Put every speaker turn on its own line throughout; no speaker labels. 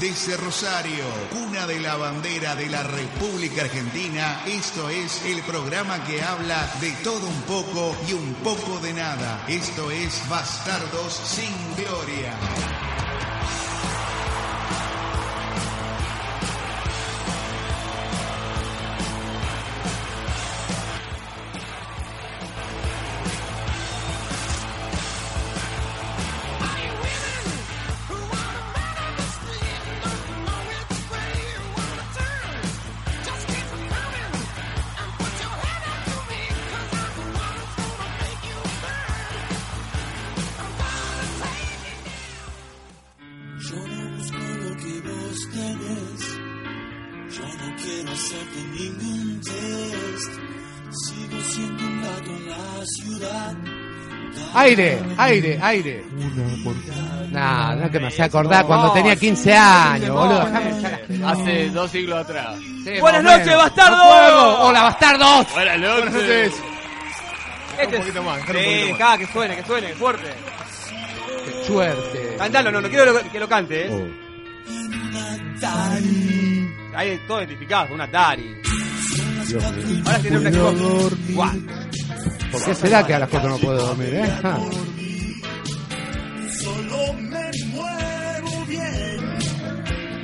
Desde Rosario, cuna de la bandera de la República Argentina, esto es el programa que habla de todo un poco y un poco de nada. Esto es Bastardos sin Gloria.
Yo no busco lo que vos tenés. Yo no quiero hacerte ningún test. Sigo siendo un gato en la ciudad.
Aire, aire, aire. Nah, no que me hacía acordar cuando
No,
tenía 15 años, boludo.
no,
Dejame
no.
echar la-
Hace dos siglos atrás.
Sí,
Buenas
más o
noches,
menos.
bastardo.
A fuego. Hola, bastardos.
Buenas noches.
Este
Un poquito más,
es...
dale un
Sí,
poquito
acá, que suene, que suene, fuerte.
Qué suerte.
Cantalo, eh. no, no quiero lo- que lo cante, ¿eh? Ahí todo identificado, con una Atari. Ahora tiene una Xbox. Guau.
Oh. ¿Por qué será que a las 4 no puedo dormir, eh? Ah.
Solo me muevo bien.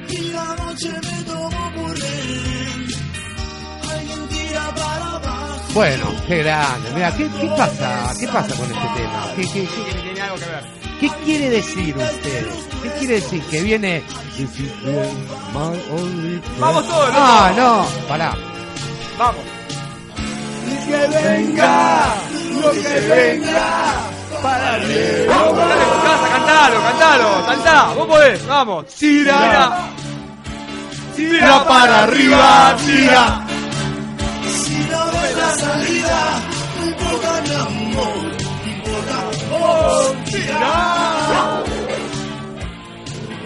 Y la noche me tomo por él. Alguien tira para abajo.
Bueno, qué grande. Mira, ¿qué, qué pasa? ¿Qué pasa con este tema? ¿Qué, qué, qué-
Tiene, tiene algo que ver.
qué quiere decir usted? ¿Qué quiere decir? ¿Que viene...?
Vamos todos, loco.
Ah, no. Pará.
Vamos. Y que venga, lo que venga, para Vamos, dale con casa, cantalo, cantalo, cantá, vos podés, vamos. Tira, tira, para arriba, tira.
Si no ves la salida, no importa mi amor.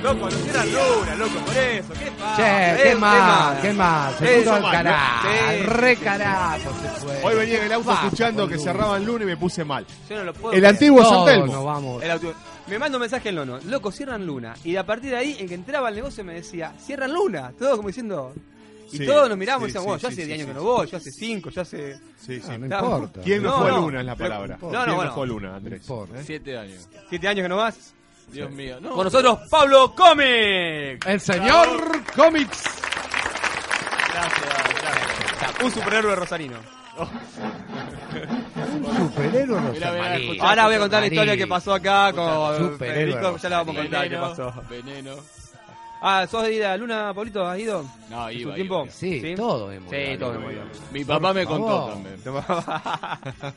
Loco, no tiran luna, loco, por eso, qué pasa.
Che, qué mal, qué mal. Se
Eso
puso al
mal, ¿no?
carajo.
Sí,
Re
sí,
carajo se fue.
Hoy venía en el auto
Vamos,
escuchando que
boludo.
cerraban Luna y me puse mal.
Yo no lo puedo
El
creer.
antiguo San
Todos
Telmo.
nos vamos.
El auto- Me manda un mensaje el nono, loco, cierran luna. Y a partir de ahí, el que entraba al negocio me decía, cierran luna. Todo como diciendo. Y
Sí,
todos nos miramos
sí,
y decíamos,
sí,
bueno, yo
sí,
hace
sí,
10 años
sí,
que no
sí.
voy, yo hace 5, yo hace.
Sí, sí.
Ah, no
Estamos-
importa.
¿Quién no,
No,
fue
no.
Luna es la palabra?
No,
no,
¿Quién
bueno.
fue Luna,
No
Andrés?
importa. ¿eh?
Siete años.
7 años que no vas.
Dios mío. No.
Con nosotros, Pablo Comic.
El señor Comics.
Gracias, gracias.
Un superhéroe rosarino.
Un superhéroe no
Mirá, mirá, escuchá.
Ahora voy a contar la historia
Maní.
que pasó acá con
Superhéroe
Federico. Ya la vamos a contar qué
Veneno,
pasó.
Veneno.
Ah, ¿sos de ir a Luna, Pablito? ¿Has ido?
No,
¿Es
iba,
un tiempo?
iba.
Sí,
¿Sí?
todo hemos
Sí,
ido.
todo hemos ido.
Mi papá me contó
favor.
también.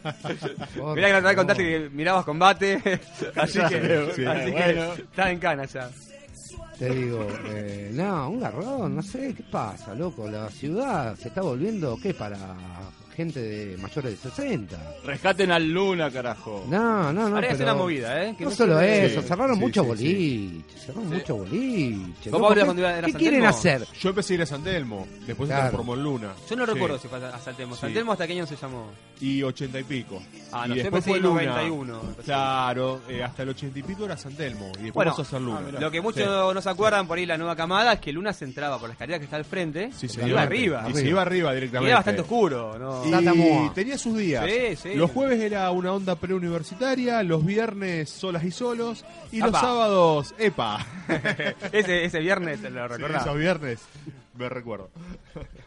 Por
Mirá que la otra vez
favor.
contaste que mirabas combate, así que,
Sí,
así
bueno.
que está en cana ya.
Te digo, eh, no, un garrón, no sé, ¿qué pasa, loco? La ciudad se está volviendo, ¿qué? Para gente de mayores de 60.
Rescaten al Luna, carajo.
No, no, no.
Ahora es
pero
una movida, ¿eh? Que
No
no
solo
se-
eso,
Sí,
cerraron
sí,
muchos
sí, sí.
boliches, cerraron
Sí.
muchos boliches.
¿Vos,
loco,
Pablo,
¿qué-
cuando iba- era
¿Qué
San
quieren
Telmo?
hacer?
Yo empecé a ir a San Telmo,
Claro.
después se transformó en Luna.
Yo no
Sí.
recuerdo si fue a Saltemo.
Sí.
Saltemo hasta qué año se llamó.
Y ochenta y pico.
Ah,
y
no, yo
después
empecé
fue
en
Luna.
91, empecé.
Claro, eh, hasta el ochenta y pico era San Telmo. Y después
Bueno,
pasó a ser
ah,
Luna.
mirá. lo que muchos no se acuerdan por ahí la nueva camada es que Luna se entraba por la escalera que está al frente
Sí,
y
se
iba
iba
arriba.
Y se iba arriba directamente.
Y era bastante oscuro, ¿no?
Y
Tatamoa.
tenía sus días.
Sí, sí.
Los jueves era una onda preuniversitaria, los viernes solas y solos, y los
Apa.
sábados, epa.
Ese, ese viernes te lo recordás.
Esos viernes, me recuerdo.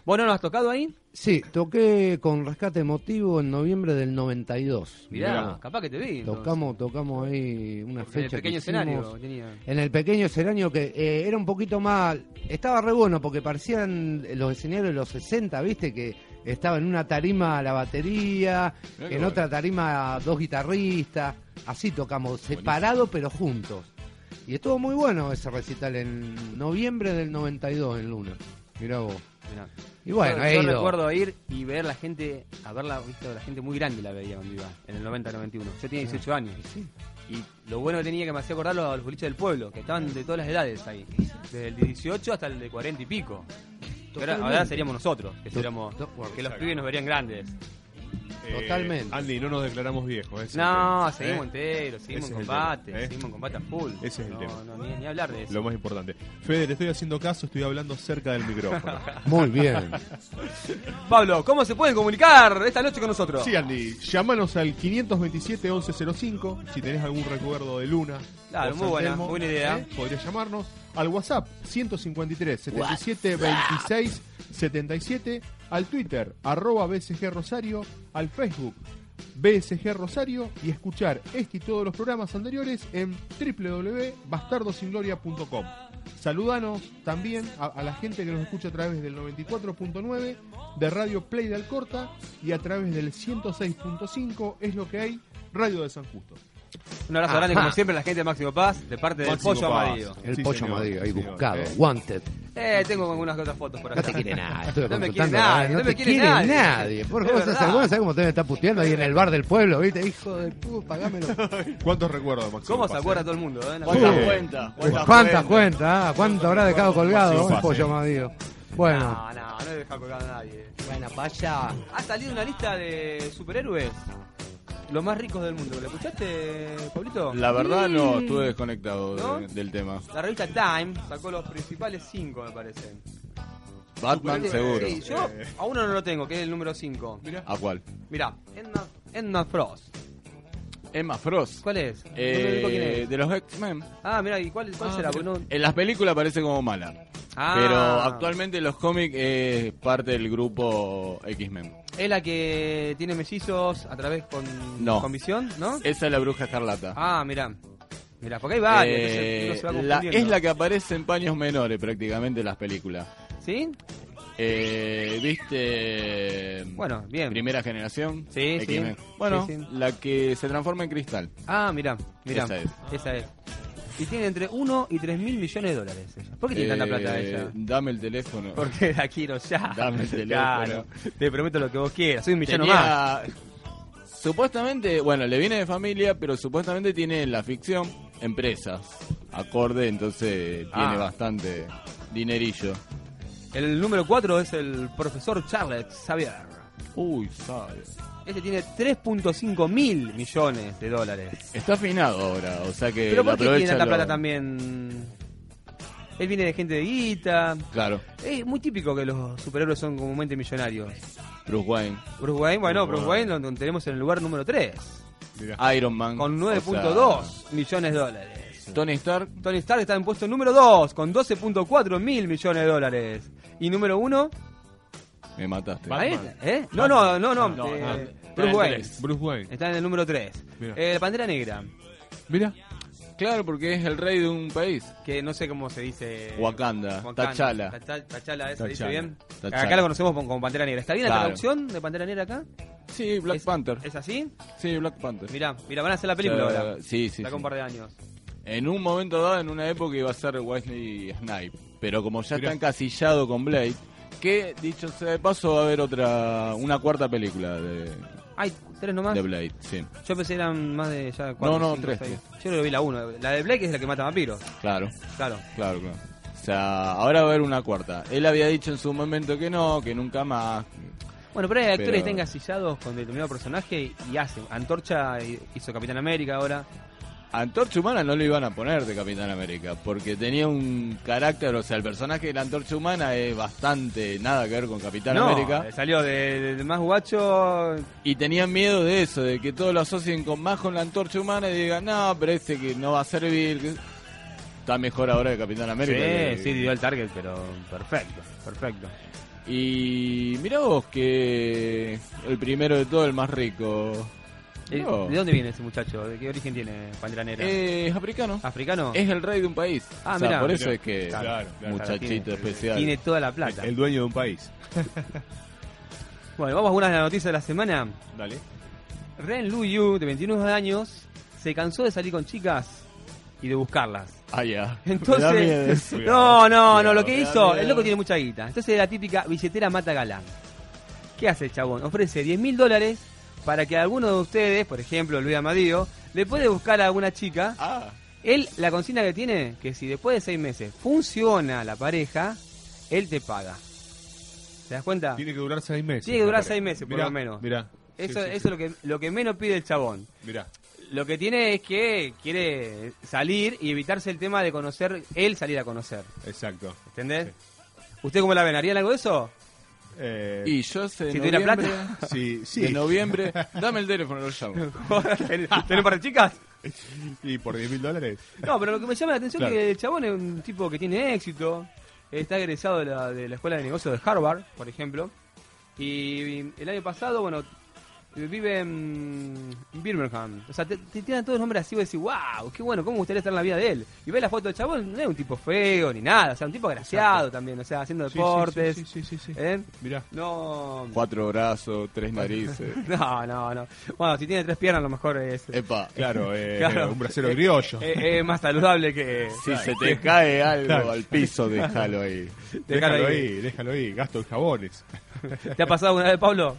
¿Vos no nos has tocado ahí?
Sí, toqué con Rescate Emotivo en noviembre del 92.
Mirá,
Mirá.
capaz que te vi. entonces.
Tocamos, tocamos ahí una
Porque en el
fecha. que
pequeño
hicimos.
escenario tenía.
En el pequeño escenario que eh, era un poquito más. Estaba re bueno porque parecían los escenarios de los 60, viste, que estaba en una tarima la batería,
Mirá qué
en
bueno.
otra tarima dos guitarristas. Así tocamos, separados pero juntos. Y estuvo muy bueno ese recital en noviembre del 92 en Luna. Mirá vos.
Mirá.
Y bueno,
yo,
he
yo
ido.
recuerdo ir y ver la gente, haberla visto, la gente muy grande la veía cuando iba, en el 90-91. Yo tenía
Ah.
18 años. Y lo bueno que tenía que me hacía acordar los, los boliches del pueblo, que estaban de todas las edades ahí. Desde el 18 hasta el de 40 y pico. Que ahora- ahora,
Totalmente.
seríamos nosotros, que,
To-
seríamos,
to-
que los pibes nos verían grandes.
Eh,
Totalmente.
Andy, no nos declaramos viejos. ese
No,
es el tema,
seguimos
¿eh?
enteros, seguimos
Ese es
en
el
combate,
tema, ¿eh?
seguimos en combate a full.
Ese es el
no,
tema.
No, ni, ni hablar de eso.
Lo más importante. Fede, le estoy haciendo caso, estoy hablando cerca del micrófono.
Muy bien.
Pablo, ¿cómo se pueden comunicar esta noche con nosotros?
Sí, Andy, llámanos al 527-1105 si tenés algún recuerdo de Luna.
Claro,
o
muy
San
buena,
Telmo,
buena idea.
¿eh? Podrías llamarnos al WhatsApp 153 77 26 77, al Twitter arroba BSG Rosario, al Facebook BSG Rosario y escuchar este y todos los programas anteriores en www.bastardosingloria.com. Saludanos también a, a la gente que nos escucha a través del 94.9 de Radio Play de Alcorta y a través del 106.5 es lo que hay Radio de San Justo.
Un abrazo
Ajá.
grande, como siempre, a la gente de Máximo Paz, de parte del
Máximo
Pollo
Paz.
Amarillo.
Ah. El
Sí,
pollo
señor.
Madrid, ahí
Sí, señor.
buscado.
Eh.
Wanted.
Eh, tengo algunas que otras fotos por acá.
No te quiere nada. estoy
No me quiere
contando,
nadie,
eh,
no
no
me
te
quiere
quiere
nadie.
nadade. Por
Es
favor, vos
verdad.
sabes cómo te está puteando ahí en el bar del pueblo, ¿viste? Hijo de puta, pagámelo.
¿Cuántos recuerdos, Máximo?
¿Cómo se
Paz,
acuerda
eh?
todo el mundo? eh? La
Ojo.
verdad.
¿Cuántas
Sí.
cuentas?
¿Cuántas cuentas? ah? ¿Cuánto habrá dejado colgado
Pasión,
el pollo
eh.
pasión.
Madrid? Bueno.
No, no, no he dejado colgado a nadie.
Bueno, vaya.
Ha salido una lista de superhéroes. Los más ricos del mundo. ¿Lo escuchaste, Pablito?
La verdad no, estuve desconectado de-
¿No?
del tema.
La revista Time sacó los principales cinco, me parece.
Batman seguro.
Sí, yo a uno no lo tengo, que es el número 5.
¿A cuál?
Mirá, Edna, Edna Frost.
Emma Frost.
¿Cuál es? no me
Eh,
dijo quién es.
de los X-Men.
Ah, mirá, ¿y cuál, cuál será? Porque no-
En las películas aparece como mala.
Ah.
Pero actualmente en los cómics es parte del grupo X-Men.
Es la que tiene mellizos a través con,
No.
con visión, ¿no?
Esa es la bruja escarlata.
Ah, mirá. Mirá, porque hay varios.
Eh,
entonces uno se va
la-
confundiendo.
es la que aparece en paños menores prácticamente en las películas.
¿Sí?
Eh, ¿Viste? eh,
Bueno, bien.
Primera generación.
Sí, sí.
X-Men. Bueno,
Sí, sí.
la que se transforma en cristal.
Ah, mirá, mirá.
Esa es.
Esa es. Y tiene entre 1 y 3 mil millones de dólares ella. ¿Por qué tiene tanta
Eh,
plata ella?
Dame el teléfono.
Porque la quiero ya.
Dame el
Claro.
teléfono.
Te prometo lo que vos quieras. Soy un millón
Tenía-
más.
Supuestamente, bueno, le viene de familia, pero supuestamente tiene en la ficción empresas. Acorde, entonces
Ah.
tiene bastante dinerillo.
El número 4 es el profesor Charles Xavier.
Uy, sabe.
Este tiene 3.5 mil millones de dólares.
Está afinado ahora, o sea que
Pero
lo
¿por qué tiene
aprovecha
tanta
lo-
plata también? Él viene de gente de guita.
Claro,
Es muy típico que los superhéroes son comúnmente millonarios.
Bruce Wayne,
Bruce Wayne, bueno,
Bruce
Bruce Wayne lo tenemos en el lugar número 3.
Iron Man.
Con
o sea,
9.2 millones de dólares.
Tony Stark,
Tony Stark está en puesto número 2 con 12.4 mil millones de dólares. Y número 1,
me mataste.
Batman.
¿eh? No, no, no, no.
Ah, No,
eh,
no. Está en
Bruce
el
Wayne.
tres.
Bruce Wayne.
Está en el número 3.
Mira.
la Pantera Negra,
Mira.
Claro, porque es el rey de un país.
que no sé cómo se dice.
Wakanda, T'Challa.
Tacha- T'Challa, ¿eh? ¿se dice
T'Challa.
bien?
T'Challa.
Acá lo conocemos como, como Pantera Negra. ¿Está bien la
Claro.
traducción de Pantera Negra acá?
Sí, Black
¿Es-
Panther.
¿Es así?
Sí, Black Panther.
Mirá, mirá, van a hacer la película
O sea,
ahora.
Sí, sí.
de acá
sí.
un par de años.
En un momento dado, en una época, iba a ser Wesley Snipe. Pero como ya
Mirá.
está encasillado con Blade, que dicho sea de paso, va a haber otra. Una cuarta película de,
Hay tres nomás.
de Blade, sí.
Yo pensé eran más de ya
No,
cuatro.
no,
cinco,
tres,
seis. Yo creo que vi la uno. La de Blake es la que mata vampiros.
Claro,
Claro.
claro, claro. O sea, ahora va a haber una cuarta. Él había dicho en su momento que no, que nunca más.
Bueno, pero hay actores
Pero-
que están encasillados con determinado personaje y hacen. Antorcha hizo Capitán América ahora.
A Antorcha Humana no lo iban a poner de Capitán América, porque tenía un carácter, o sea, el personaje de la Antorcha Humana es bastante nada que ver con Capitán
no, eh,
América.
Salió de, de- de más guacho.
Y tenían miedo de eso, de que todos lo asocien con más con la antorcha humana y digan, no, pero este que no va a servir. que Está mejor ahora que Capitán América. que-
el target, pero perfecto. Perfecto.
Y mirá vos que el primero de todo, el más rico.
Eh,
No.
¿De dónde viene ese muchacho? ¿De qué origen tiene Pantera Negra?
Eh, es africano.
¿Africano?
Es el rey de un país.
Ah,
O sea,
mirá.
por eso
Mirá.
es que
Claro, claro.
muchachito
Tiene-
especial.
Tiene toda la plata.
El dueño de un país.
Bueno, vamos a algunas de las noticias de la semana.
Dale.
Ren Luyu, de 21 años, se cansó de salir con chicas y de buscarlas.
Ah, ya. Me da miedo
Entonces,
eso.
no, no, no, lo que
Cuidado,
hizo,
cuidado.
el loco tiene mucha guita. Entonces la típica billetera mata galán. ¿Qué hace el chabón? Ofrece 10 mil dólares para que alguno de ustedes, por ejemplo Luis Amadío, le puede buscar a alguna chica.
Ah,
Él, la consigna que tiene, que si después de 6 meses funciona la pareja, él te paga. ¿Te das cuenta?
Tiene que durar seis meses.
Tiene que durar
me parece.
seis meses, por
Mirá,
lo menos.
Mirá.
Eso,
sí, sí.
eso es lo que, lo que menos pide el chabón.
Mirá.
Lo que tiene es que quiere salir y evitarse el tema de conocer, él salir a conocer.
Exacto.
¿Entendés? ¿Usted cómo la ven? ¿Harían algo de eso?
Eh,
Y yo sé de
Si tuviera
noviembre,
sí, sí.
de noviembre, dame el teléfono, lo llamo.
¿Tenés tenés para chicas?
Y por 10 mil dólares.
No, pero lo que me llama la atención
Claro.
es que el chabón es un tipo que tiene éxito, está egresado de la, de la Escuela de Negocios de Harvard, por ejemplo, y el año pasado, bueno, vive en Birmingham. O sea, te, te tiran todos los nombres así, vos decís, wow, qué bueno, cómo me gustaría estar en la vida de él. Y ves la foto del chabón, no es un tipo feo ni nada, o sea, un tipo agraciado también, o sea, haciendo
Sí, sí, sí,
deportes.
Sí, sí, sí. sí.
¿eh?
Mirá.
No...
Cuatro brazos, tres narices.
No, no, no. Bueno, si tiene tres piernas, a lo mejor es...
Epa,
Claro, eh,
Claro. Eh,
un bracero criollo.
es- es más saludable que...
si se te cae algo al piso, déjalo ahí.
dejar
déjalo ahí.
ahí.
déjalo ahí. Gasto en jabones.
¿Te ha pasado una vez, Pablo?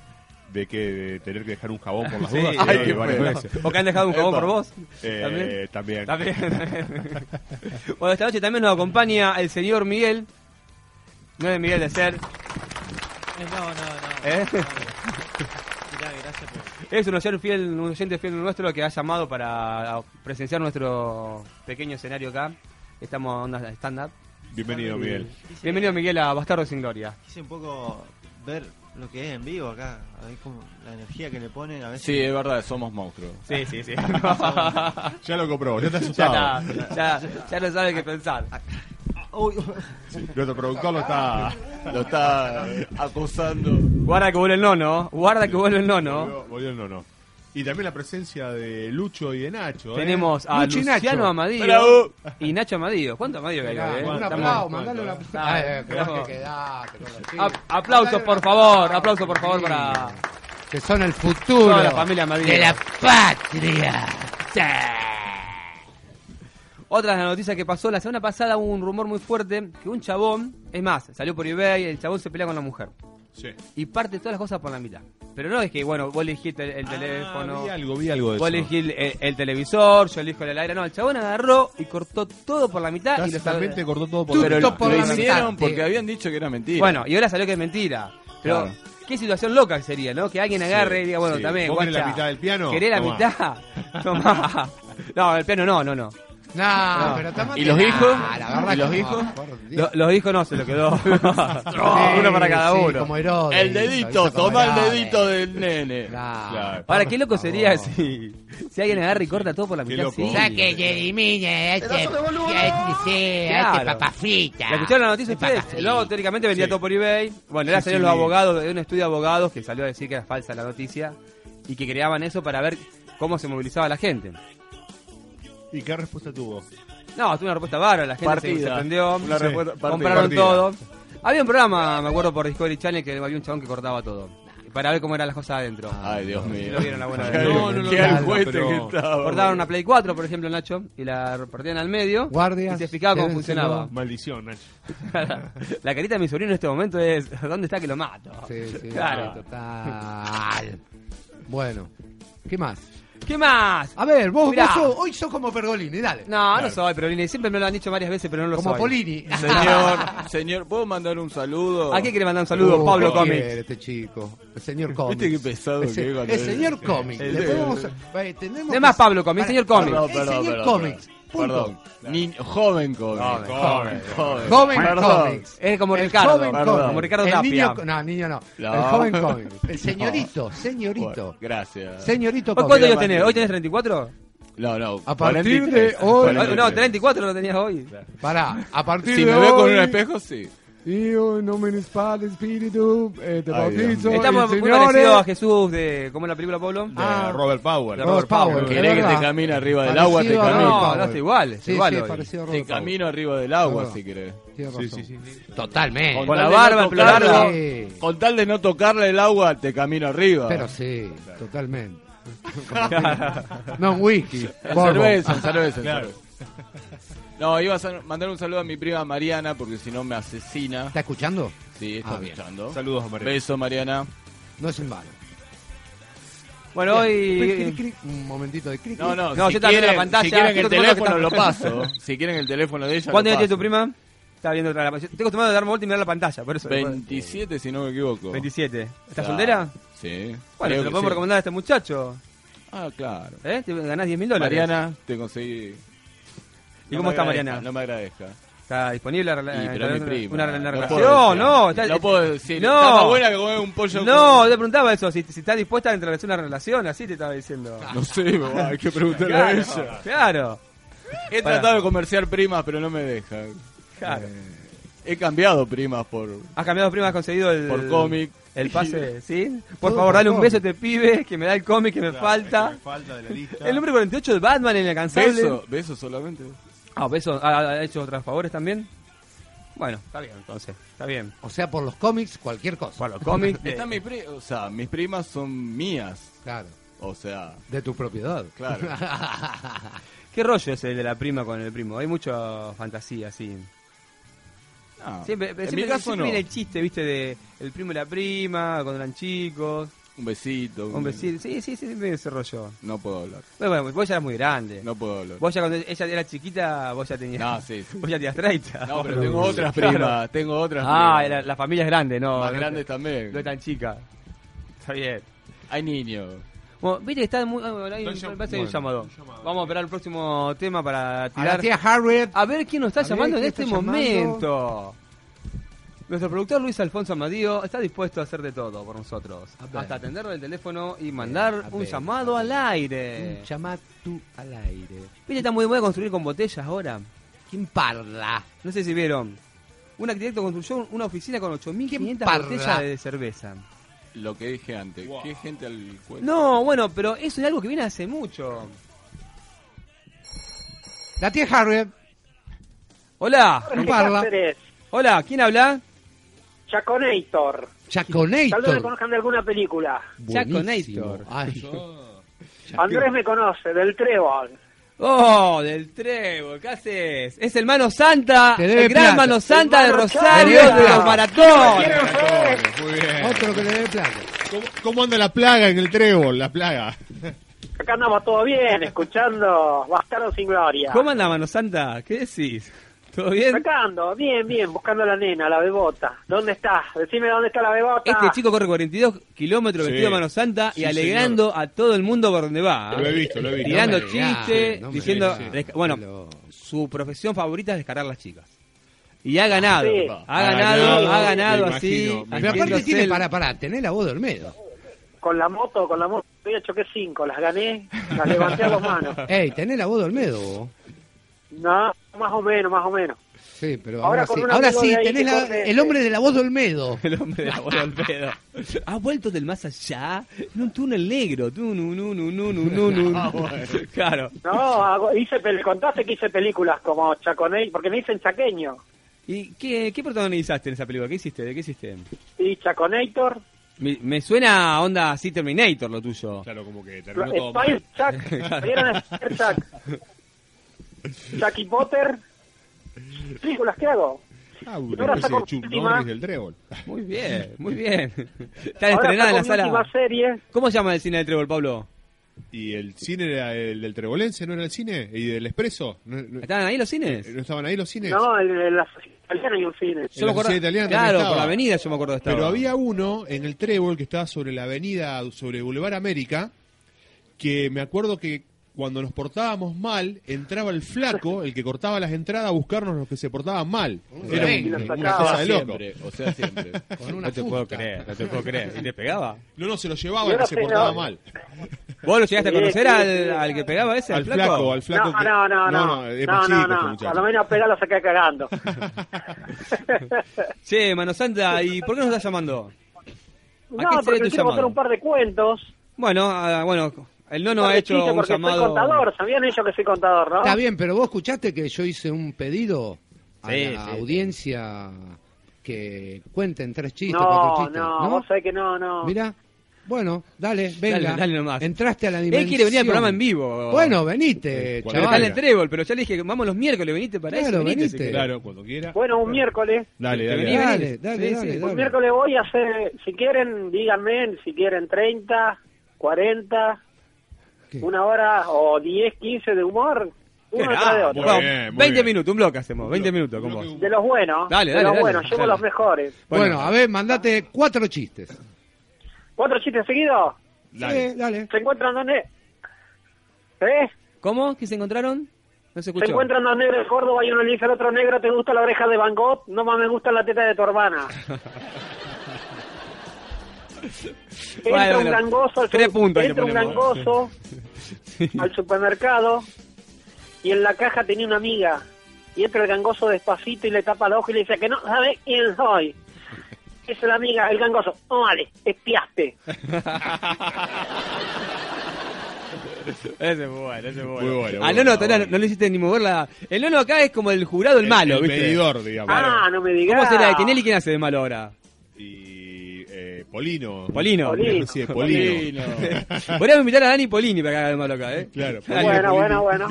¿De que de tener que dejar un jabón por las
Sí,
dudas?
sí,
Ay,
Sí,
qué
varias
feo.
veces.
¿O que han dejado un jabón
Epa.
por vos?
Eh, también.
También. También. bueno, esta noche también nos acompaña el señor Miguel. No es Miguel de ser.
Eh, No, no, no.
¿Eh?
No, Mirá, gracias por.
Es un oyente fiel, un oyente fiel nuestro que ha llamado para presenciar nuestro pequeño escenario acá. Estamos onda stand-up.
Bienvenido, Miguel.
Quise,
Bienvenido Miguel a Bastardo sin Gloria.
Quise un poco ver lo que es en vivo acá. A ver cómo la energía que le ponen. A veces.
Sí, es verdad, somos monstruos.
Sí, sí, sí.
Ya lo comprobó, ya está
ya,
asustado.
está, ya, ya no sabe qué pensar.
Uy,
Sí, Nuestro productor lo está.
Lo está eh, acosando.
Guarda que vuelve el nono. Guarda que vuelve el nono.
Volvió- volvió el nono. Y también la presencia de Lucho y de Nacho. ¿eh?
Tenemos a
Luchi
Luciano
Nacho.
Amadío
Bravo.
y Nacho Amadío. ¿Cuánto Amadío que hay? hoy, eh?
un
¿cuánto?
aplauso,
Estamos- Ah, eh,
mandale un
¿Cuánto?
aplauso. Ay, que
¿Cuánto?
vas que quedás, que todo así.
Ap- aplausos, por favor,
Ah,
aplausos, por favor, para
Que son el futuro
Toda la familia Amadeo.
de la patria. Sí.
otras noticias que pasó. La semana pasada hubo un rumor muy fuerte que un chabón, es más, salió por eBay, el chabón se pelea con la mujer.
Sí.
Y parte todas las cosas por la mitad. Pero no es que, bueno, vos elegís el, el
Ah,
teléfono,
vi algo, vi algo de
vos
eso.
elegís el, el- el televisor, yo elijo el aire. No, el chabón agarró y cortó todo por la mitad. y lo sal-
Básicamente cortó todo por
Pero
la
lo,
por
lo
la mitad,
hicieron
tío.
porque habían dicho que era mentira.
Bueno, y ahora salió que es mentira. Pero
Claro.
qué situación loca que sería, ¿no? Que alguien agarre y diga, bueno,
sí.
también,
¿Vos querés la
guacha,
mitad del piano?
¿Querés la
Tomá.
mitad? Tomá. No, el piano no, no, no.
No, pero tomate
¿Y los
la-
hijos?
la barra
¿Y los
como-
hijos?
por Dios.
Lo- los hijos no, se lo quedó. uno para cada
Sí, sí,
uno.
como Herodes,
el dedito,
hizo como
toma el
Herodes.
dedito del nene.
Claro.
Claro.
Ahora, qué loco
Por
sería
favor.
si, si alguien agarra y corta todo por la
Qué
mitad.
loco.
sí.
Saque Jeremy, a este, a este, sí, a
Claro.
este papafita.
¿La escucharon la noticia
Este
ustedes?
papafita.
Luego, teóricamente, vendía
Sí.
todo por eBay. Bueno, ya
Sí,
salieron
sí,
los
vi.
abogados de un estudio de abogados que salió a decir que era falsa la noticia y que creaban eso para ver cómo se movilizaba la gente.
¿Y qué respuesta tuvo?
No, tuvo una respuesta bárbara, la gente se
Partida.
sorprendió.
Una
Sí.
respuesta- partida.
Compraron
Partida.
todo. Había un programa, me acuerdo por Discovery Channel, que había un chabón que cortaba todo. Para ver cómo eran las cosas adentro.
Ay, Dios
Si
mío.
lo vieron alguna vez.
No, no, no. Qué
Claro,
aljuete
pero-
que estaba.
Cortaban una Play 4, por ejemplo, Nacho, y la partían al medio.
Guardias,
Y se explicaba cómo
llévenselo.
funcionaba.
Maldición, Nacho.
la carita de mi sobrino en este momento es: ¿dónde está que lo mato?
Sí, sí,
Claro.
total. Bueno, ¿qué más?
¿Qué más?
A ver, vos,
Mirá.
vos sos- hoy sos como Pergolini, dale.
No, Ah, no soy Perolini. Siempre me lo han dicho varias veces, pero no lo
como
soy.
Polini.
Señor, señor, ¿puedo mandar un saludo?
¿A qué quiere mandar un saludo,
Oh,
Pablo
¿qué
Comics?
quiere este chico, el señor Comics.
Viste qué pesado
el,
que
se-
es cuando
el
es-
señor Comics.
el-
Le
el-
podemos- eh, tenemos
No es
que-
más Pablo Comics, señor
Para-
Comics.
Perdón,
El
perdón,
señor
perdón,
Comics.
Perdón.
Punto.
Ni- joven Comics.
Joven.
Joven.
Joven
Perdón.
Comics.
Es como
El
Ricardo.
joven
perdón.
Comics.
Como Ricardo
el
Tapia.
Niño, co- no, niño no.
No.
El joven Comics. El señorito, señorito.
Bueno, gracias.
Señorito
¿Hoy cuántos
Comics.
años tenés? ¿Hoy tenés 34?
No, no.
A partir
43,
de hoy-
Ah, No,
43.
no, 34 lo tenías hoy.
Pará, a partir
Si
de
me veo con
hoy-
un espejo, sí.
Dios, no me espal, espíritu, eh, te
Ay, Dios
bautizo,
mío.
Estamos
y
muy
señores.
parecidos a Jesús de. ¿Cómo es la película, Pablo?
De
Ah.
Robert Powell.
De
Robert Powell,
Powell.
es
¿Querés que te
verdad.
camine arriba del agua? Te
Parecido a
No,
Robert
camino.
no,
Powell.
está igual, está
Sí,
igual
sí,
hoy.
parecido a
Te
Robert Powell.
camino arriba del agua,
Perdón.
si querés.
Tiene
Sí,
razón.
sí, sí. sí.
Totalmente.
Con la
tal de
barba,
no
el pelo
tocarlo-
largo.
Sí.
Con tal de no tocarle el agua, te camino arriba.
Pero sí, totalmente. no, un whisky.
En
bourbon.
cerveza, en cerveza, en
Claro.
cerveza. No, iba a sal- mandar un saludo a mi prima Mariana porque si no me asesina.
¿Está escuchando?
Sí, está
Ah, bien.
escuchando.
Saludos a María.
Beso, Mariana.
No es en vano.
Bueno,
Cric, cric,
hoy.
cric. Un momentito de cric.
No,
cric.
no,
No,
si,
yo también
quieren,
la pantalla.
si quieren
Yo
el
te mando que
teléfono, lo
está-
paso. Si quieren el teléfono de ella,
¿Cuántos
lo
años tiene
paso.
tu prima? Estaba viendo otra la pantalla. Estoy acostumbrado a darme vuelta y mirar la pantalla, por eso.
27, si no me equivoco.
27. ¿Estás
Claro.
soltera?
Sí.
Bueno, te
Creo que
lo podemos
sí.
recomendar a este muchacho.
Ah, claro.
¿Eh? Te ganás 10 mil dólares.
Mariana, te conseguí.
¿Y
No
cómo
me
está
agradezca,
Mariana?
No me agradezca.
¿Está disponible la,
Y,
rela-
pero es mi
una-
prima.
una, una
No
relación?
puedo decir-
no, está-
no puedo decir.
No.
Está más buena que comer un pollo.
No,
con-
te preguntaba eso, si, si está dispuesta a entrelazar una relación, así te estaba diciendo.
No sé, boba, hay que preguntarle a ella.
Claro,
He
Pará.
tratado de comerciar primas, pero no me dejan.
claro.
He cambiado primas por,
Has cambiado prima, has conseguido el...
por cómic.
El pase, ¿sí? Por
Todo
favor,
por
dale un
cómic.
beso a este pibe que me da el cómic que me falta.
Me falta de la lista.
El número 48 de Batman en alcanzable.
¿Beso? ¿Beso solamente?
Ah, beso. ¿Ha, ha hecho otros favores también? Bueno, está bien, entonces. Está bien.
O sea, por los cómics, cualquier cosa.
Por los cómics.
Están mis pri- o sea, mis primas son mías.
Claro.
O sea,
De tu propiedad.
claro.
¿Qué rollo es el de la prima con el primo? Hay mucha fantasía, sí.
No,
Siempre,
en
siempre-
mi caso
siempre
no.
viene el chiste, viste, de el primo y la prima, cuando eran chicos.
Un besito.
Un vecino. Sí, sí, sí, siempre ese rollo.
No puedo hablar.
Bueno, bueno, vos ya eras muy grande.
No puedo hablar.
Vos ya cuando ella era chiquita, vos ya tenías.
No, sí, sí.
Vos ya tenías 30.
No, pero tengo otras
Claro.
primas. Tengo otras
Ah,
primas.
la, la familia es grande, no.
Más
no,
grandes
No es
también.
tan chica. Está bien.
Hay niños.
Bueno, viste que está muy. bueno, hay un-
Entonces,
parece que hay un
bueno,
llamado. Vamos a esperar el próximo tema para
A la
tirar.
tía Harriet.
A ver quién nos está
A ver
llamando en
quién
este
está llamando.
momento. Nuestro productor Luis Alfonso Amadío está dispuesto a hacer de todo por nosotros.
ver.
Hasta atender el teléfono y mandar
a
un
ver,
llamado
a
al
ver.
aire.
Llama tú al aire.
Viste, está muy bueno construir con botellas ahora.
¿Quién parla?
No sé si vieron. Un arquitecto construyó una oficina con
¿Quién
8.500
parla?
botellas de cerveza.
Lo que dije antes. ¿Qué gente al cuento?
No, bueno, pero eso es algo que viene hace mucho.
La tía Harriet.
Hola,
No parla.
Cáceres,
hola, ¿quién habla?
Chaconator. Tal vez me
Chaconator.
conozcan de alguna película.
Buenísimo.
Chaconator.
Ay.
Andrés me conoce, del Trébol.
Oh, del trébol, ¿qué haces? Es el mano santa,
Te debe
el gran
plata.
mano santa
El
de
mano
Rosario
santa.
de los maratones.
¿Quieren ustedes?
Muy bien.
Otro que le dé plata.
¿Cómo, cómo anda la plaga en el trébol? La plaga.
Acá andamos todo bien, escuchando Bastardo sin Gloria.
¿Cómo anda mano santa? ¿Qué decís? ¿Todo bien?
Sacando, bien, bien, buscando a la nena, la bebota. ¿Dónde está? Decime dónde está la bebota.
Este chico corre 42 kilómetros
Sí.
vestido de mano santa y
Sí,
alegrando a todo el mundo por donde va. ¿eh?
Lo he visto, lo he visto.
Tirando
No me
chistes,
regales, no me
diciendo...
regales.
desca- Bueno, su profesión favorita es descargar las chicas. Y ha ganado,
Sí. Ah,
ha ganado,
Ganado,
ha ganado
me
así.
imagino, me
Pero aparte
haciéndose
tiene
el-
para para tener la voz de Olmedo.
Con la moto, con la moto. Yo choqué cinco, las gané, las levanté a dos manos.
Ey, tenés la voz de Olmedo vos.
No, más o menos, más o menos.
Sí, pero ahora,
Ahora con
sí.
un
Ahora
amigo
sí,
de ahí
tenés
que
la-
corre-
el hombre de la voz de Olmedo.
El hombre de la bola al pedo. Ha vuelto del más allá en un túnel negro. Tu, nu, nu, nu, nu, nu, nu, nu.
Ah,
Claro.
No, hago- hice, pel- contaste que hice películas como Chaconei, porque me dicen chaqueño.
¿Y qué, qué protagonizaste en esa película? ¿Qué hiciste? ¿De qué hiciste?
Y Chaconator,
Me, me suena a onda así Terminator lo tuyo.
Claro, como que terminó todo mal.
Eh, Spice Chuck, ¿vieron Spice Chuck? Chucky Potter. Películas, ¿qué hago?
Ah, una especie
Ahora
de
sacó
Chuck
última.
Norris del trébol.
Muy bien, muy bien. Están
Ahora
estrenadas en la
saco mi
sala.
última serie.
¿Cómo se llama el cine de Trébol, Pablo?
¿Y el cine era el del trebolense? ¿No era el cine? ¿Y del expreso? ¿No, no-
¿Están ahí los cines?
no estaban ahí los cines?
No, en, en la italiana hay un cine.
en la sociedad italiana también
claro, por
estaba.
la avenida yo me acuerdo de estaba.
Pero había uno en el trébol que estaba sobre la avenida, sobre Boulevard América, que me acuerdo que cuando nos portábamos mal, entraba el flaco, el que cortaba las entradas, a buscarnos los que se portaban mal. Era
Sí,
un-
lo
una
sacaba.
cosa de loco.
Siempre, o sea, siempre.
Con una
No te puedo
fusta.
creer, no te puedo creer. ¿Y te pegaba?
No, no, se lo llevaba
Yo
el
no
que se
sé,
portaba
no.
mal.
¿Vos lo llegaste a
Sí,
conocer
sí,
al,
sí.
al que pegaba ese?
Al flaco, al flaco.
No,
que-
no, no, no,
es
no,
más
no,
chico este
no.
muchacho.
A lo menos pega lo saqué cagando.
Che, Mano Santa, ¿y por qué nos estás llamando?
no,
qué se debe tu
porque quiero contar
llamado?
un par de cuentos.
Bueno, ah, bueno, el nono ha
de
hecho
chistes,
un
porque soy
llamado.
contador, sabían ellos que soy contador, ¿no?
Está bien, pero vos escuchaste que yo hice un pedido a
Sí,
la
sí, sí.
audiencia que cuenten tres chistes, cuatro
no, no,
chistes. No,
vos sabés que no, no.
Mira, bueno, dale, venga.
Dale, dale nomás.
Entraste a la
Él
dimensión.
quiere venir al programa en vivo.
Bueno, venite,
Pero
Pero está en
chaval.
el trébol, pero ya le dije, que vamos los miércoles, veniste para
Claro,
eso, venite.
venite.
si querés.
Claro, cuando quiera.
Bueno, un miércoles.
Dale,
Te
dale.
venía-
dale.
Dale,
venís.
dale,
Sí,
dale,
sí,
dale.
Un miércoles voy a hacer, si quieren, díganme, si quieren 30, 40,
¿Qué?
una hora o 10, 15 de humor, Uno detrás de otro.
Vamos,
Muy bien, muy
20
bien.
minutos, un bloque hacemos, 20
bloque,
minutos
un
con
bloque,
vos.
De los buenos.
Dale,
de
dale,
los
dale,
buenos, yo
dale.
los mejores.
Bueno, a ver, mandate cuatro chistes.
¿Cuatro chistes seguidos?
Dale.
Sí, dale.
¿Se encuentran donde? ¿Eh?
¿Cómo? ¿Qué se encontraron? No se
Se
escuchó.
encuentran dos negros de Córdoba y uno le dice al otro negro, ¿te gusta la oreja de Van Gogh? No más me gusta la teta de tu hermana. Entra
Bueno,
un
bueno,
gangoso, al,
tres puntos ahí le
entra un
ponemos.
gangoso al supermercado y en la caja tenía una amiga. Y entra el gangoso despacito y le tapa el ojo y le dice que no sabe quién soy. Es la amiga, el gangoso. No vale, espiaste.
Ese es bueno, ese es bueno.
Muy bueno,
Ah,
muy
no, no,
bueno,
no,
bueno.
no le hiciste ni mover la... El nono acá es como el jurado el, malo,
El
¿viste?
medidor, digamos.
Ah, no me digas.
¿Cómo será de Tinelli? ¿Quién hace de malo ahora?
Y eh, Polino.
Polino.
Polino.
Sí, Polino.
Polino.
Podríamos invitar a Dani Polini para que haga de malo acá, ¿eh?
Claro.
Bueno, bueno, bueno.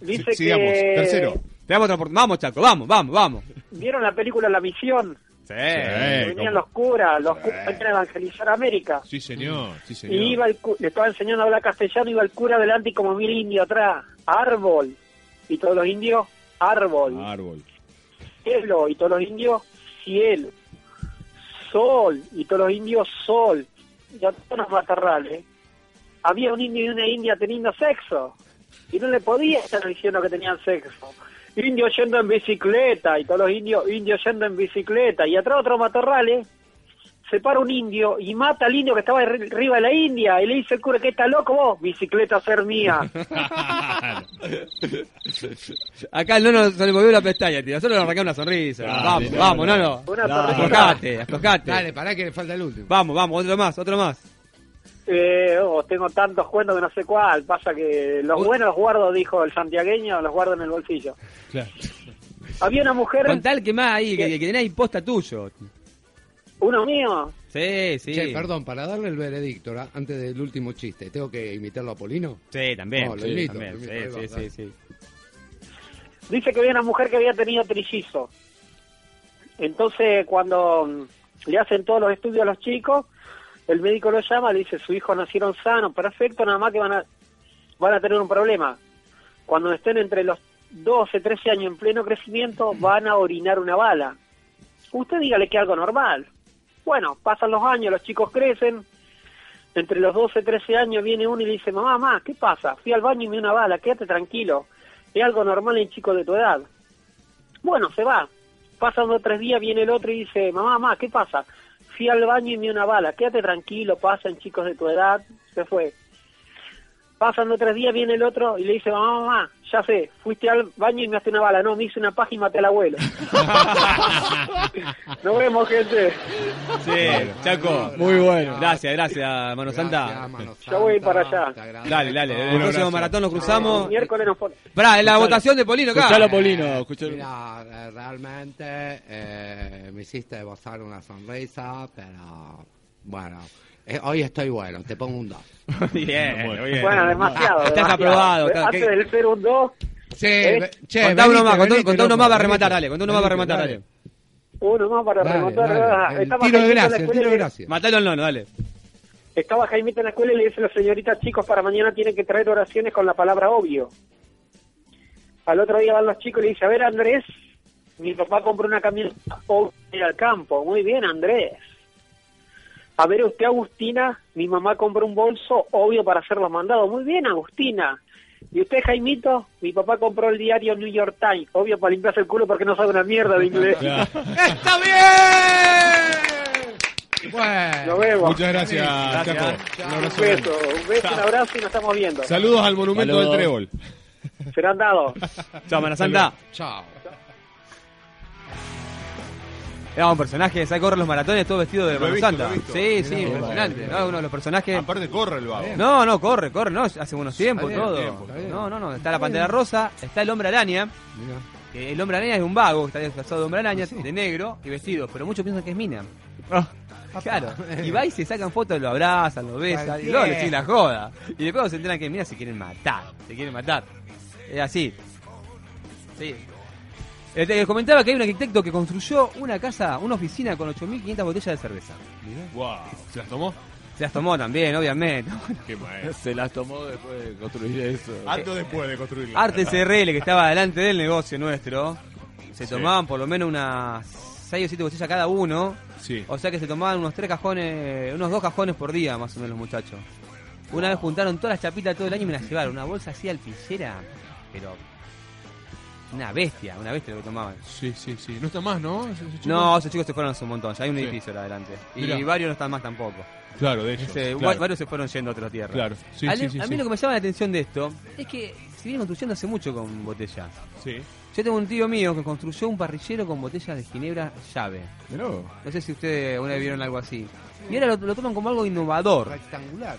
Dice que-
sigamos. Tercero.
Te damos otra oportun- Vamos, Chaco, vamos, vamos, vamos.
¿Vieron la película La Misión?
Sí.
Eh,
Venían
¿cómo?
los curas, los curas venían a evangelizar América.
Sí, señor. Sí, señor.
Y iba el cu- le estaba enseñando a hablar castellano, iba el cura adelante y como mil indios atrás. Árbol. Y todos los indios, árbol.
Árbol.
Cielo. Y todos los indios, cielo. Sol. Y todos los indios, sol. Y a todos los matarrales. Había un indio y una india teniendo sexo. Y no le podía estar diciendo que tenían sexo. Indio yendo en bicicleta. Y todos los indios, indios yendo en bicicleta. Y atrás otros matorrales se para un indio y mata al indio que estaba arri- arriba de la India y le dice el cura que está loco vos, bicicleta ser mía.
Acá el nono se le movió la pestaña, tío. Nosotros le arrancamos una sonrisa.
Dale,
vamos,
no,
vamos,
no.
nono.
Una torreta.
Aflojate, aflojate.
Dale, pará que le falta el último.
Vamos, vamos, otro más, otro más.
Eh, oh, tengo tantos cuentos que no sé cuál, pasa que los
Uy.
buenos los guardo, dijo el santiagueño, los guardo en el bolsillo. Había una mujer,
Con tal que más ahí, que,
¿Qué?
que tenés ahí posta tuyo.
uno mío,
Sí, sí.
Che, perdón, para darle el veredicto ¿ra? antes del último chiste, ¿tengo que imitarlo a Polino?
Sí, también.
No, lo
sí,
invito,
también.
lo
Sí,
invito, ahí
sí,
va, dale.
sí, sí.
dice que había una mujer que había tenido trillizo. Entonces, cuando mm, le hacen todos los estudios a los chicos, el médico lo llama, le dice, su hijo nacieron sanos, perfecto, nada más que van a, van a tener un problema. Cuando estén entre los 12, 13 años en pleno crecimiento, van a orinar una bala. Usted dígale que es algo normal. Bueno, pasan los años, los chicos crecen. Entre los 12, 13 años viene uno y le dice, mamá, mamá, ¿qué pasa? Fui al baño y me dio una bala, quédate tranquilo. Es algo normal en chicos de tu edad. Bueno, se va. Pasan dos tres días, viene el otro y dice, mamá, mamá, ¿qué pasa? Fui al baño y me dio una bala, quédate tranquilo, pasan chicos de tu edad, se fue. Pasan dos tres días, viene el otro y le dice, mamá, mamá, ya sé, fuiste al baño y me haste una bala. No, me hice una paja y maté al abuelo. Nos vemos, gente.
Sí, Chaco.
Muy bueno.
Gracias, gracias, Mano
Gracias,
Santa.
Mano
Yo voy
Santa,
para allá.
te agradezco.
Dale, dale. El
Un
próximo
abrazo.
maratón nos cruzamos.
Miércoles nos pon-
Pará, en la votación de Polino acá.
Escuchalo, Polino. Escuchalo.
Mira, eh, realmente eh, me hiciste gozar una sonrisa, pero bueno, eh, hoy estoy bueno, te pongo un 2.
Bien,
Bueno.
bien.
Bueno, demasiado.
Ah, Estás
demasiado.
aprobado, está-
Antes
¿qué?
del 0 un 2,
Sí,
¿Eh?
ve- che,
Contá
venite,
uno más, contá,
venite,
contá uno
loco,
más para
venite.
rematar, dale. Contá uno más para
Venite,
rematar,
dale.
dale.
uno más para
Dale,
remontar.
dale,
Ah,
el
estaba
tiro de
Jaimito en la
gracia, el
escuela
tiro de
y-
gracia.
Matalo al nono, dale.
Estaba Jaimito en la escuela y le dice a la señorita, chicos, para mañana tienen que traer oraciones con la palabra obvio. Al otro día van los chicos y le dice, a ver Andrés, mi papá compró una camioneta obvio para ir al campo. Muy bien, Andrés. A ver usted, Agustina, mi mamá compró un bolso obvio para hacer los mandados. Muy bien, Agustina. Y usted, Jaimito, mi papá compró el diario New York Times, obvio para limpiarse el culo porque no sabe una mierda de inglés.
¡Está bien! Bueno,
Nos vemos.
Muchas gracias, Chaco. Un
Un
abrazo grande.
beso, un beso, un abrazo y nos estamos viendo.
Saludos al monumento
Saludos.
del trébol.
Serán dados.
Chao, Mano Santa.
chao.
Era un personaje, se corre los maratones todo vestido de
Lo he
Mano
visto,
Santa.
lo he visto.
Sí, sí, impresionante. ¿no? Uno de los personajes.
Aparte corre el vago.
No, no, corre, corre, no, hace buenos tiempos
bien,
todo.
tiempo,
no, no, no, está la pantera rosa, está el hombre araña.
Mirá.
que El hombre araña es un vago, que está disfrazado de hombre araña, de negro y vestido, pero muchos piensan que es mina. Claro, y va y se sacan fotos, lo abrazan, lo besan, y luego le siguen la joda. Y después se enteran que es mina se quieren matar, se quieren matar. Es así. Sí. Eh, te comentaba que hay un arquitecto que construyó una casa, una oficina con 8.500 botellas de cerveza.
Wow. ¿Se las tomó?
Se las tomó también, obviamente.
Qué bueno.
Se las tomó después de construir eso.
Antes o después de construirlo.
Arte CRL, que estaba delante del negocio nuestro, se tomaban por lo menos unas 6 o 7 botellas cada uno.
Sí.
O sea que se tomaban unos tres cajones, unos dos cajones por día, más o menos, los muchachos. Una vez juntaron todas las chapitas todo el año y me las llevaron. Una bolsa así alpillera, pero. Una bestia, una bestia lo que tomaban.
Sí, sí, sí. No está más, ¿no? Ese- ese chico.
No, esos chicos se fueron hace un montón. Ya hay un
Sí.
edificio ahora adelante. Y
Mirá.
varios no están más tampoco.
Claro, de ellos.
Ese-
claro.
Varios se fueron yendo a otra tierra.
Claro. Sí,
a,
sí, sí,
a mí
sí.
lo que me llama la atención de esto es que se viene construyendo hace mucho con botella.
Sí.
Yo tengo un tío mío que construyó un parrillero con botellas de ginebra llave.
Mirá vos.
No sé si ustedes alguna vez vieron algo así. Y ahora lo, lo toman como algo innovador.
Rectangular.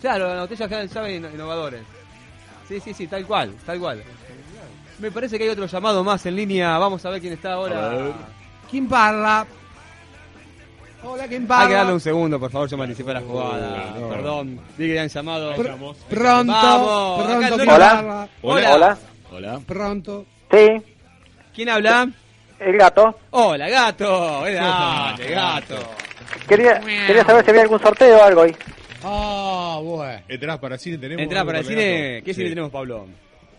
Claro, las botellas que llave inno- innovadores. Sí, sí, sí, tal cual, tal cual. Me parece que hay otro llamado más en línea. Vamos a ver quién está ahora.
¿Quién parla? Hola, ¿quién parla?
Hay que darle un segundo, por favor, yo me anticipé a la jugada. Perdón, vi que han llamado.
Pronto,
Vamos, acá
pronto,
el
¿quién
Hola.
parla?
Hola. Hola.
Hola.
Pronto.
Sí,
¿Quién habla?
el gato.
Hola, gato. Eh, Dale, gato.
Quería, quería saber si había algún sorteo o algo ahí.
Ah, bueno.
Entradas para cine tenemos.
Entrá para el cine. ¿Qué cine
Sí.
tenemos, Pablo?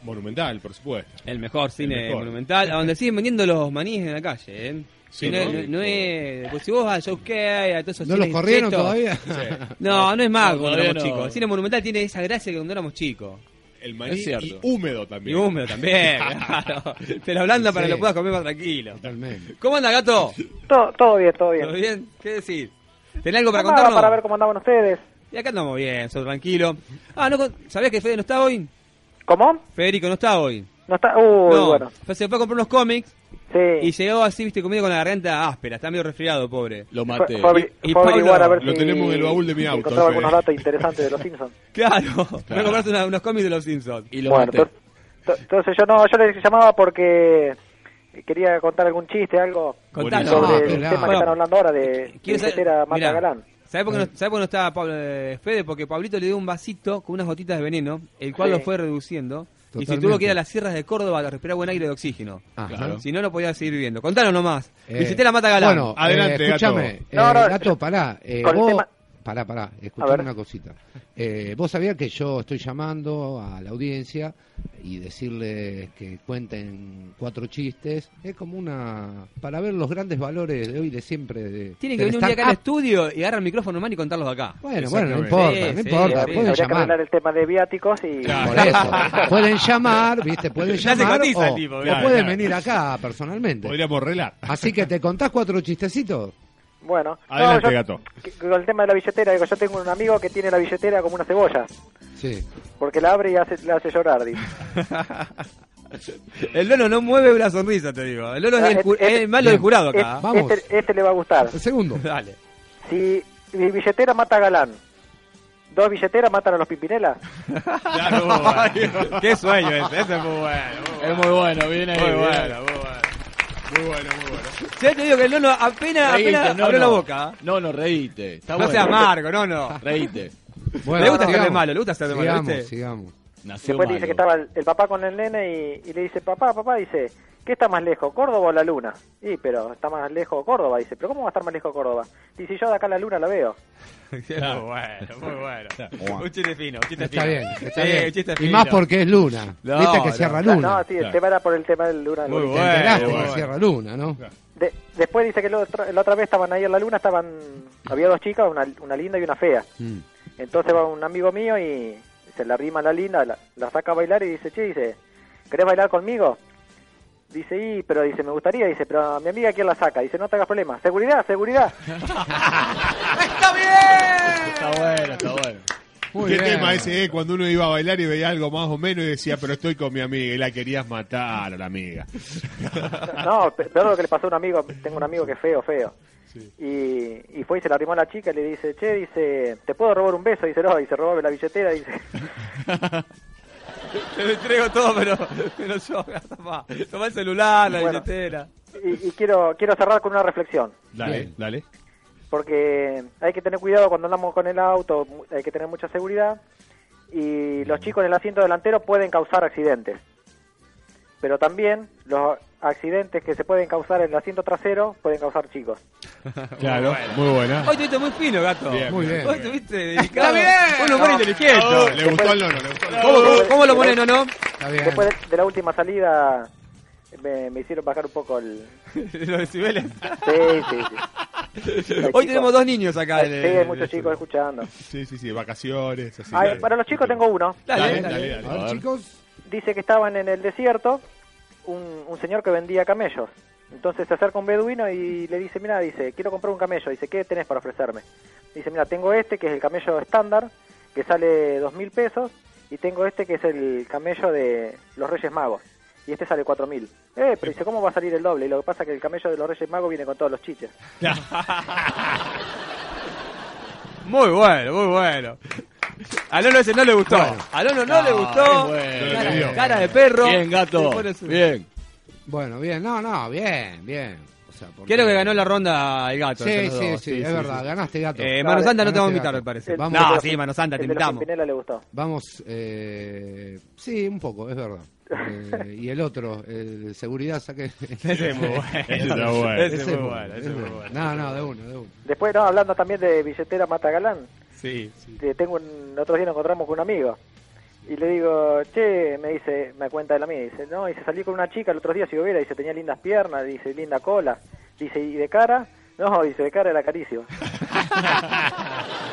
Monumental, por supuesto.
El mejor cine
mejor.
monumental, a donde siguen vendiendo los maníes en la calle, ¿eh?
Sí,
no,
¿no?
es- no es. Pues si vos vas a Jockey, a todos esos
¿No los
cines
corrieron
chetos-
todavía?
No, no es más
No,
cuando
todavía
éramos
no.
chicos. El cine monumental tiene esa gracia que cuando éramos chicos.
El maní
Es cierto.
y húmedo
Y
también.
húmedo también, claro. Te la blanda para
Sí.
que lo puedas comer más tranquilo.
Totalmente.
¿Cómo anda, gato?
Todo, todo bien, todo bien.
¿Todo bien? ¿Qué decir? ¿Tenés algo para
Llamaba
contarnos?
para ver cómo andaban ustedes.
Y acá andamos bien, sos tranquilo. Ah, no, con- ¿sabías que Fede no está hoy?
¿Cómo?
Federico no está hoy.
No está. Uy,
no,
bueno.
se fue a comprar unos cómics y
Sí.
llegó así, viste, comido con la garganta áspera. Está medio resfriado, pobre.
Lo
Fue-
maté.
fue abri-
Y- y
fue averiguar
Pablo,
a ver
lo
si-
tenemos en el baúl de mi
si
auto,
encontraba
Fede.
algunos datos interesantes de los Simpsons.
Claro, me compraste una- unos cómics de los Simpsons.
Y lo
bueno,
maté.
entonces, to- entonces yo no, yo les llamaba porque quería contar algún chiste, algo
Contanos.
Buenísimo.
sobre
Ah, claro.
el tema que
Bueno,
están hablando ahora de
¿Quién sabe-
era Marta
mirá,
Galán.
¿Sabés por, qué no,
Mm.
sabés por qué no estaba Pablo, eh, Fede? Porque Pablito le dio un vasito con unas gotitas de veneno, el cual
Sí.
lo fue reduciendo. Y se
Totalmente.
tuvo que ir a las sierras de Córdoba a respirar buen aire de oxígeno.
Ajá.
Claro.
Si no, no podía seguir viviendo. Contanos nomás.
Eh,
Visité la Mata Galán.
Bueno,
Adelante,
eh, escúchame.
Gato.
eh,
No, no,
gato, pará. eh,
con el
vos,
tema-
Pará, pará.
A
Escuchame
ver.
una cosita. Eh, vos sabías que yo estoy llamando a la audiencia y decirles que cuenten cuatro chistes. Es como una. para ver los grandes valores de hoy, de siempre. De,
Tiene que
del
venir un día acá al
stand-up.
estudio y agarrar el micrófono en mano y contarlos acá.
Bueno, bueno, no
Exactamente.
importa,
Sí,
no importa.
sí, sí.
pueden
Habría que arreglar
llamar.
el tema de viáticos y
Por eso. Pueden llamar, ¿viste? Pueden
Ya se
llamar.
cotiza
o,
el tipo,
o
claro,
pueden
claro.
venir acá personalmente.
Podríamos arreglar.
Así que te contás cuatro chistecitos.
bueno. No,
Adelante,
yo-
gato.
que- Con el tema de la billetera, digo, yo tengo un amigo que tiene la billetera como una cebolla,
Sí.
porque la abre y hace, la hace llorar. dice.
El Lolo no mueve una sonrisa, te digo. El Lolo es,
Ah,
el,
es-
ju-
es-
es el malo del
bien.
jurado
Es-
acá.
este- Vamos.
Este, este le va a gustar.
El segundo.
Dale.
Si mi billetera mata a Galán, dos billeteras matan a los Pimpinela.
Qué sueño ese, ese es muy bueno.
Es muy bueno, viene ahí.
Muy
bien.
bueno, muy bueno.
Muy bueno, muy bueno.
Ya te digo que el Lolo apenas,
Reíte,
apenas abrió la boca. ¿eh?
No, no, reíte. Está
No
bueno.
seas amargo, no, no.
Reíte.
Bueno,
Le gusta hacerle
sigamos.
malo, le gusta hacerle malo,
Sigamos,
¿viste?
sigamos.
Nació
Después
malo.
dice que estaba el, el papá con el nene y, y le dice, papá, papá, dice, ¿qué está más lejos, Córdoba o la luna? Y, pero está más lejos Córdoba, dice, pero ¿cómo va a estar más lejos Córdoba? Dice, yo de acá a la luna la veo.
Sí, Muy bueno, muy bueno. Un chiste fino, un chiste
Está
fino.
bien, está
Sí,
bien.
un chiste
Y
fino.
más porque es luna.
No,
Viste que
no.
cierra
No,
luna.
no, sí, el tema era por el tema de la luna.
Muy
Te enteraste
bueno.
que cierra luna, ¿no?
De- después dice que la otra, la otra vez estaban ahí en la luna, estaban había dos chicas, una, una linda y una fea.
Mm.
Entonces va un amigo mío y se la rima a la linda, la, la saca a bailar y dice, che, dice, ¿querés bailar conmigo? Dice, y, pero dice, me gustaría, dice, pero a mi amiga quién la saca, dice, no te hagas problema, seguridad, seguridad.
Está bueno, está bueno.
Muy
¿Qué
bien.
tema ese es cuando uno iba a bailar y veía algo más o menos y decía, pero estoy con mi amiga y la querías matar a la amiga?
No, pe- peor lo que le pasó a un amigo, tengo un amigo que es feo, feo. Y, y fue y se la arrimó a la chica y le dice, che, dice, ¿te puedo robar un beso? Dice, no, dice, robame la billetera, dice.
Te lo entrego todo, pero, pero yo, tomá, tomá el celular, la
Bueno.
billetera.
Y, y quiero, quiero cerrar con una reflexión.
Dale,
Bien.
dale.
porque hay que tener cuidado cuando andamos con el auto, mu- hay que tener mucha seguridad y los chicos en el asiento delantero pueden causar accidentes. Pero también los accidentes que se pueden causar en el asiento trasero pueden causar chicos.
Claro, muy buena.
Hoy estuviste muy fino, gato.
Bien, Muy bien.
Hoy
bien.
estuviste delicado.
bien.
Un humor inteligente.
Oh, le gustó el nono, le gustó el nono.
¿Cómo, cómo- cómo lo pone, no, no?
Está bien.
Después de, de la última salida me, me hicieron bajar un poco el...
Los decibeles.
Sí, sí, sí. Hay
Hoy
chicos.
tenemos dos niños acá.
Sí,
en el-
hay muchos chicos escuchando.
Sí, sí, sí, vacaciones, así.
Ay,
dale.
para los chicos tengo uno.
Dale,
Dale,
dale.
dale, dale.
A ver, chicos.
Dice que estaban en el desierto un, un señor que vendía camellos. Entonces se acerca un beduino y le dice, mira, dice, quiero comprar un camello. Dice, ¿qué tenés para ofrecerme? Dice, mira, tengo este que es el camello estándar, que sale dos mil pesos, y tengo este que es el camello de los Reyes Magos. Y este sale cuatro mil. Eh, pero dice, ¿cómo va a salir el doble? Y lo que pasa es que el camello de los Reyes Magos viene con todos los chiches.
Muy bueno, muy bueno. A Lolo ese no le gustó. A Lolo no, le gustó.
es bueno.
Cara-
Lo que dio.
cara de perro.
Bien, gato.
Se pone su-
Bien.
Bueno, bien, no, no, bien, bien. O sea, porque-
Creo que ganó la ronda el gato.
Sí,
entre los
sí, sí,
dos.
es verdad, ganaste gato.
Eh, Mano Santa no te vamos
Ganaste
a invitar,
gato.
me parece.
El-
Vamos,
el de
No,
los-
sí, Mano Santa, te
el de los
invitamos.
Pimpinela le gustó.
vamos eh, sí, un poco, es verdad. Eh, y el otro, el de seguridad, saque.
Ese es muy bueno.
Ese está bueno.
Ese es muy bueno, ese es muy bueno.
No, no, de uno, de uno.
Después, no, hablando también de billetera Mata Galán,
Sí, sí.
que tengo un, otro día nos encontramos con un amigo y le digo, che, me dice, me cuenta de la mía, dice, no, dice, salí con una chica el otro día, si hubiera, dice, tenía lindas piernas, dice, linda cola, dice, y de cara, no, dice, de cara era carísimo.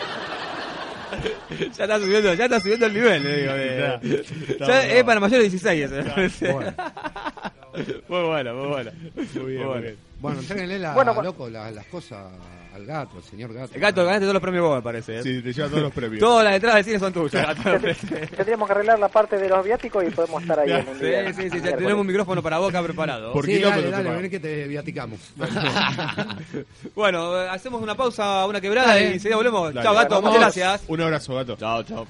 Ya está subiendo, ya está subiendo el nivel, le digo. de-
Está
ya
bueno.
es para mayores de 16, ese, me parece. Muy bueno, muy bueno.
Muy bien, muy bien.
Bueno, entréguenle la,
Bueno, bueno.
loco, la- las cosas al gato, al señor gato.
El gato, ganaste todos los premios vos, me parece. ¿eh?
Sí, te lleva todos los premios.
Todas las entradas del cine son tuyas, gato, me parece.
Tendríamos que arreglar la parte de los viáticos y podemos estar ahí en un día.
Sí, sí, sí, ya
miércoles.
tenemos un micrófono para boca preparado.
Por
Sí,
quilombo
dale,
lo que
dale,
paga.
ven que te viaticamos.
Bueno, eh, hacemos una pausa, una quebrada
Dale.
y enseguida volvemos.
Dale.
Chao, gato, muchas
Vamos.
gracias.
Un abrazo, gato.
Chao, chao.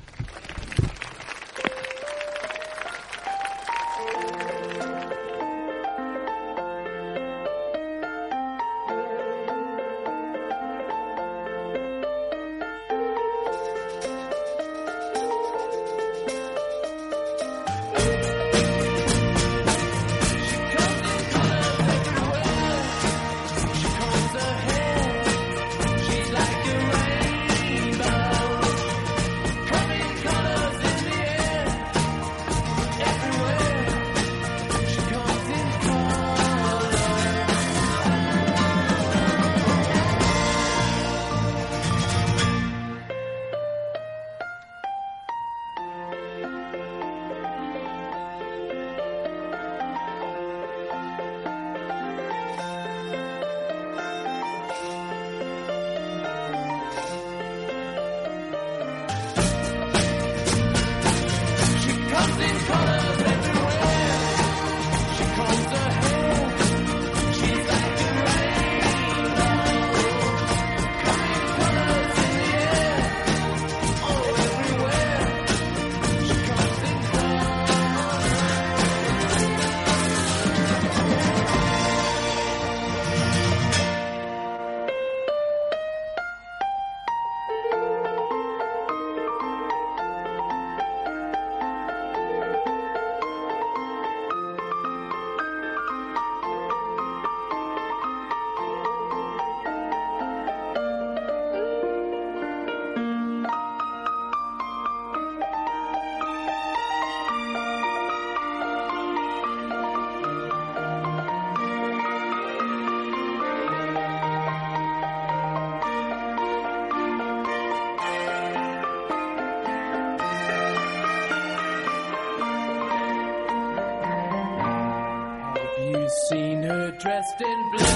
Have you seen her dressed in blue?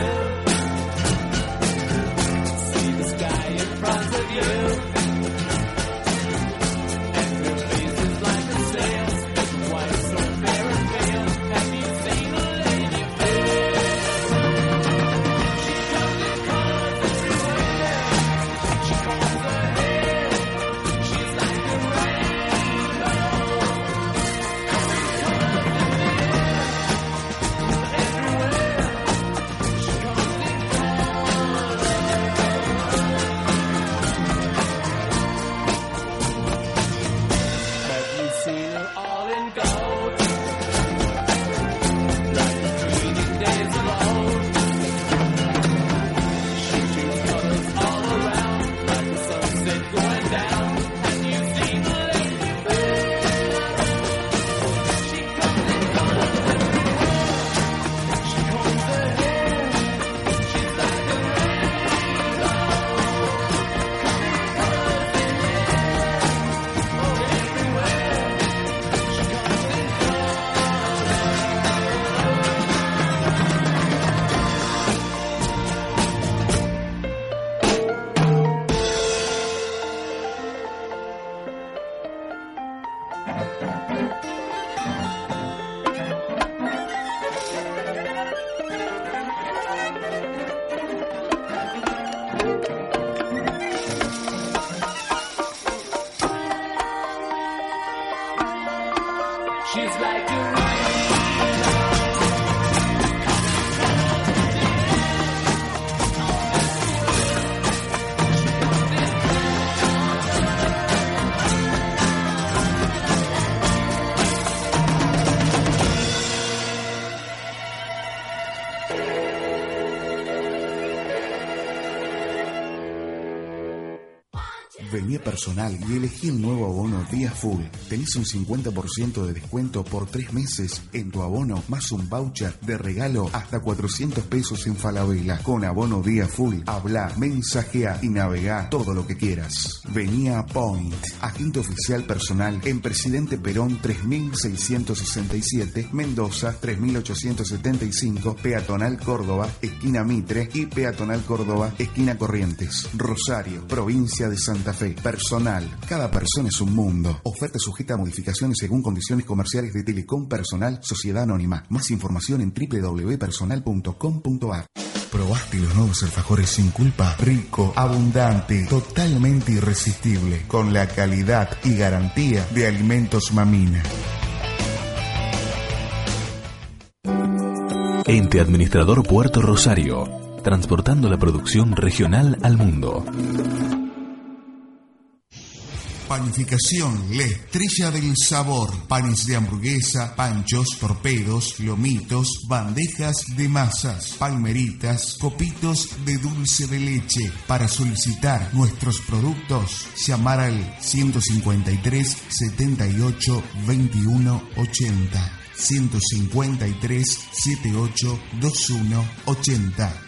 See the sky in front of you. And her face is like a sail. Why so fair and pale? Have you seen a lady blue? She comes in colors everywhere. She combs her hair. She's like a rainbow.
Vení a personal y elegí el nuevo abono Día Full. Tenés un 50% de descuento por tres meses en tu abono, más un voucher de regalo hasta 400 pesos en Falabella. Con abono Día Full, habla, mensajea y navega todo lo que quieras. Vení a Point, agente oficial personal en Presidente Perón 3667, Mendoza 3875, Peatonal Córdoba, esquina Mitre y Peatonal Córdoba, esquina Corrientes. Rosario, provincia de Santa Fe. Personal. Cada persona es un mundo. Oferta sujeta a modificaciones según condiciones comerciales de Telecom Personal Sociedad Anónima. Más información en www.personal.com.ar. ¿Probaste los nuevos alfajores sin culpa? Rico, abundante, totalmente irresistible, con la calidad y garantía de Alimentos Mamina.
Ente Administrador Puerto Rosario, transportando la producción regional al mundo.
Panificación, la estrella del sabor. Panes de hamburguesa, panchos, torpedos, lomitos, bandejas de masas, palmeritas, copitos de dulce de leche. Para solicitar nuestros productos, llamar al 153 78 21 80. 153 78 21 80.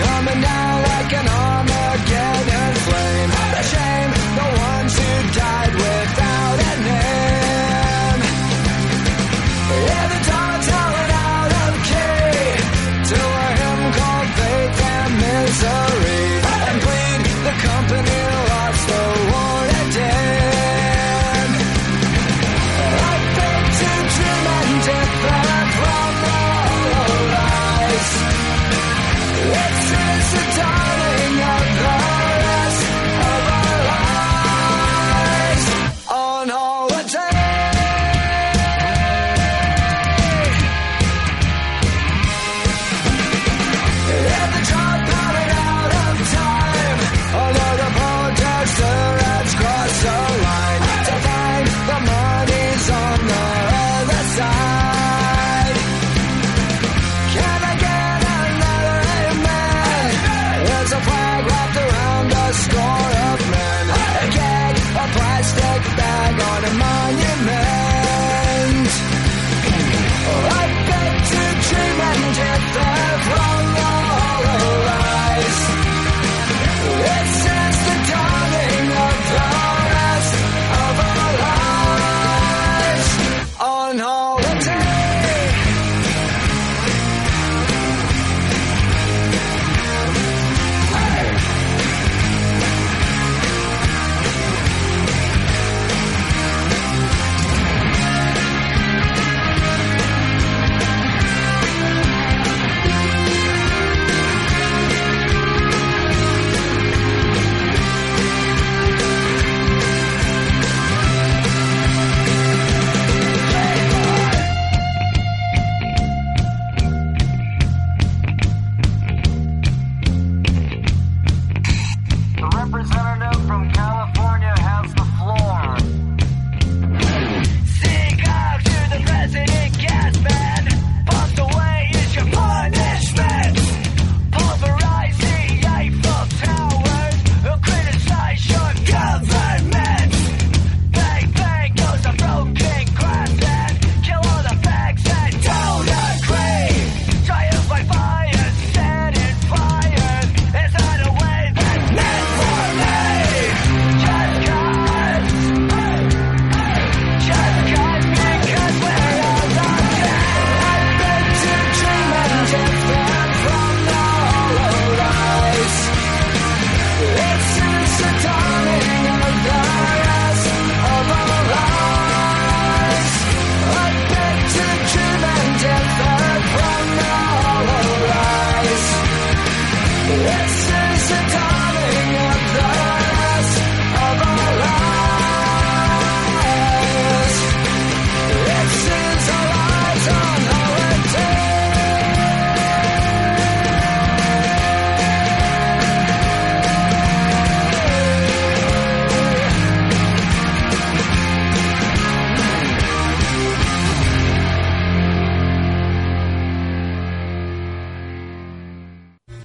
Coming down like an Armageddon flame. What a shame, the ones who died were.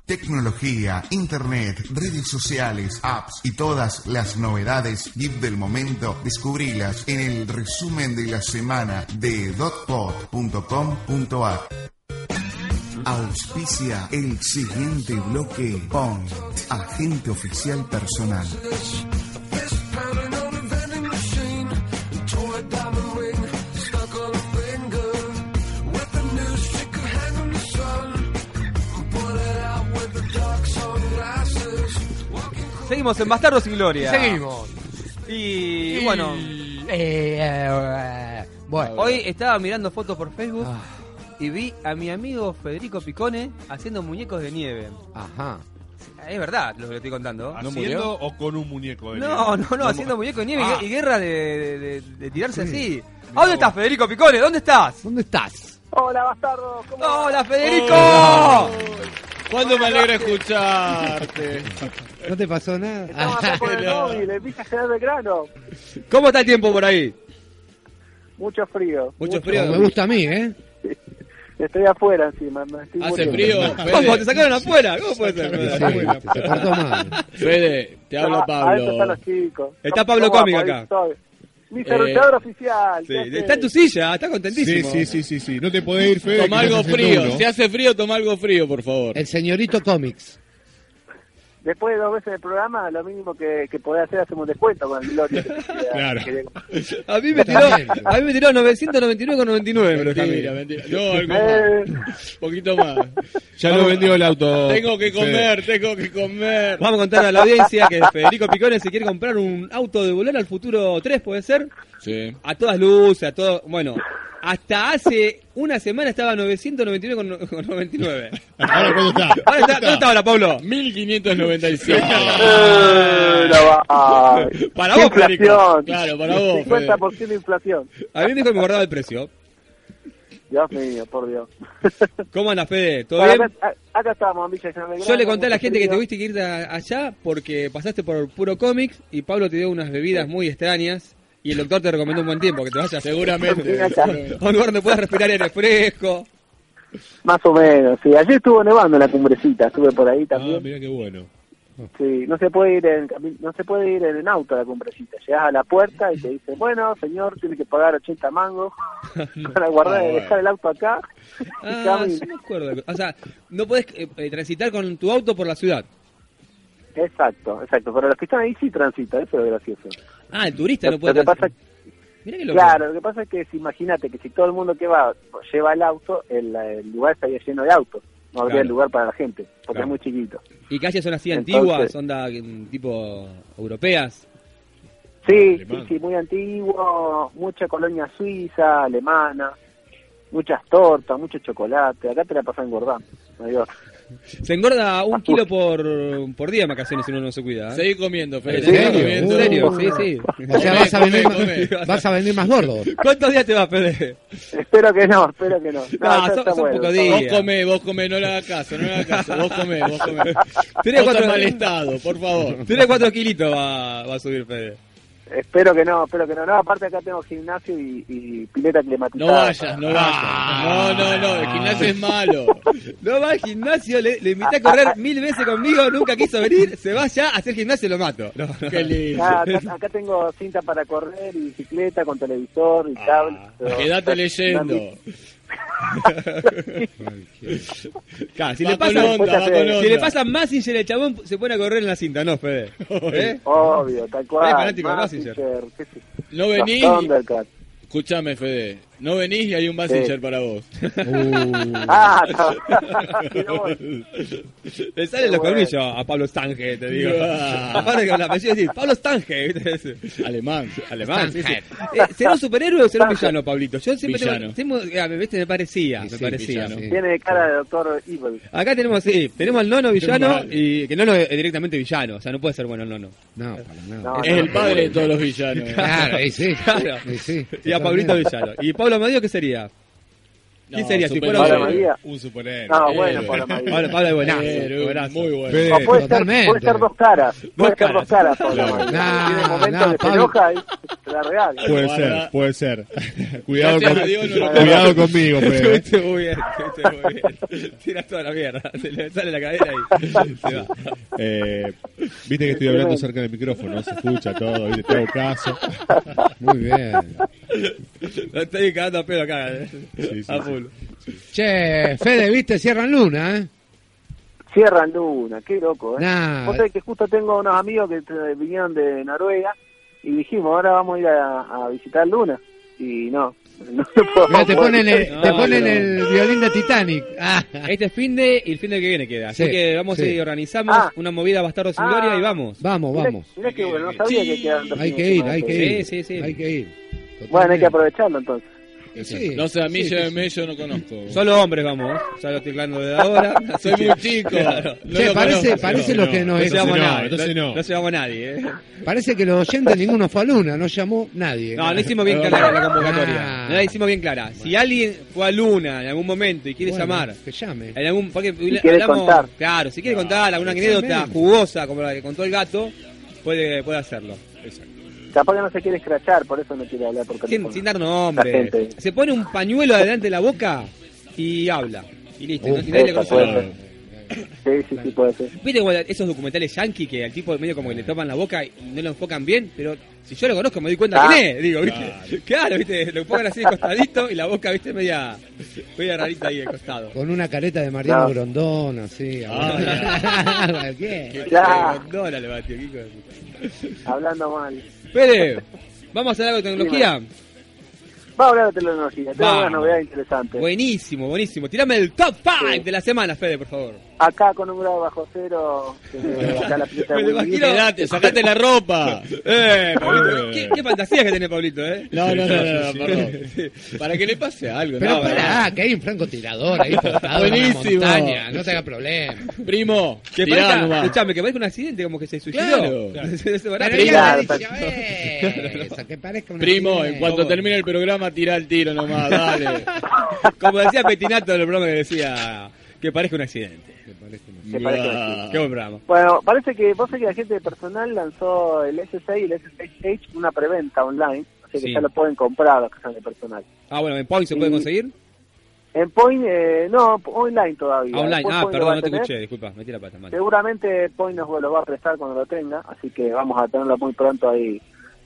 tecnología, internet, redes sociales, apps y todas las novedades GIF del momento, descubrílas en el resumen de la semana de dotpod.com.ar. Auspicia el siguiente bloque PON, agente oficial personal.
Seguimos en Bastardos sin Gloria.
Seguimos.
Y, bueno,
Eh, eh, bueno.
hoy estaba mirando fotos por Facebook
Ah.
y vi a mi amigo Federico Picone haciendo muñecos de nieve.
Ajá.
Es verdad lo que le estoy contando.
¿Haciendo o con un muñeco? de
No,
nieve?
no, no, haciendo muñeco de
Ah.
nieve y- y guerra de, de- de- de tirarse así. ¿A dónde estás, Federico Picone? ¿Dónde estás?
¿Dónde estás?
Hola, bastardo. ¿Cómo
¡Hola, Federico!
¿Cuándo me alegra escucharte?
¿No te pasó nada?
Estamos acá por el móvil, el Villa General Belgrano.
¿Cómo está el tiempo por ahí?
Mucho frío.
Como Me gusta a mí, ¿eh?
Estoy afuera encima. me estoy muriendo.
¿Cómo? ¿Te sacaron afuera? ¿Cómo puede ser?
se portó mal.
Fede, te
Ah,
habla
Adentro están
Pablo.
los chicos.
Está Pablo
¿Cómo va,
Cómico
Pablito?
acá.
Soy Mi
Eh,
serruchador oficial.
Sí,
¿qué haces?
está en tu silla, está
Sí,
contentísimo.
sí, sí, sí, sí. No te podés ir, Fede.
Toma
que
algo
estás haciendo
frío.
uno.
Si hace frío, toma algo frío, por favor.
El señorito cómics.
Después de dos veces del programa, lo mínimo que, que podés hacer, hacemos un descuento con el gloria.
Claro.
A mí me tiró, a mí me tiró 999,99. me lo tiró.
Mentira, mentira. No,
Eh,
algo más. Un poquito más.
Ya lo vendió el auto.
Tengo que
Fede.
comer, tengo que comer.
Vamos a contar a la audiencia que Federico Picone se quiere comprar un auto de volar al futuro 3, ¿puede ser?
Sí.
A todas luces, a todo. Bueno, hasta hace una semana estaba 999,99.
Ahora, ¿cuándo está?
Ahora está, ¿Dónde está ahora, Pablo?
1597.
Eh, la va.
Para vos, Federico.
Inflación.
Claro, para vos. Fede.
50% de inflación.
A mí me dijo que me guardaba el precio.
Dios mío, por Dios.
¿Cómo andas, Fede? ¿Todo
Bueno,
bien?
Acá, acá estamos, en Villa General Belgrano,
Yo le conté a la
mucho
gente que
frío.
tuviste que irte a- allá porque pasaste por puro cómics y Pablo te dio unas bebidas muy extrañas y el doctor te recomendó un buen tiempo que te vayas
Seguramente.
Mira acá.
seguramente.
a un lugar donde puedas respirar aire fresco.
Más o menos, sí. Ayer estuvo nevando en la cumbrecita, estuve por ahí
Ah,
también.
mirá qué bueno.
sí, no se puede ir en cami- no se puede ir en auto a la cumbrecita. Llegas a la puerta y te dicen, bueno, señor, tiene que pagar 80 mangos para guardar,
Ah, bueno.
dejar el auto acá. y
Ah,
camina.
sí me acuerdo. O sea, no podés eh, eh, transitar con tu auto por la ciudad.
Exacto, exacto. Pero los que están ahí sí transitan, eso es lo gracioso.
Ah, el turista
Lo-
no puede
lo que
transitar.
pasa-
Mirá qué loco.
Claro, lo que pasa es que si- imagínate que si todo el mundo que va lleva el auto, el, el lugar estaría lleno de autos. No habría
Claro.
lugar para la gente, porque
Claro.
es muy chiquito.
Y calles son así
Entonces-
antiguas, onda mm, tipo europeas.
Sí,
Alemán.
sí, sí, muy antiguo, mucha colonia suiza, alemana, muchas tortas, mucho chocolate. Acá te la pasás engordando. no hay otra.
Se engorda un kilo por, por día en vacaciones si uno no se cuida. ¿eh?
Seguí comiendo, Fede.
¿En
seguí
serio?
serio? ¿En
comiendo.
serio? Sí, sí.
O sea, vas a
Come,
venir,
come,
más, vas a venir más gordo.
¿Cuántos días te vas, Fede?
Espero que no, espero que no. ya
No, son-
está
son
bueno,
pocos
está
días.
Vos comé, vos comé, no le hagas caso, no le hagas caso. Vos comé, vos comé.
Tenés
Vos
cuatro-
estás mal estado, por favor.
3 4 kilitos va, va a subir Fede.
bueno. Espero que no, espero que no. No, aparte acá tengo gimnasio y, y pileta
No
climatizada. Ah.
Ah.
vayas, no vayas. No, no, no, el gimnasio es malo.
No va al gimnasio, le, le invité a correr mil veces conmigo, nunca quiso venir, se va ya a hacer gimnasio y lo mato. No, no.
Qué lindo.
Ah, acá, acá tengo cinta para correr y bicicleta con televisor y cable. pero-
Ah. Quédate leyendo.
Claro, si,
va
le
con
pasan,
onda, va con onda.
si le pasan Massinger al chabón, se pone a correr en la cinta, ¿no, Fede? ¿Eh?
Obvio, tal cual.
Es fanático de Mazinger.
Mazinger, qué sé yo.
No venís.
Los Thundercats.
Escuchame, Fede. No venís y hay un Basinger para vos.
Ah, no.
Le salen los
Bueno.
colmillos a Pablo Stange, te digo.
Ah.
Aparte con la apellido decís, Pablo Stange, ¿viste?
Alemán.
Alemán, sí, sí. Eh, ¿Será un superhéroe o será un villano, Pablito? Yo siempre
Villano.
tengo, tengo- ah, ¿viste? Me parecía,
Y
me
sí,
parecía.
villano.
sí.
Tiene cara de Doctor Evil.
Acá tenemos, sí, tenemos al nono villano
Mal.
y que nono es directamente villano, o sea, no puede ser bueno el nono.
No, para nada.
No,
Es el
no.
padre de todos los villanos.
Claro, y sí.
Claro.
Y sí,
Y a Pablito
totalmente.
Villano. ¿Y Pablo Amadeo qué sería? ¿Quién sería? Si fuera
superhéroe.
un-
María.
un superhéroe.
No,
Héroe.
bueno, Pablo María.
Pablo, Pablo es buenazo,
Héroe,
buenazo.
muy bueno. O puede, ser, puede ser dos caras. Puede ser dos caras, Pablo
Claro.
María.
Nah,
Tiene momentos
nah,
que se
Pablo.
enoja y la real.
Puede
Guarda.
ser,
Puede ser. cuidado
Gracias
con-
a Dios no lo
cuidado
conozco.
conmigo, Fede.
Estuviste muy bien, estuviste muy bien. Tiras toda la mierda. Se le sale la cadera y se va.
Eh, Viste que estoy hablando cerca del micrófono, se escucha todo, ¿viste? te hago caso.
Muy bien.
Lo estoy cagando a pedo acá. eh.
Sí, sí,
a full.
Che, Fede, viste, cierran luna, ¿eh?
Cierran luna, qué loco, ¿eh?
Nah.
Vos sabés que justo tengo unos amigos que eh, vinieron de Noruega y dijimos, ahora vamos a ir a, a visitar luna. Y no, no se pudo.
Mirá, te ponen el,
No,
te ponen
pero-
el violín de Titanic. Ah.
Este es fin de y el fin de que viene queda. Así
Sí,
que vamos
sí.
y organizamos
Ah.
una movida bastardo sin
Ah.
gloria y vamos.
Vamos,
Mirá-
vamos.
Mirá que bueno, no sabía que quedaban dos
Hay que
fines
ir,
de
hay que
semana.
ir.
Sí, sí, sí.
Hay que ir.
Bueno, hay que
Totalmente.
aprovecharlo entonces.
Sí,
No sé, a mí
sí, sí,
llévenme, yo no conozco.
Solo hombres vamos, ¿eh? ya lo estoy hablando desde ahora. Así
Soy
que-
muy chico.
Claro.
No Che, lo
parece- conozco. parece lo que nos-
No se vamos a
Entonces no,
nadie,
entonces
no-
no.
no se vamos a nadie. ¿eh?
Parece que los oyentes ninguno fue a Luna, no llamó nadie.
No, no hicimos bien clara la
Ah.
convocatoria. No la hicimos bien clara. Si alguien fue a Luna en algún momento y quiere
Bueno,
llamar,
que llame. Ah,
en algún, porque
quiere contar.
Claro, si quiere contar alguna anécdota
exactamente.
jugosa como la que contó el gato, puede, puede hacerlo.
Capaz que no se quiere escrachar, por eso no quiere hablar por teléfono.
Sin, sin dar nombre.
La gente.
Se pone un pañuelo adelante de la boca y habla. Y listo. y no-
Uf,
y nadie le
esa
conoce
puede
nada.
ser. Sí, sí, sí, puede ser.
¿Viste como esos documentales yankees que al tipo medio como que le toman la boca y no lo enfocan bien? Pero si yo lo conozco me doy cuenta
Ah.
quién es, digo, ¿viste? Claro. ¿viste? Lo pongan así de costadito y la boca, ¿viste? Media, media rarita ahí de costado.
Con una careta de Mariano
No.
Grondón, así.
Ah,
Cualquiera.
Ya.
Dólar le batió, qué hijo de puta.
Hablando mal.
Pere, ¿vamos a hacer algo de tecnología?
Va a hablar de tecnología, tengo
Vamos.
una novedad interesante.
Buenísimo, buenísimo. Tirame el top 5 de la semana, Fede, por favor.
Acá con un grado bajo cero, eh, acá la pileta de
Me lo
Willy.
imagino.
Quédate, sacate la ropa.
Eh, Pablito, ¿qué, qué fantasías que tenés, Pablito, eh?
No, no, no, no, no, perdón. Para que le pase algo.
Pero
no,
pará, que hay un francotirador ahí portado en una
Buenísimo.
montaña, no te haga problema.
no. Primo,
Que
tirá
parezca,
nomás.
escuchame, que parezca un accidente, como que se suicidó.
Claro.
Se- se-
Pero
se-
ya
Claro,
le dije,
tal-
a ver,
eh,
esa que parezca una
Primo, en
idea.
cuanto termine el programa, tirá el tiro nomás, dale.
Como decía Petinato en el programa que decía que parezca un accidente.
Que parezca un accidente.
Qué buen programa.
Bueno, parece que vos sabés que la gente de personal lanzó el S6 y el S6H una preventa online, así que
Sí.
ya lo pueden comprar los que son de personal.
Ah, bueno, en Point se puede
Sí.
conseguir.
En Point, eh, no, online todavía.
Ah, online.
Después
Ah,
Point lo va
perdón,
a
no te
tener.
escuché, disculpa, metí la pata. mal.
Seguramente Point nos lo va a prestar cuando lo tenga, así que vamos a tenerlo muy pronto ahí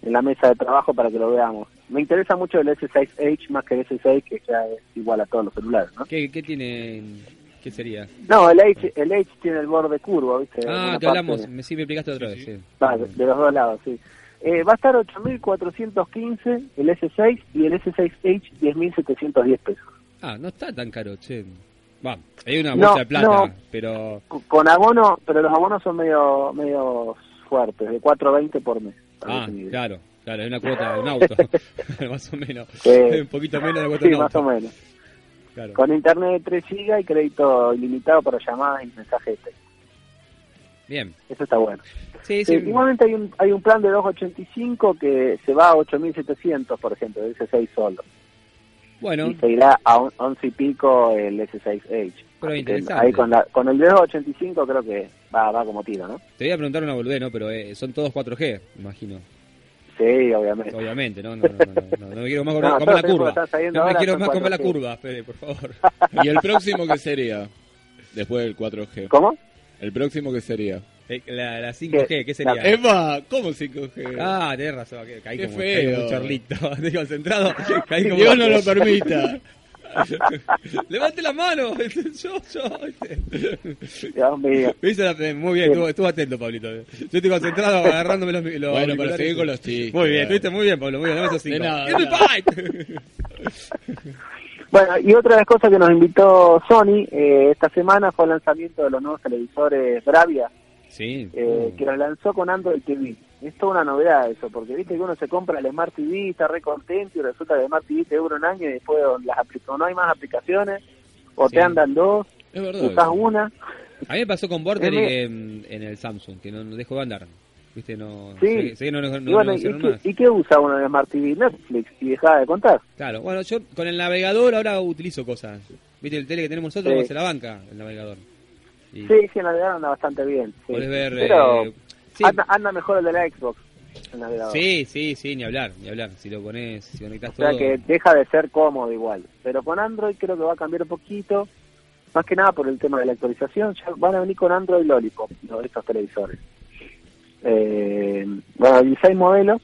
en la mesa de trabajo para que lo veamos. Me interesa mucho el S6H más que el S6, que ya es igual a todos los celulares, ¿no?
¿Qué, qué tiene? ¿Qué sería?
No, el H, el H tiene el borde curvo, ¿viste?
Ah,
Una
que hablamos,
parte-
me, sí, me explicaste otra vez. sí.
Ah, de, de los dos lados, sí. Eh, va a estar 8.415 el S6 y el S6H 10.710 pesos.
Ah, no está tan caro, che. Va, hay una
No,
bolsa de plata,
no.
pero
Con- Con abono, pero los abonos son medio, medio fuertes, de 4.20 por mes. para
Ah,
definir.
claro, claro, es una cuota de un auto, más o menos.
Eh,
un poquito menos de la cuota
Sí,
de un
más
auto.
o menos.
Claro.
Con internet de 3 GB y crédito ilimitado para llamadas y mensajes. de texto.
Bien.
Eso está bueno.
Sí,
Eh,
sí.
igualmente hay un, hay un plan de 2.85 que se va a 8.700, por ejemplo, el S6 solo.
Bueno,
y se irá a un- 11 y pico el S6H.
Pero
Así que
interesante.
Ahí con, la, con el dedo 85 creo que va, va como tiro, ¿no?
te voy a preguntar una boludez, ¿no? Pero eh, son todos 4G, me imagino.
Sí, obviamente.
Obviamente, no, no, no, no, no, no me quiero más comer,
No,
comer
todo el tiempo
la
que
curva.
están saliendo
No me
ahora
quiero
son
más comer la
4G.
curva, Fede, por favor.
¿Y el próximo qué sería? Después del 4G.
¿Cómo?
¿El próximo qué sería?
Eh, La, la 5G, ¿qué sería?
Eva, ¿cómo 5G?
Ah, tenés razón, que caí
Qué
como, caí como
feo.
un charlito. Estoy concentrado, caí como...
Dios no lo permita.
¡Levante la mano! yo, este. yo.
Dios mío.
Me hizo la- muy bien, estuvo, estuvo atento, Pablito. Yo estoy concentrado agarrándome los, los
Bueno, para
auriculares.
seguir con los chistes.
Muy bien,
bueno.
estuviste muy bien, Pablo. Muy bien, dame esos cinco.
De nada, de
Give me
nada.
five.
Bueno, y otra de las cosas que nos invitó Sony eh, esta semana fue el lanzamiento de los nuevos televisores Bravia,
Sí. Mm,
eh, que los lanzó con Android TV. Es toda una novedad eso, porque viste que uno se compra el Smart TV, está re contento y resulta que el Smart TV te dura un año y después las apli- o no hay más aplicaciones, o
Sí.
te andan dos,
Es
usas
verdad.
una.
A mí me pasó con Border
Deme.
en, en el Samsung, que no, no dejó de andar. ¿Viste? No,
Sí.
sé- sé que no, no- no
y bueno, ¿y,
negociaron
qué,
más.
y qué usa uno en Smart TV? Netflix y dejaba de contar.
Claro, bueno, yo con el navegador ahora utilizo cosas. ¿Viste? El tele que tenemos nosotros
Sí.
se la banca, el navegador. Y
Sí, sí, el navegador anda bastante bien. sí.
Podés ver.
Pero
eh,
anda, anda mejor el de la Xbox, el navegador.
sí, sí, sí, ni hablar, ni hablar. Si lo pones, si conectás
O sea
todo.
que deja de ser cómodo igual. Pero con Android creo que va a cambiar un poquito. Más que nada por el tema de la actualización. Ya van a venir con Android Lollipop, ¿no? estos televisores. Eh, bueno, 16 modelos.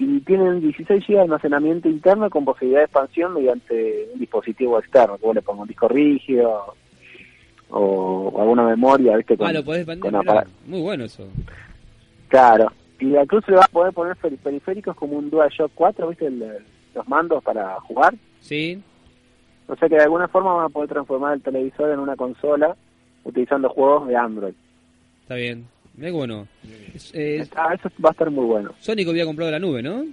Y tienen 16 GB de almacenamiento interno con posibilidad de expansión mediante un dispositivo externo. Que vos le pongas un disco rígido o alguna memoria, ¿viste? Con,
ah, lo podés expandir.
con
mirá,
aparato.
Muy bueno eso.
Claro. Y la cruz le va a poder poner peri- periféricos como un DualShock 4, ¿viste? El- los mandos para jugar.
Sí.
O sea que de alguna forma van a poder transformar el televisor en una consola utilizando juegos de Android.
Está bien. Mirá que bueno. Es- eh,
Ah, eso va a estar muy bueno.
Sonic había comprado la nube, ¿no?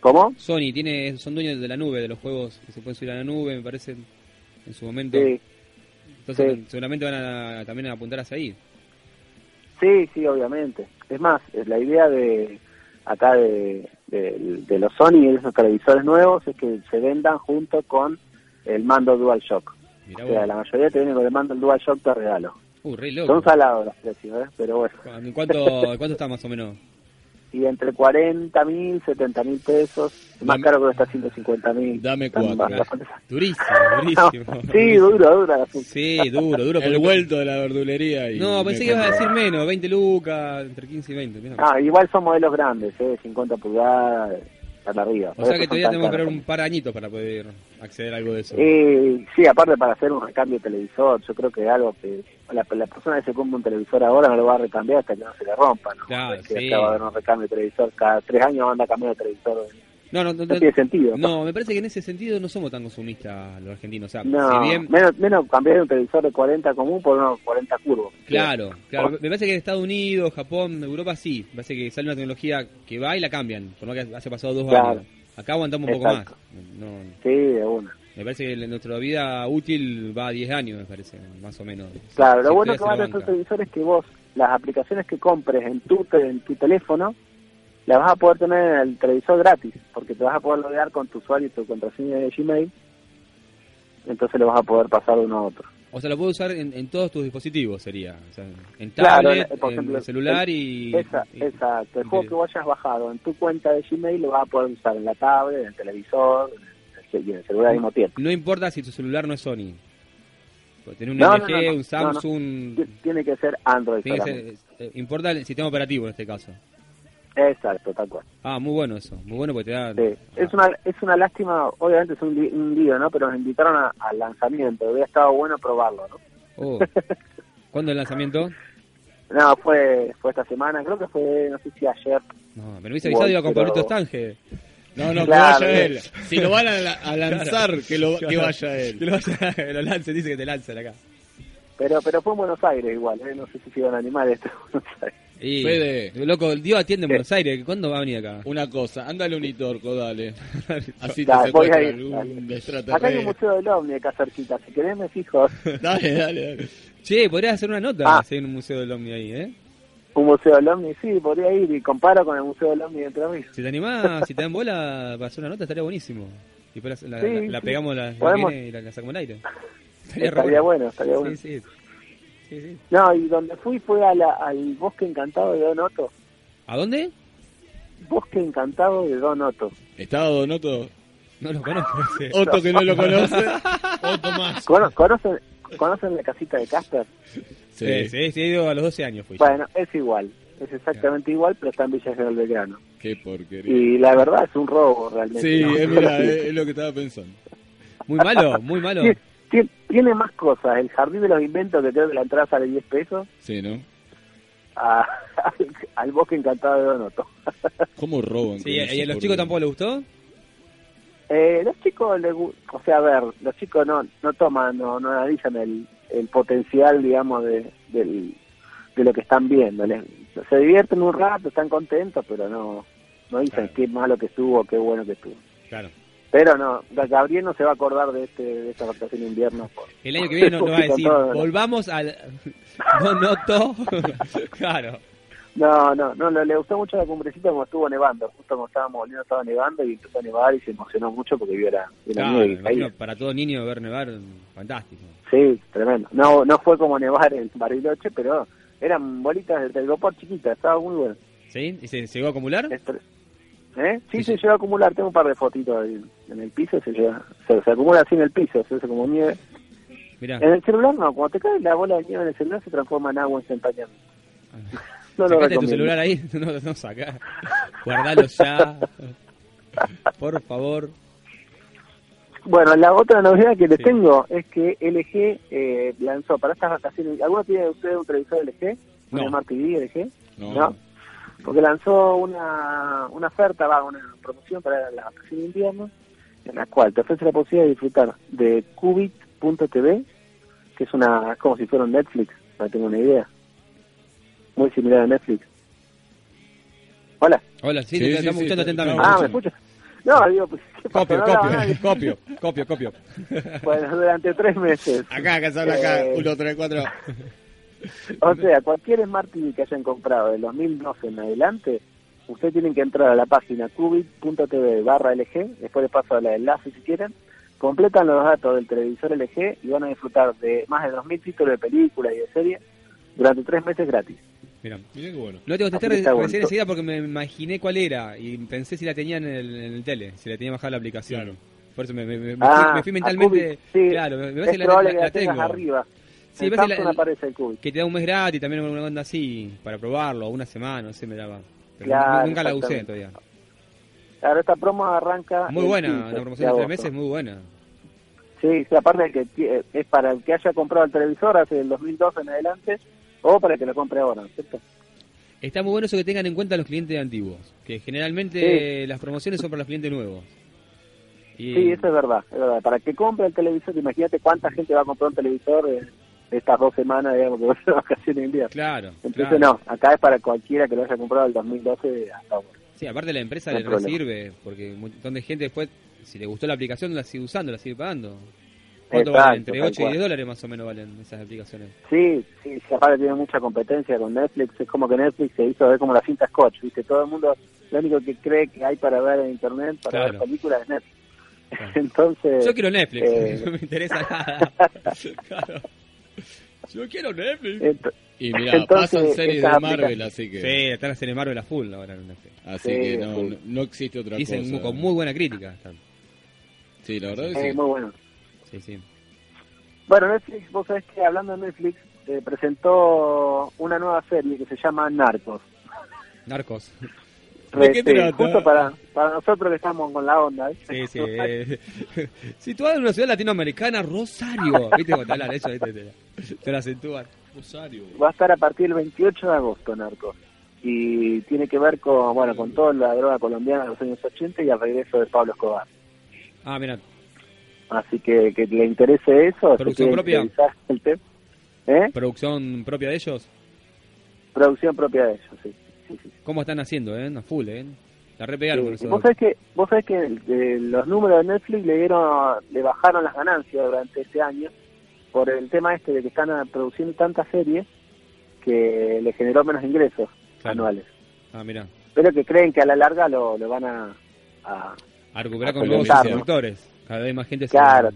¿Cómo?
Sony tiene, son dueños de la nube, de los juegos que se pueden subir a la nube, me parece, en su momento.
Sí.
Entonces,
Sí.
seguramente van a también a apuntar hacia ahí.
Sí, sí, obviamente. Es más, eh, la idea de acá de, de- de los Sony y de esos televisores nuevos es que se vendan junto con el mando DualShock.
Mirá
O sea,
vos.
la mayoría te viene con el mando DualShock de regalo.
Uh, re loco.
Son salados los precios, ¿eh? pero bueno.
¿En cuánto, en cuánto está más o menos?
y entre 40 mil, 70 mil pesos, más caro que está 150 mil.
Dame
cuatro.
Durísimo, durísimo.
sí, duro, duro. la puta.
Sí, duro, duro.
El vuelto de la verdulería. Y
No, pensé que ibas a decir menos, 20 lucas, entre 15 y 20. mirá.
Ah, igual son modelos grandes, ¿eh? 50 pulgadas, para arriba.
o sea
Por
que
eso
todavía
son
tenemos
tan
que
caros.
esperar un par de añitos para poder acceder a algo de eso.
Eh, sí, aparte para hacer un recambio de televisor, yo creo que algo que la, la persona que se compra un televisor ahora no lo va a recambiar hasta que no se le rompa, ¿no?
Claro,
Que
sí.
acá va a haber un recambio de televisor, cada tres años anda cambiando de televisor.
No, no, no,
No tiene sentido.
No, me parece que en ese sentido no somos tan consumistas los argentinos. O sea,
No,
si bien
menos, menos cambiar un televisor de 40 común por uno 40 curvo.
Claro, claro. Me parece que en Estados Unidos, Japón, Europa sí. Me parece que sale una tecnología que va y la cambian. Por lo que hace pasado dos
Claro.
años. Acá aguantamos un
Exacto.
poco más. No,
Sí, de una.
me parece que la- nuestra vida útil va a 10 años, me parece, más o menos.
Claro, lo
Si
bueno
estudias
que
en
van
la
a estos
banca.
televisores es que vos, las aplicaciones que compres en tu, te- en tu teléfono, las vas a poder tener en el televisor gratis, porque te vas a poder loguear con tu usuario y tu contraseña de Gmail, entonces lo vas a poder pasar de uno a otro.
O sea, lo puedes usar en, en todos tus dispositivos, sería. O sea, en
Claro,
tablet,
eh, por ejemplo,
en celular
el-
y...
Esa-
y-
exacto, el
y-
juego que vos hayas bajado en tu cuenta de Gmail lo vas a poder usar en la tablet, en el televisor en el- y en el celular al mismo tiempo.
No importa si tu celular no es Sony. Puede tener un
No, no,
LG,
no, no,
un Samsung...
Ti- Tiene que ser Android.
tiene que ser-
solamente.
eh, importa el sistema operativo en este caso.
Exacto, tal cual.
Ah, muy bueno eso. Muy bueno porque te da...
Sí, es una, es una lástima, obviamente es un, li- un lío, ¿no? Pero nos invitaron a- al lanzamiento, hubiera estado bueno probarlo, ¿no?
Oh. ¿Cuándo el lanzamiento?
No, fue, fue esta semana, creo que fue, no sé si ayer.
No, me lo hubiese avisado,
Bueno,
iba con
pero-
Pablito Estange.
No, no,
Claro.
que vaya él. Si lo van a, la- a lanzar,
Claro.
que, lo, que
Claro.
vaya él.
Que lo vaya, que lo lance, dice que te lancen acá.
Pero pero fue en Buenos Aires igual, ¿eh? No sé si se iban a animar esto en Buenos Aires.
Y,
Fede.
Loco, Dios atiende en Buenos Aires. ¿Cuándo va a venir acá?
Una cosa, ándale un itorco, dale. Así te
Dale, voy
secuestra
a ir.
algún
Acá hay un
extraterrestre.
museo del OVNI acá cerquita, si querés me fijo.
Dale, dale, dale.
Che, podrías hacer una nota
Ah.
hacer un museo del Omni ahí, ¿eh?
Un museo del OVNI, sí, podría ir y comparo con el museo del OVNI de Entre Ríos.
Si te animás, si te dan bola para hacer una nota, estaría buenísimo. Y después la, la-
Sí,
la
sí.
pegamos la, la
Podemos.
que viene y la, la sacamos al aire.
Estaría,
re
bueno, estaría bueno.
Sí, sí. Sí, sí.
No, y donde fui fue a la- al Bosque Encantado de Don Otto.
¿A dónde?
Bosque Encantado de Don Otto.
¿Estaba Don Otto?
No lo conozco. ese.
Otto que no lo conoce. Otto más.
Cono- ¿Conocen, ¿Conocen la casita de Casper?
Sí, sí, sí, he ido a los 12 años. Fui yo.
Bueno, es igual, es exactamente igual, pero está en Villa General Belgrano.
Qué porquería.
Y la verdad es un robo realmente.
Sí,
¿no?
eh, mira, eh, es lo que estaba pensando.
Muy malo, muy malo.
Tiene- tiene- Tiene más cosas, el jardín de los inventos que creo que la entrada sale 10 pesos,
Sí, ¿no?
a- al, al bosque encantado de Donoto.
¿Cómo roban?
Sí, eh,
con
¿Y a
eso,
los
por
chicos
Dios?
tampoco les gustó?
Eh, los chicos, les gu- o sea, a ver, los chicos no, no toman, no, no analizan el, el potencial, digamos, de, del- de lo que están viendo. Les- se divierten un rato, están contentos, pero no, no dicen qué malo que estuvo, qué bueno que estuvo.
Claro.
Pero no, Gabriel no se va a acordar de, este, de esta vacación de invierno. por-
El año que viene nos no va a decir, volvamos al... No noto. claro.
No, no, no, le, le gustó mucho la cumbrecita como estuvo nevando. Justo cuando estábamos volviendo estaba nevando y empezó a nevar y se emocionó mucho porque vio la, vio la
Claro,
nieve
me
que caía.
imagino, para todo niño ver nevar, fantástico.
Sí, tremendo. No, no fue como nevar en Bariloche, pero eran bolitas de telgopor chiquitas, estaba muy bueno.
¿Sí? ¿Y se, se llegó a acumular?
¿Eh? Sí, se llega a acumular, tengo un par de fotitos ahí en el piso, se llega, se, se acumula así en el piso, se hace como nieve.
Mirá.
En el celular no, cuando te cae la bola de nieve en el celular se transforma en agua instantánea. No lo
Sacate tu
recomiendo.
celular ahí. No, no, sacá. Guardalo ya. Por favor.
Bueno, la otra novedad que les tengo es que LG eh, lanzó para estas vacaciones, ¿alguno tiene de ustedes un televisor LG? ¿Un
No.
Smart TV LG?
No.
Porque lanzó una, una oferta, va, una promoción para la vacación de invierno, en la cual te ofrece la posibilidad de disfrutar de Qubit.tv, que es una como si fuera un Netflix, para que tengan una idea. Muy similar a Netflix. Hola.
Hola, sí, te estamos escuchando atentamente.
Ah, ¿me escuchas? No, digo, pues, ¿qué pasó?
Copio,
No hablaba nadie.
copio, copio, copio, copio.
Bueno, durante tres meses.
Acá, acá se
habla acá.
Uno, tres, cuatro.
O sea, cualquier Smart TV que hayan comprado del 2012 en adelante, ustedes tienen que entrar a la página cubit.tv barra LG, después les paso el enlace si quieren, completan los datos del televisor LG y van a disfrutar de más de 2.000 títulos de películas y de series durante tres meses gratis.
Mirá.
Mirá qué bueno.
No tengo que
Así
estar
que está
recién
bueno.
enseguida porque me imaginé cuál era y pensé si la tenía en el, en el tele, si la tenía bajada la aplicación. Por eso me, me- me fui-
Ah,
me fui
a
mentalmente.
Qubit, sí.
claro, me, me
Es
parece que la,
probable
la-
que la
la
tengas
tengo.
arriba.
Sí,
En
me parece
Samsung
la-
aparece el Qubit.
Que te da un mes gratis, también una onda así, para probarlo, una semana, no sé, me daba. Pero
Claro,
nunca la usé
exactamente. Ah,
todavía.
Ahora esta promo arranca...
Muy
el
buena,
15
la promoción de
agosto.
tres meses, muy buena.
Sí, sí, aparte de que tie- eh, es para el que haya comprado el televisor hace el 2012 en adelante o para el que lo compre ahora, ¿cierto?
Está muy bueno eso que tengan en cuenta los clientes antiguos, que generalmente las promociones son para los clientes nuevos. Y,
Sí, eso es verdad, es verdad. Para que compre el televisor, imagínate cuánta gente va a comprar un televisor eh, estas dos semanas, digamos, que va a ser vacaciones de invierno.
Claro,
Entonces,
claro.
no, acá es para cualquiera que lo haya comprado el 2012 hasta ahora.
Sí, aparte la empresa
No
le
hay problema.
sirve, porque un montón de gente después, si le gustó la aplicación, la sigue usando, la sigue pagando.
Exacto,
¿Cuánto valen? Entre
tal
8 y
cual.
10 dólares más o menos valen esas aplicaciones.
Sí, sí, sí, aparte tiene mucha competencia con Netflix. Es como que Netflix se hizo ver como la cinta Scotch, ¿viste? Todo el mundo, lo único que cree que hay para ver en Internet, para
Claro.
ver películas, es Netflix. Entonces...
Yo quiero Netflix,
eh,
no me interesa nada. Claro. Yo quiero Netflix.
Ent-
Y mirá, pasan series de Marvel, así que.
Sí, están las series Marvel a full ahora en Netflix.
Así que no, no, no existe otra
Dicen
cosa.
muy- con muy buena crítica. Están.
Sí, la verdad
eh,
que sí.
muy bueno.
Sí, sí.
Bueno, Netflix, vos sabés que hablando de Netflix, eh, presentó una nueva serie que se llama Narcos.
Narcos.
Eh, sí, Justo para, para nosotros que estamos con la onda. ¿eh?
Sí, sí. eh, situada en una ciudad latinoamericana, Rosario. ¿Viste cuando hablan eso? ¿viste? Te, la- te la acentúan. Rosario.
Va a estar a partir del 28 de agosto Narcos. Y tiene que ver con, bueno, con toda la droga colombiana de los años 80 y al regreso de Pablo Escobar.
Ah, mira.
Así que que le interese eso. si
Producción
quieren
propia.
revisar el tema. ¿Eh?
Producción propia de ellos.
Producción propia de ellos, sí.
¿Cómo están haciendo, eh? A full, eh. La repegaron con
Y
eso.
vos sabés que, vos sabés que eh, los números de Netflix le dieron, le bajaron las ganancias durante este año por el tema este de que están ah, produciendo tantas series que le generó menos ingresos anuales.
Ah, mira.
Pero que creen que a la larga lo, lo van a, a-
A recuperar
A
con nuevos
solventar, ¿no?
productores. Cada vez más gente se
Claro.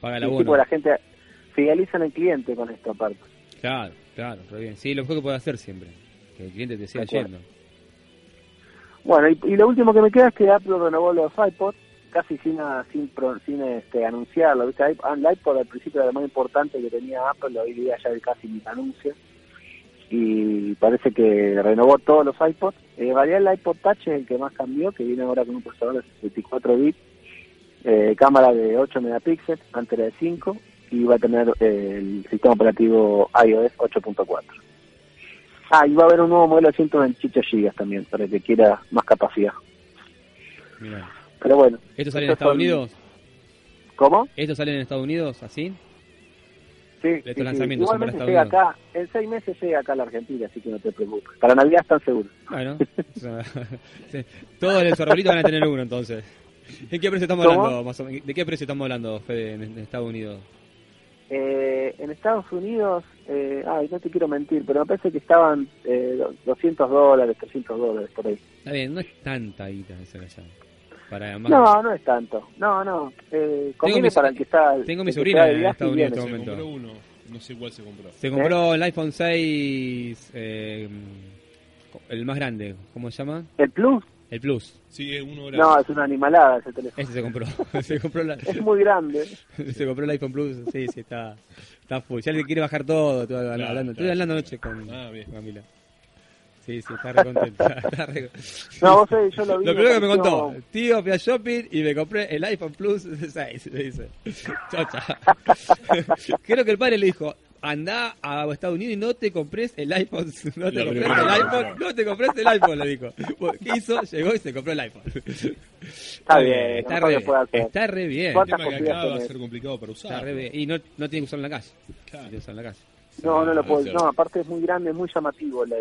paga el
y
abono.
tipo, la gente fidelizan al cliente con esta parte.
Claro, claro, re bien. Sí, lo mejor que puede hacer siempre. Que el cliente te siga
Tal cual.
yendo.
Bueno, y, y lo último que me queda es que Apple renovó los iPod casi sin a- sin, pro- sin este, anunciarlo. ¿viste? iP- ah, El iPod al principio era lo más importante que tenía Apple, hoy día ya casi ni anuncia. Y parece que renovó todos los iPods. Eh, en realidad el iPod Touch es el que más cambió, que viene ahora con un procesador de 64 bits, eh, cámara de 8 megapíxeles, antes era de 5, y va a tener eh, el sistema operativo iOS 8.4. Ah, y va a haber un nuevo modelo de 128 GB también, para el que quiera más capacidad.
Mirá.
Pero bueno.
¿Esto sale en
estos
Estados
son-
Unidos?
¿Cómo?
¿Esto sale en Estados Unidos así?
Sí. sí,
Estos
sí.
lanzamientos son para
Igualmente
Estados
llega
Unidos.
acá, en seis meses llega acá a la Argentina, así que no te preocupes. Para Navidad están seguros.
Bueno, o sea, sí. todos en su arbolito van a tener uno entonces. ¿En qué precio estamos
¿Cómo?
hablando? más o menos? ¿De qué precio estamos hablando, Fede, en, en Estados Unidos?
Eh, en Estados Unidos, eh, ay, no te quiero mentir, pero me parece que estaban eh, 200 dólares, 300 dólares por ahí.
Está bien, no es tanta guita esa allá. Para además,
No, no es tanto. No, no. Eh, conviene
mi-
para el que está.
tengo mi
el que
sobrina
está de
en
viaje
Estados
y
Unidos en
viene.
este momento.
Compró uno, no sé cuál se compró.
¿Eh?
Se compró el iPhone 6, eh, el más grande, ¿cómo se llama?
¿El Plus?
El Plus.
Sí, es uno grande.
No, es una animalada ese teléfono.
Ese se compró. se compró la-
Es muy grande.
se compró el iPhone Plus, sí, sí, está, está full. Ya le quiere bajar todo, estuve hablando, hablando- estuve hablando anoche con,
Ah,
con Mila. Sí, sí, está re contenta. está re-
No, vos sabés, yo lo vi, me
primero que me
pareció-
contó, tío, fui a shopping y me compré el iPhone Plus 6, le dice. Chocha. Creo que el padre le dijo, andá a Estados Unidos y no te compres el iPhone, no te
Lo
compres
primero
el
que
iPhone, no te compres el iPhone, le dijo. Bueno, ¿Qué hizo? Llegó y se compró el iPhone. Está
bien,
está
no
re,
lo puede hacer.
está re bien.
¿Cuántas
El tema que acá va a ser complicado para usar.
Está re bien. Y no, no tiene que usarlo en la calle. Tiene que usarlo en la calle.
No, no lo puedo.
Puede ser.
No, aparte es muy grande, es muy llamativo. la-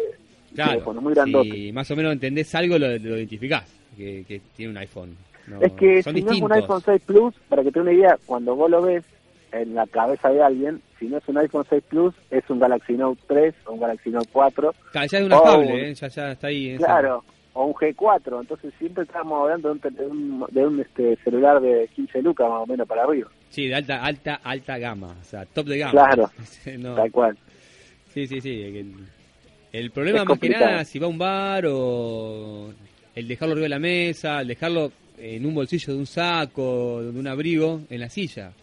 Ah, Claro,
teléfono, muy grandote.
Si más o menos entendés algo, lo, lo identificás, que, que tiene un iPhone. No,
es que si
son
no es un
distintos.
iPhone 6 Plus, para que te dé una idea, cuando vos lo ves en la cabeza de alguien, si no es un iPhone 6 Plus, es un Galaxy Note 3 o un Galaxy Note 4.
Claro, ya es una
o
tablet,
un-
¿eh? ya, ya está ahí. en
Oh. Claro, o un G4. Entonces siempre estamos hablando de un, tel- de un, de un, este, celular de 15 lucas más o menos para arriba.
esa- Sí, de alta, alta, alta gama, o sea, top de gama.
Claro,
No.
tal cual.
Sí, sí, sí. El, el problema
Es
más que
complicado.
nada, si va a un bar o el dejarlo arriba de la mesa, el dejarlo en un bolsillo de un saco, de un abrigo, en la silla.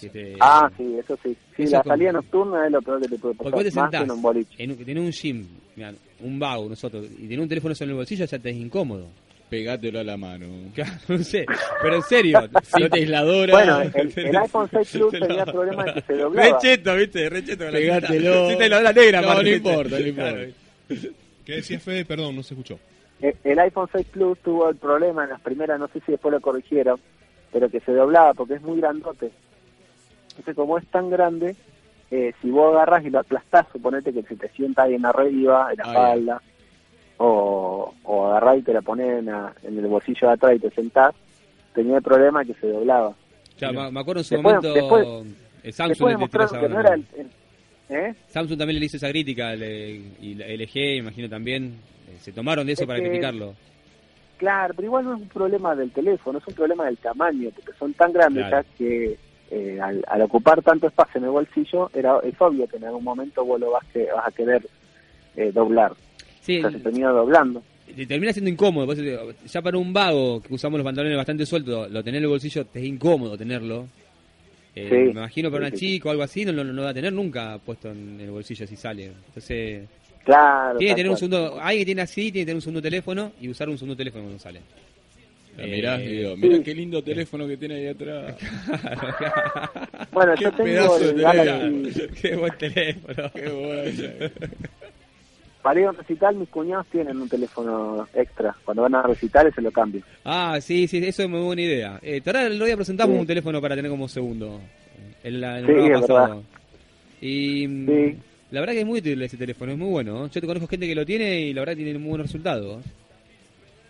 Este,
ah, sí, eso sí. Sí,
eso
la
es como-
salida nocturna es lo peor que te puede pasar.
Porque vos te
más que
sentás
en un boliche.
en un, tenés un gym, mirá, un vago nosotros, y tenés un teléfono solo en el bolsillo, ya te es incómodo.
Pegátelo a la mano.
no sé, pero en serio.
Sin aisladora.
Bueno,
el- el iPhone 6 Plus tenía el problema de que se doblaba.
Recheto, viste, recheto. con la
Pegátelo.
cinta- cinta aisladora negra,
No,
aparte,
no
¿viste?
importa, no importa.
Claro.
¿Qué decía Fede? Perdón, no se escuchó.
Eh, El iPhone 6 Plus tuvo el problema en las primeras, no sé si después lo corrigieron, pero que se doblaba porque es muy grandote. Entonces, como es tan grande, eh, si vos agarras y lo aplastás, suponete que se te sienta alguien arriba, en la
Ah,
espalda, o, o agarrás y te la pones en, la- en el bolsillo de atrás y te sentás, tenía el problema que se doblaba.
Ya, me, me acuerdo en su
Después-
momento,
después-
eh, Samsung
Después
le tiró esa
demostraron que no
bronca.
era el- el- ¿eh?
Samsung también le hizo esa crítica, le- y la LG, imagino también. eh, Se tomaron de eso
Es
para
que-
criticarlo.
Claro, pero igual no es un problema del teléfono, es un problema del tamaño, porque son tan grandes
Claro.
ya que eh, al, al ocupar tanto espacio en el bolsillo, era, es obvio que en algún momento vos lo vas, que, vas a querer eh, doblar.
Sí,
O sea, se termina doblando.
te termina siendo incómodo. por eso te- Ya para un vago que usamos los pantalones bastante sueltos, lo tener en el bolsillo te es incómodo tenerlo. Eh,
Sí.
me imagino para
Sí, sí,
una
sí.
chica o algo así, no lo no, va a tener nunca puesto en el bolsillo si sale. Entonces,
Claro.
tiene que
tal
tener un
cual.
segundo. Alguien que tiene así, tiene que tener un segundo teléfono y usar un segundo teléfono cuando sale. Eh,
La mirás y digo,
mira
Ah, mirá qué lindo teléfono que tiene ahí atrás.
Bueno,
qué
yo tengo
pedazo de
el
teléfono.
Galaxy.
Qué buen teléfono.
Qué bueno.
Para ir a un recital, mis cuñados tienen un teléfono extra. Cuando van a recitales se lo cambian.
Ah, sí, sí, eso es muy buena idea. Eh, te ahora el otro día presentamos
Sí.
un teléfono para tener como segundo. En la, en el
Sí,
programa
es
pasado.
verdad.
Y mm, la verdad que es muy útil ese teléfono, es muy bueno. Yo te conozco gente que lo tiene y la verdad tiene muy buenos resultados.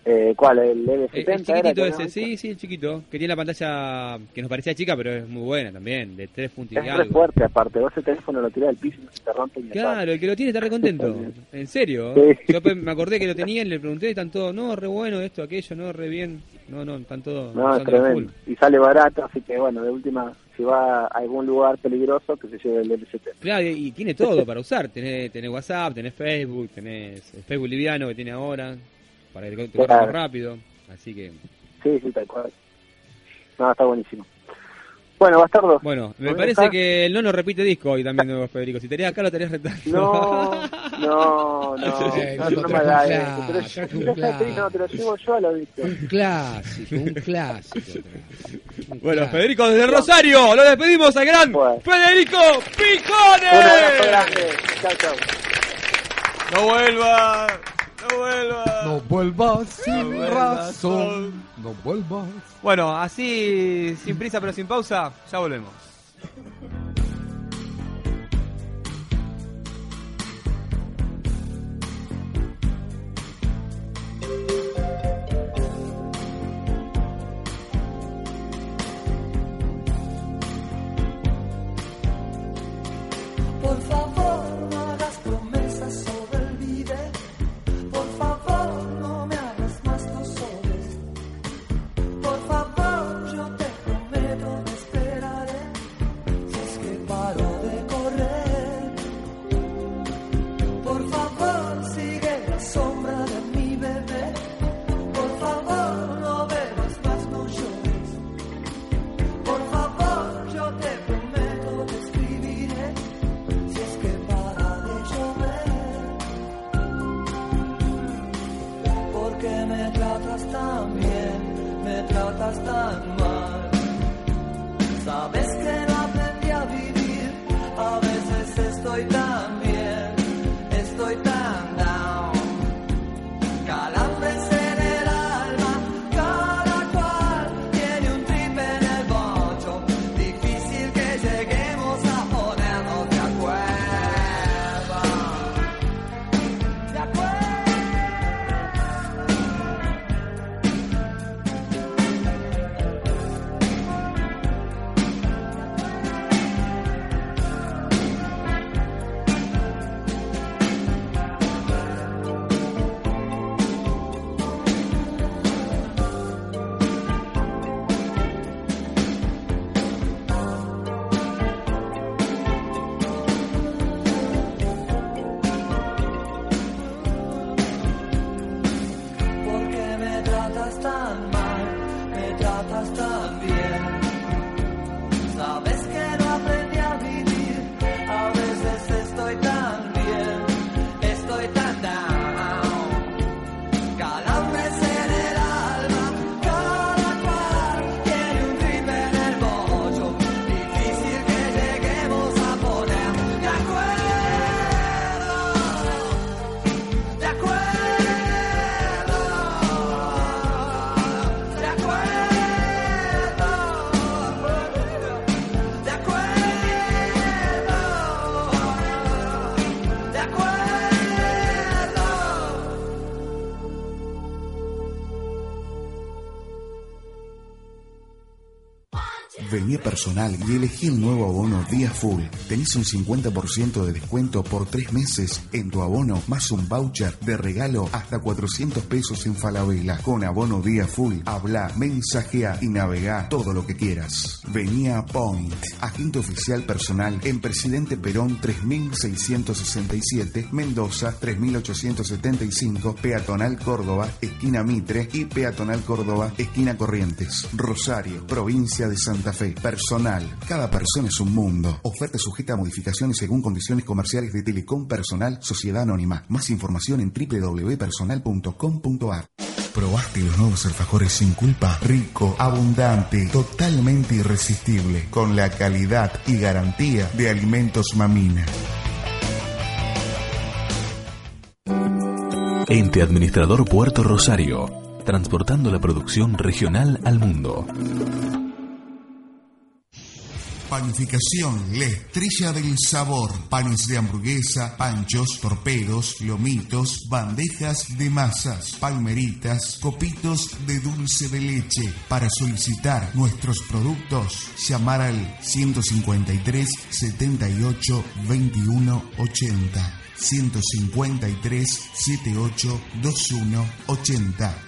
Eh, ¿Cuál? ¿El
Eh,
L70?
El,
era,
chiquitito ese, sí, sí, el chiquito. Que tiene la pantalla que nos parecía chica, pero es muy buena también, de tres puntos y
Es re
algo.
fuerte, aparte. Vos ese teléfono lo tirás al piso y se te rompe y
Claro, el que lo tiene está re contento. En serio.
Sí.
Yo pe- me acordé que lo tenían, le pregunté, están todos, no, re bueno esto, aquello, no, re bien. No, no, están todos.
No, es
usando a
tremendo. Y sale barato, así que bueno, de última, si va a algún lugar peligroso, que se lleve el LCT.
Claro, y y tiene todo para usar. Tenés, tenés WhatsApp, tenés Facebook, tenés el Facebook liviano que tiene ahora, para que te te corra
Claro.
más rápido. Así que,
Sí, sí, tal cual. No, está buenísimo. Bueno, bastardo.
bueno, me
¿Podés
parece
dejar?
que el nono repite disco hoy también, nuevo Federico. Si estarías acá, lo estarías retando.
No, no, no. No, no me hagas eso. Te lo lle- te lo lle- No, te lo llevo yo a lo visto.
Un clásico, un clásico.
Bueno, Federico desde Rosario, lo despedimos al gran Federico
Un abrazo
Picones.
grande. Chao, chao.
No vuelva, no vuelva.
No vuelvas sin
vuelvas
razón. No vuelvas.
Bueno, así, sin prisa pero sin pausa, ya volvemos.
sombra de mi bebé. Por favor, no bebas más, no llores. Por favor, yo te prometo te escribiré si es que para de llover. Porque me tratas tan bien, me tratas tan mal. Sabes que no aprendí a vivir, a veces estoy tan bien, estoy tan down. Calambres en el alma, cada cual tiene un trip en el bocho. Difícil que lleguemos a ponernos de acuerdo. De acuerdo. Porque me tratas tan mal, me tratas tan bien. Sabes que no aprendí a vivir, a veces estoy tan bien, estoy tan down. Calambres en el alma, cada cual tiene un trip en el bollo. Difícil que lleguemos a poner de acuerdo. De acuerdo, de acuerdo, de acuerdo, de acuerdo.
Vení a personal y elegí el nuevo abono Día Full. Tenés un 50% de descuento por tres meses en tu abono, más un voucher de regalo hasta 400 pesos en Falabella. Con abono Día Full, habla, mensajea y navega todo lo que quieras. Vení a Point, agente oficial personal en Presidente Perón 3667, Mendoza 3875, Peatonal Córdoba, esquina Mitre y Peatonal Córdoba, esquina Corrientes. Rosario, provincia de Santa Fe. Personal. Cada persona es un mundo. Oferta sujeta a modificaciones según condiciones comerciales de Telecom Personal Sociedad Anónima. Más información en www.personal.com.ar. ¿Probaste los nuevos alfajores sin culpa? Rico, abundante, totalmente irresistible, con la calidad y garantía de Alimentos Mamina.
Ente Administrador Puerto Rosario, transportando la producción regional al mundo.
Panificación, la estrella del sabor. Panes de hamburguesa, panchos, torpedos, lomitos, bandejas de masas, palmeritas, copitos de dulce de leche. Para solicitar nuestros productos, llamar al 153 78 21 80. 153 78 21 80.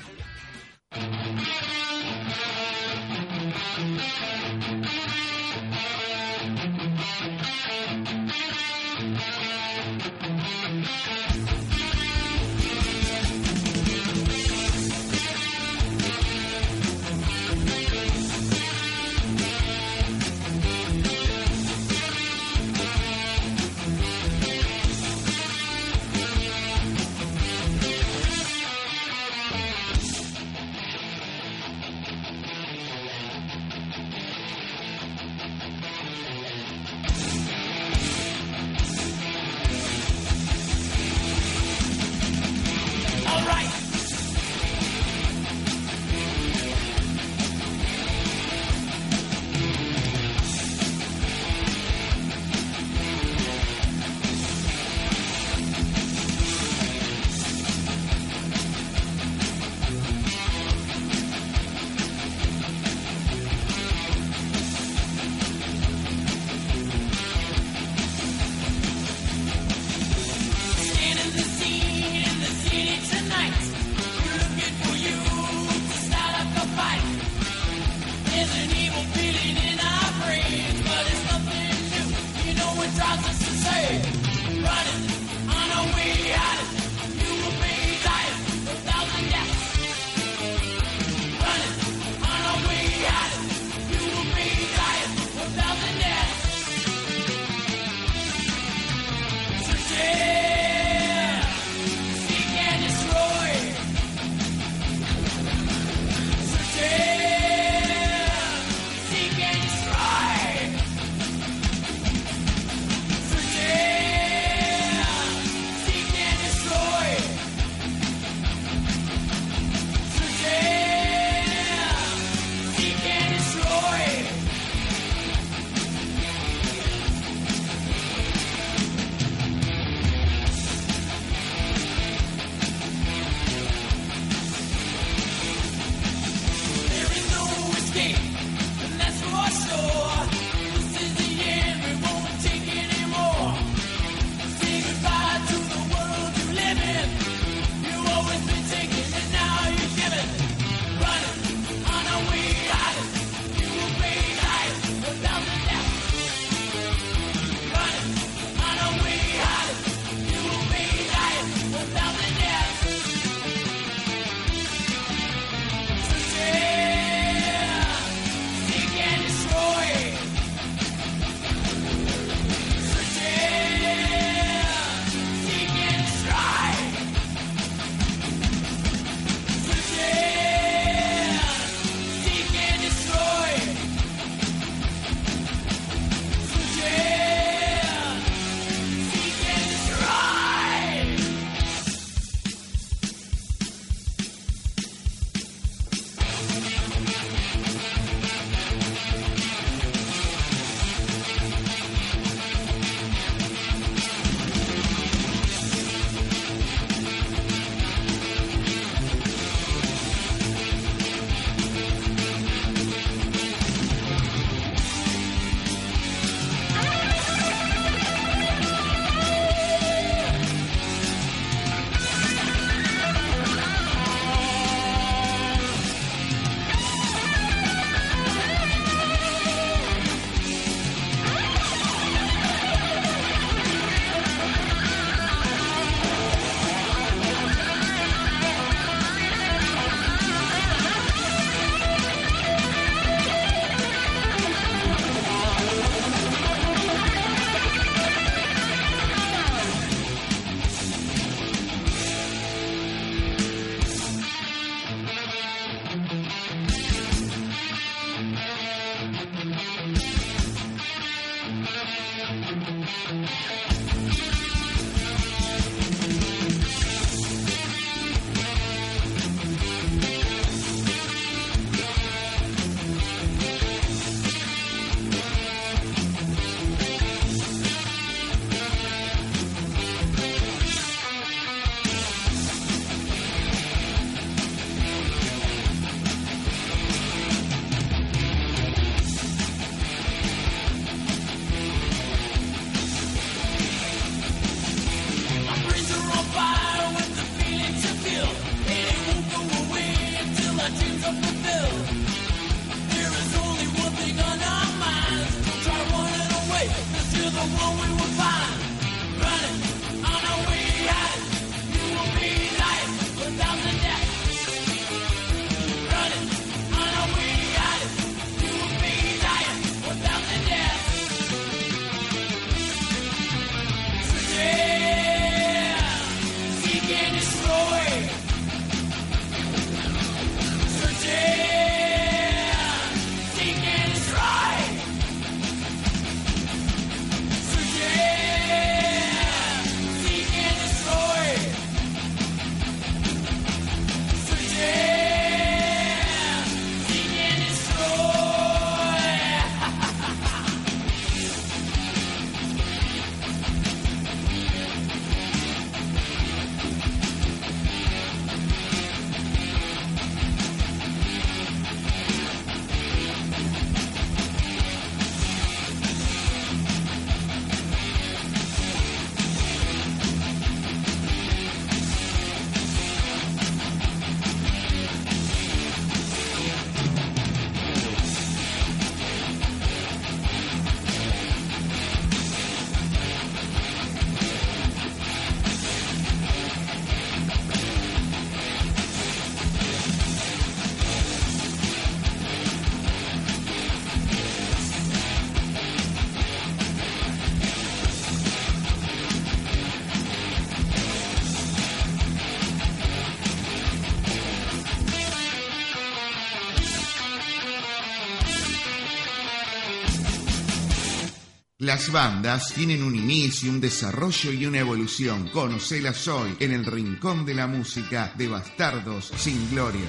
Las bandas tienen un inicio, un desarrollo y una evolución. Conocelas hoy en el Rincón de la Música de Bastardos sin Gloria.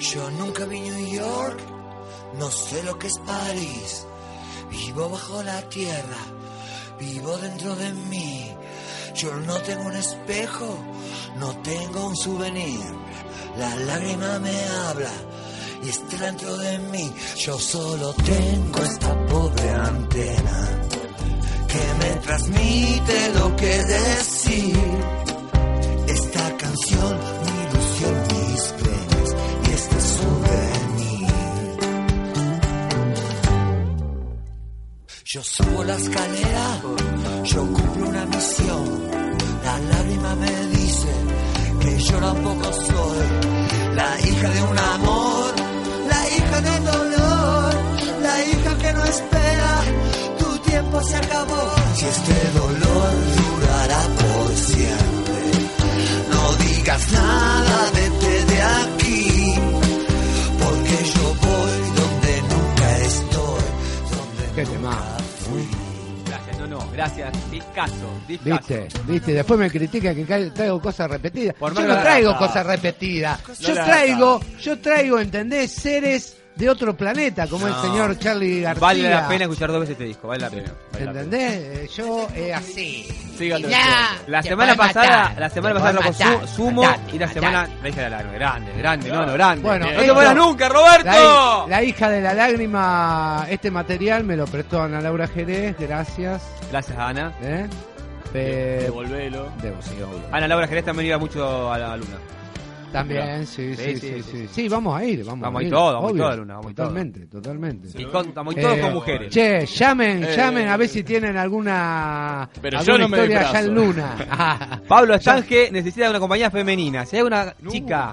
Yo nunca vi New York, no sé lo que es París. Vivo bajo la tierra, vivo dentro de mí. Yo no tengo un espejo, no tengo un souvenir. La lágrima me habla y está dentro de mí. Yo solo tengo esta pobre antena que me transmite lo que decir. Esta canción, mi ilusión, mis penas y este souvenir. Yo subo la escalera, yo cumplo una misión. La lágrima me dice que yo tampoco soy la hija de un amor, la hija del dolor, la hija que no espera. Tu tiempo se acabó. Si este dolor durará por siempre, no digas nada, vete de aquí, porque yo voy donde nunca estoy.
Qué tema.
Gracias, no, no, gracias. Discaso, discaso.
Viste, viste, después me critica que ca- traigo cosas repetidas.
Por
yo
más
no
que-
traigo
no.
cosas repetidas. Yo
No.
traigo, yo traigo, ¿entendés? Seres de otro planeta, como el
No.
señor Charlie García.
Vale la pena escuchar dos veces este disco, vale la pena. vale la pena.
¿Entendés? Eh, Yo eh, así.
Sígalo.
Ya,
la
te
semana
pueden
pasada,
matar,
la semana
te
pasada
pueden
tocó
matar,
Su- Sumo
matate,
y la
matate.
semana la hija de la lágrima, grande, grande, no, no, grande.
Bueno,
no te
esto-
mueras nunca, Roberto.
La, hi- la hija de la lágrima, este material me lo prestó Ana Laura Jerez, gracias.
Gracias, Ana. Eh,
¿Eh? Pe-
Devolvelo.
Debo, sí, obvio.
Ana Laura Jerez también iba mucho a la luna.
También, sí, sí, sí, sí, sí. Sí, vamos a ir, vamos, a
Vamos a
ir.
ir todos, vamos a ir
obvio.
todos, Luna, vamos a ir todos.
Totalmente, totalmente. Eh,
Y con- vamos a ir todos con mujeres.
Che, llamen,
Eh.
llamen a ver si tienen alguna,
Pero
alguna
yo no me
historia
disfrazo.
allá en Luna. Ah.
Pablo Estange necesita una compañía femenina. Si hay una chica.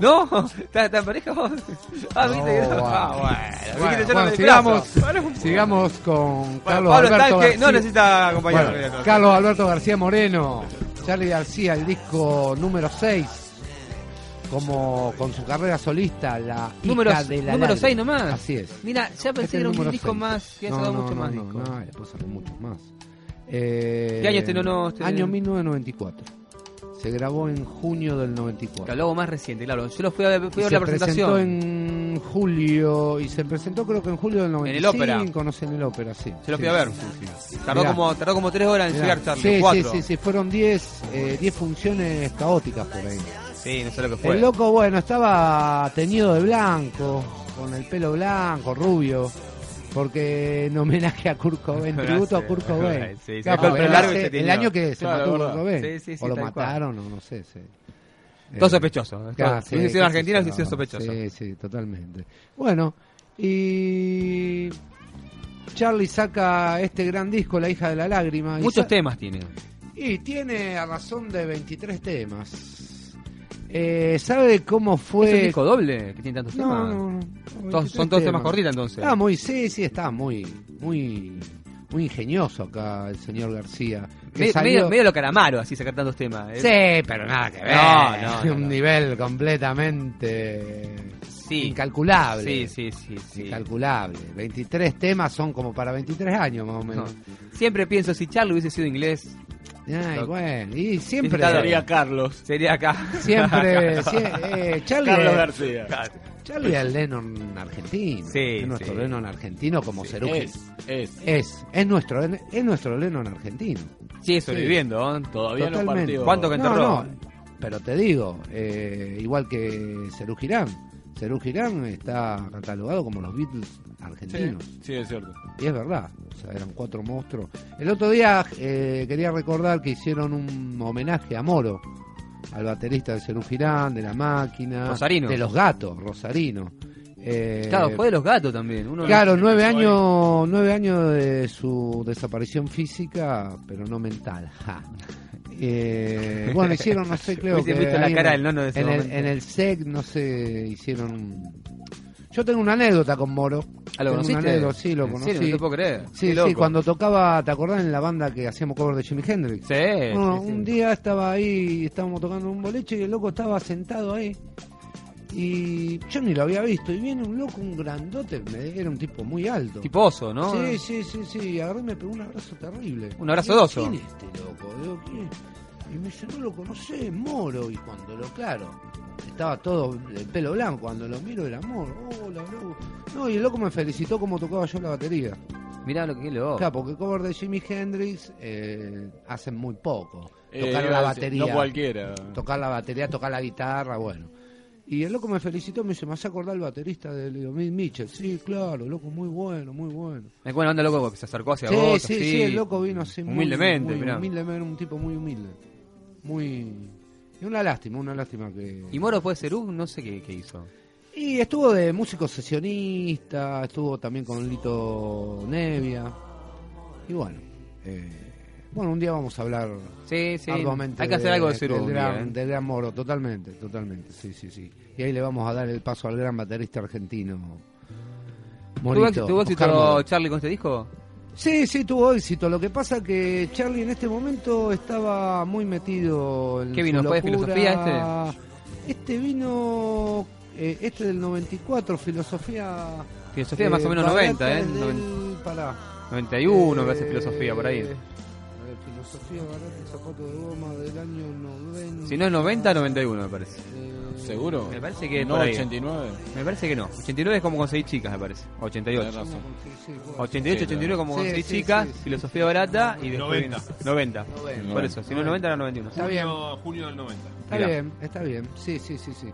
¿No? ¿Estás estás en pareja vos? Ah, viste que no. Ah, bueno.
Bueno,
Viste, yo no
bueno,
me
sigamos,
disfrazo.
sigamos con Carlos
Pablo
Alberto
Tanque,
García.
no necesita acompañar.
Bueno, Carlos Alberto García Moreno, Charlie García, el disco número 6, como con su carrera solista, la hija
Número,
de la
número
lágrima.
6 nomás.
Así es.
Mira, ya pensé
Este
que era un
número
disco
seis.
más, que ha
No,
sacado
no,
mucho
no,
más
no,
discos.
No, después sacó muchos más. Eh,
¿Qué año este no- no, este-
Año 1994. Se grabó en junio del 94.
Claro, Luego más reciente, claro. Yo lo fui a ver, fui a
Y
ver
se
la presentación.
presentó en julio y se presentó creo que en julio del 95
el ópera.
no sé, en el ópera sí
Se lo
Sí,
fui a ver.
sí, sí, sí.
Tardó,
Mirá.
como, tardó como tres horas en
Mirá.
llegar, Charlie.
sí, sí,
cuatro.
sí, sí, fueron 10 eh, 10 funciones caóticas por ahí
Sí, no sé lo que fue.
el loco bueno estaba teñido de blanco con el pelo blanco rubio porque en homenaje a Kurt Cobain,
Gracias.
tributo a Kurt Cobain.
Sí, sí,
Claro,
el pelo
el,
largo y
hace-
se
el
teñió.
año que se
Claro,
mató Kurt
verdad.
Cobain.
Sí, sí, sí,
o lo
tal cual.
mataron, o no sé. sí.
Todo
Eh,
sospechoso.
claro,
Todo- si hubiese sido
qué
argentino,
sé
hubiese sido
yo.
sospechoso.
Sí, sí, totalmente. Bueno, y. Charlie saca este gran disco, La hija de la lágrima. y
Muchos
sa-
temas tiene.
Y tiene a razón de 23 temas. Eh, ¿Sabe cómo fue?
¿Es un disco doble que tiene tantos
No,
temas?
no, no,
Todos- son todos
23
temas cortitos entonces.
Estaba muy, sí, sí, estaba muy, muy, muy ingenioso acá el señor García. que
Me-
salió-
medio, medio lo calamaro así sacar tantos temas. ¿eh?
Sí, pero nada que ver. ¿eh?
No, no, no,
un
no.
nivel completamente incalculable.
Sí, sí, sí, sí.
Incalculable. 23 temas son como para 23 años más o menos.
Siempre pienso, si Charlie hubiese sido inglés,
Ay,
No.
bueno, y siempre
Sería Carlos. Sería acá.
Siempre, sí, eh, Charlie
Carlos
es-
García.
Charlie es el Lennon argentino. es nuestro
sí.
Lennon argentino como
Sí,
Seruki.
es, es.
es. Es nuestro, es nuestro Lennon argentino.
Sigue sobreviviendo, ¿eh? Todavía no partió. ¿Cuánto que
No,
enterró?
no, pero te digo, eh, igual que Serú Girán. Serú Girán está catalogado como los Beatles argentinos.
Sí, es cierto.
Y es verdad, o sea, eran cuatro monstruos. El otro día eh, quería recordar que hicieron un homenaje a Moro, al baterista de Cerú Girán, de La Máquina,
Rosarino.
de Los Gatos, Rosarino. Eh,
Claro, fue de los gatos también. Uno
Claro,
no-
nueve años, nueve años de su desaparición física, pero no mental. ja. Eh, bueno, hicieron, no sé, creo
Hubiese
que
visto la
ahí
cara
en,
del nono de ese
en el,
momento.
en el SEC, no sé, hicieron... un- Yo tengo una anécdota con Moro.
Ah,
Tengo una
¿lo conociste?
anécdota, sí, lo
¿En
conocí.
serio? No te puedo creer.
Sí,
Qué loco.
sí, cuando tocaba, ¿te acordás en la banda que hacíamos cover de Jimi Hendrix?
Sí,
Bueno,
sí, sí.
un día estaba ahí, estábamos tocando un boleche y el loco estaba sentado ahí. Y yo ni lo había visto. Y viene un loco, un grandote, me- era un tipo muy alto.
Tipo oso, ¿no?
Sí, sí, sí, sí. y Agarré y me pegó un abrazo terrible.
Un abrazo
Digo,
de oso.
¿Quién es este loco? Digo, ¿quién es? Y me dice, no lo conocés, es moro. Y cuando lo, claro, estaba todo el pelo blanco. Cuando lo miro era moro. Hola, loco. No, y el loco me felicitó como tocaba yo la batería.
Mirá lo que loco.
Claro, porque cover de Jimi Hendrix eh, hacen muy poco.
Eh,
Tocar
iba
la
a decir,
batería.
no cualquiera.
Tocar la batería, tocar la guitarra, bueno. Y el loco me felicitó, me dice, me hace acordar el baterista de Leomid Mitchell. Sí, claro, loco, muy bueno, muy bueno.
Es buena onda, loco, que se acercó hacia
Sí,
vos.
sí,
así,
sí, el loco vino así muy-
Humildemente,
muy,
mirá.
humildemente, un tipo muy humilde. Muy. Y una lástima, una lástima que.
Y Moro puede ser un, no sé qué, qué hizo.
Y estuvo de músico sesionista, estuvo también con Lito Nevia. Y bueno, eh, bueno, un día vamos a hablar
Sí, sí,
arduamente
hay que hacer algo de Cerú
del
un
gran,
día, ¿eh?
del gran Moro, totalmente, totalmente, sí, sí, sí. Y ahí le vamos a dar el paso al gran baterista argentino.
¿Tuvo
Morito,
éxito, tuvo éxito
Oscar Moro.
Charlie con este disco?
Sí, sí, tuvo éxito. Lo que pasa que Charlie en este momento estaba muy metido en
¿Qué vino
su
después de
locura.
Filosofía,
Este vino, eh, este del 94, Filosofía...
Filosofía más o menos 90, ¿eh? Noven- 91, me hace filosofía por ahí.
Eh, Filosofía barata, zapato de goma del año 90.
Si no es 90, 91 me parece.
Eh,
¿Seguro?
Me parece que
¿No
por ahí.
89?
Me parece que no. 89 es como conseguir chicas, me parece. 88.
Tenés razón.
88,
Sí,
89 como
claro.
conseguir
Sí, sí,
chicas,
sí, sí.
filosofía barata y después
90.
viene- 90.
90.
Por eso, si no es 90 era 91.
Está bien.
Junio del 90.
Está bien, está bien. Sí, sí, sí, sí.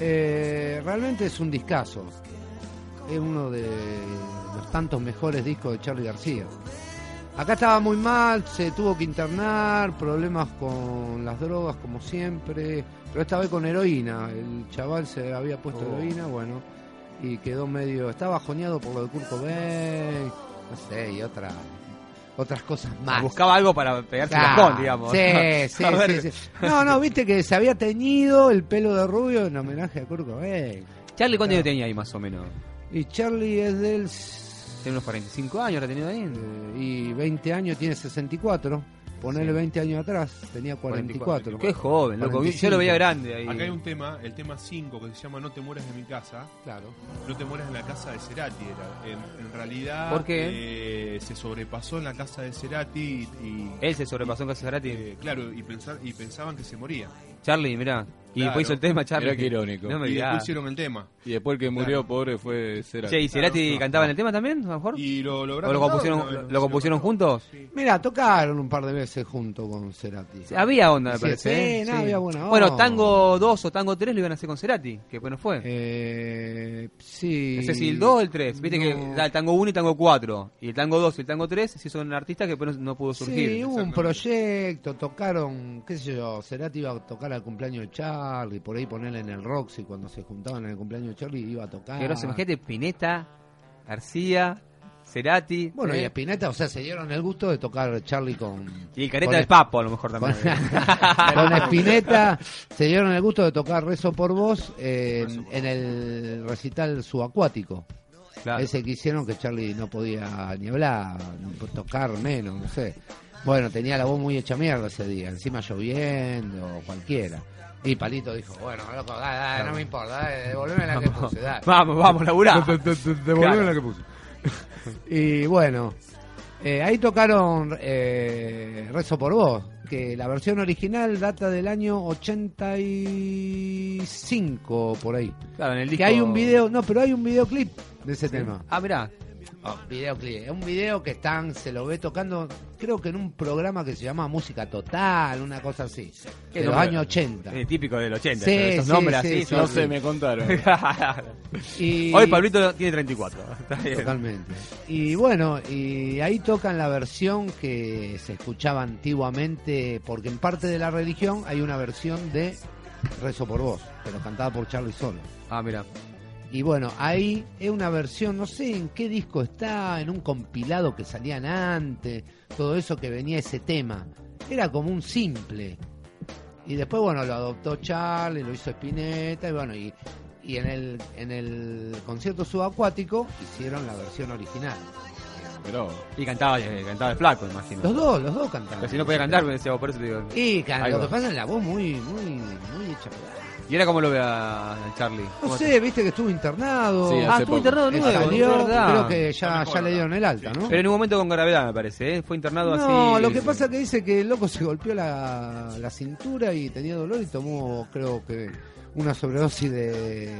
Eh, realmente es un discazo. Es uno de los tantos mejores discos de Charlie García. Acá estaba muy mal, se tuvo que internar, problemas con las drogas como siempre, pero esta vez con heroína. El chaval se había puesto
Oh.
heroína, bueno, y quedó medio... Estaba joneado por lo de Kurt Cobain, no sé, y otra, otras cosas más.
Buscaba algo para pegarse
Claro.
el con, digamos.
Ah, Sí,
A
sí,
ver.
sí, sí. No, no, viste que se había teñido el pelo de rubio en homenaje a Kurt Cobain.
Charlie, ¿cuánto años tenía ahí más o menos?
Y Charlie es del...
Tiene unos 45 años, la tenía ahí.
Eh, Y 20 años, tiene 64. Ponerle 20 años atrás, tenía 44.
Qué joven, loco. Yo lo veía grande ahí.
Acá hay un tema, el tema 5, que se llama No te mueras de mi casa.
Claro.
No te mueras en la casa de Cerati. era. En, en realidad.
¿Por qué?
eh, se sobrepasó en la casa de Cerati y. y-
Él se sobrepasó en casa de Cerati.
eh, claro, y, pensar- y pensaban que se moría.
Charlie, mirá. Y
Claro.
después hizo el tema, Charlie.
Mirá qué irónico.
No me
y después
digas.
hicieron el tema.
Y después el que murió, pobre, fue Cerati.
Che, ¿y Cerati cantaba en el tema también, a lo mejor?
¿Y lo,
¿O lo compusieron, lo, compusieron juntos?
Mira, tocaron un par de veces junto con Cerati.
Había onda, me
Sí,
parece.
sí,
¿eh?
no,
Sí.
había buena
Bueno,
onda.
Tango 2 o Tango 3 lo iban a hacer con Cerati, que bueno fue.
Eh, sí.
No sé si el 2 o el 3. Viste que da el Tango 1 y Tango 4. Y el Tango 2 y el Tango 3 sí son artistas que después no- no pudo surgir.
Sí, hubo un proyecto, tocaron, qué sé yo, Cerati iba a tocar al cumpleaños de Charlie, por ahí ponerle en el Roxy cuando se juntaban en el cumpleaños de Charlie iba a tocar.
Que no se imagínate, Pineta, García, Cerati.
Bueno,
eh,
y Spinetta, o sea, se dieron el gusto de tocar Charlie con...
y el Careta
con
del
Sp-
Papo, a lo mejor también.
Con, con Spinetta se dieron el gusto de tocar Rezo por Vos eh, en, en el recital subacuático. Ese que hicieron que Charlie no podía ni hablar, ni po- tocar menos, no sé. Bueno, tenía la voz muy hecha mierda ese día, encima lloviendo, cualquiera. Y Palito dijo, bueno, loco, dale, dale, no me importa, dale, devolveme la que puse, dale.
Vamos, vamos, laburá.
Te- te- te- devolveme
Claro.
la que puse. Y bueno, eh, ahí tocaron eh, Rezo por Vos, que la versión original data del año 85, por ahí.
Claro, en el
Que
disco-
hay un video, no, pero hay un videoclip de ese tema.
Ah, mirá.
Oh, videoclip, es un video que están, se lo ve tocando, creo que en un programa que se llama Música Total, una cosa así,
Qué
de los
nombre.
años 80.
Eh, típico del 80.
Sí,
pero esos
sí,
nombres
sí,
así.
sí, sí.
son-
No sé, me
contaron.
Claro.
Y-
Hoy Pablito tiene 34. Está bien.
Totalmente. Y bueno, y ahí tocan la versión que se escuchaba antiguamente, porque en parte de la religión hay una versión de Rezo por Vos, pero cantada por Charlie Solo.
Ah, mira.
Y bueno, ahí es una versión, no sé en qué disco está, en un compilado que salían antes, todo eso que venía ese tema. Era como un simple. Y después, bueno, lo adoptó Charlie, lo hizo Spinetta, y bueno, y, y en el, en el concierto subacuático hicieron la versión original.
Pero... Y cantaba, eh, cantaba el flaco, imagino.
Los dos, los dos cantaban.
Pero si no podía cantar, me decía, por eso te digo.
Y can-
Ahí
lo
va.
que pasa es la voz muy, muy, muy hecha. pedazos.
¿Y era como lo ve a a Charlie?
No
¿Cómo
sé, viste que estuvo internado.
Sí, hace Ah, estuvo poco. internado
Eh,
nuevo,
salió,
es verdad.
creo que ya, ya le dieron el alta,
te-
¿no?
Pero en un momento con gravedad, me parece, ¿eh? Fue internado así.
No, lo que pasa es que dice que el loco se golpeó la, la cintura y tenía dolor y tomó, creo que, una sobredosis de...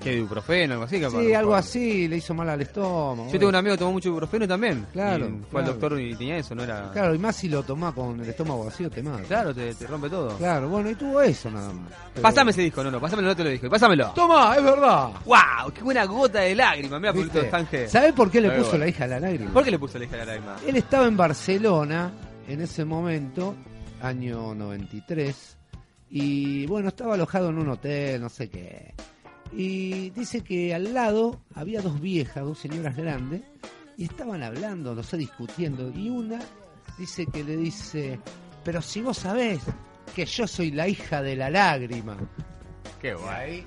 Que de ibuprofeno, algo así, capaz.
Sí, algo así, le hizo mal al estómago.
Yo tengo un amigo que tomó mucho ibuprofeno también.
Claro,
Y Fue al
claro.
doctor y tenía eso, no era.
Claro, y más si lo tomás con el estómago vacío, te mata.
Claro, te, te rompe todo.
Claro, bueno, y tuvo eso nada más. Pero-
Pásame ese disco, no, no, pásamelo, no te lo dije. Pásamelo.
Tomá, es verdad.
¡Wow! ¡Qué buena gota de lágrima! Mira, Pulito Estange.
¿Sabés por qué le
Ahí
puso
va.
la hija a la lágrima?
¿Por qué le puso la hija de la lágrima?
Él estaba en Barcelona en ese momento, año 93, y bueno, estaba alojado en un hotel, no sé qué. Y dice que al lado había dos viejas, dos señoras grandes, y estaban hablando, no sé, discutiendo. Y una dice que le dice, pero si vos sabés que yo soy la hija de la lágrima.
Qué guay.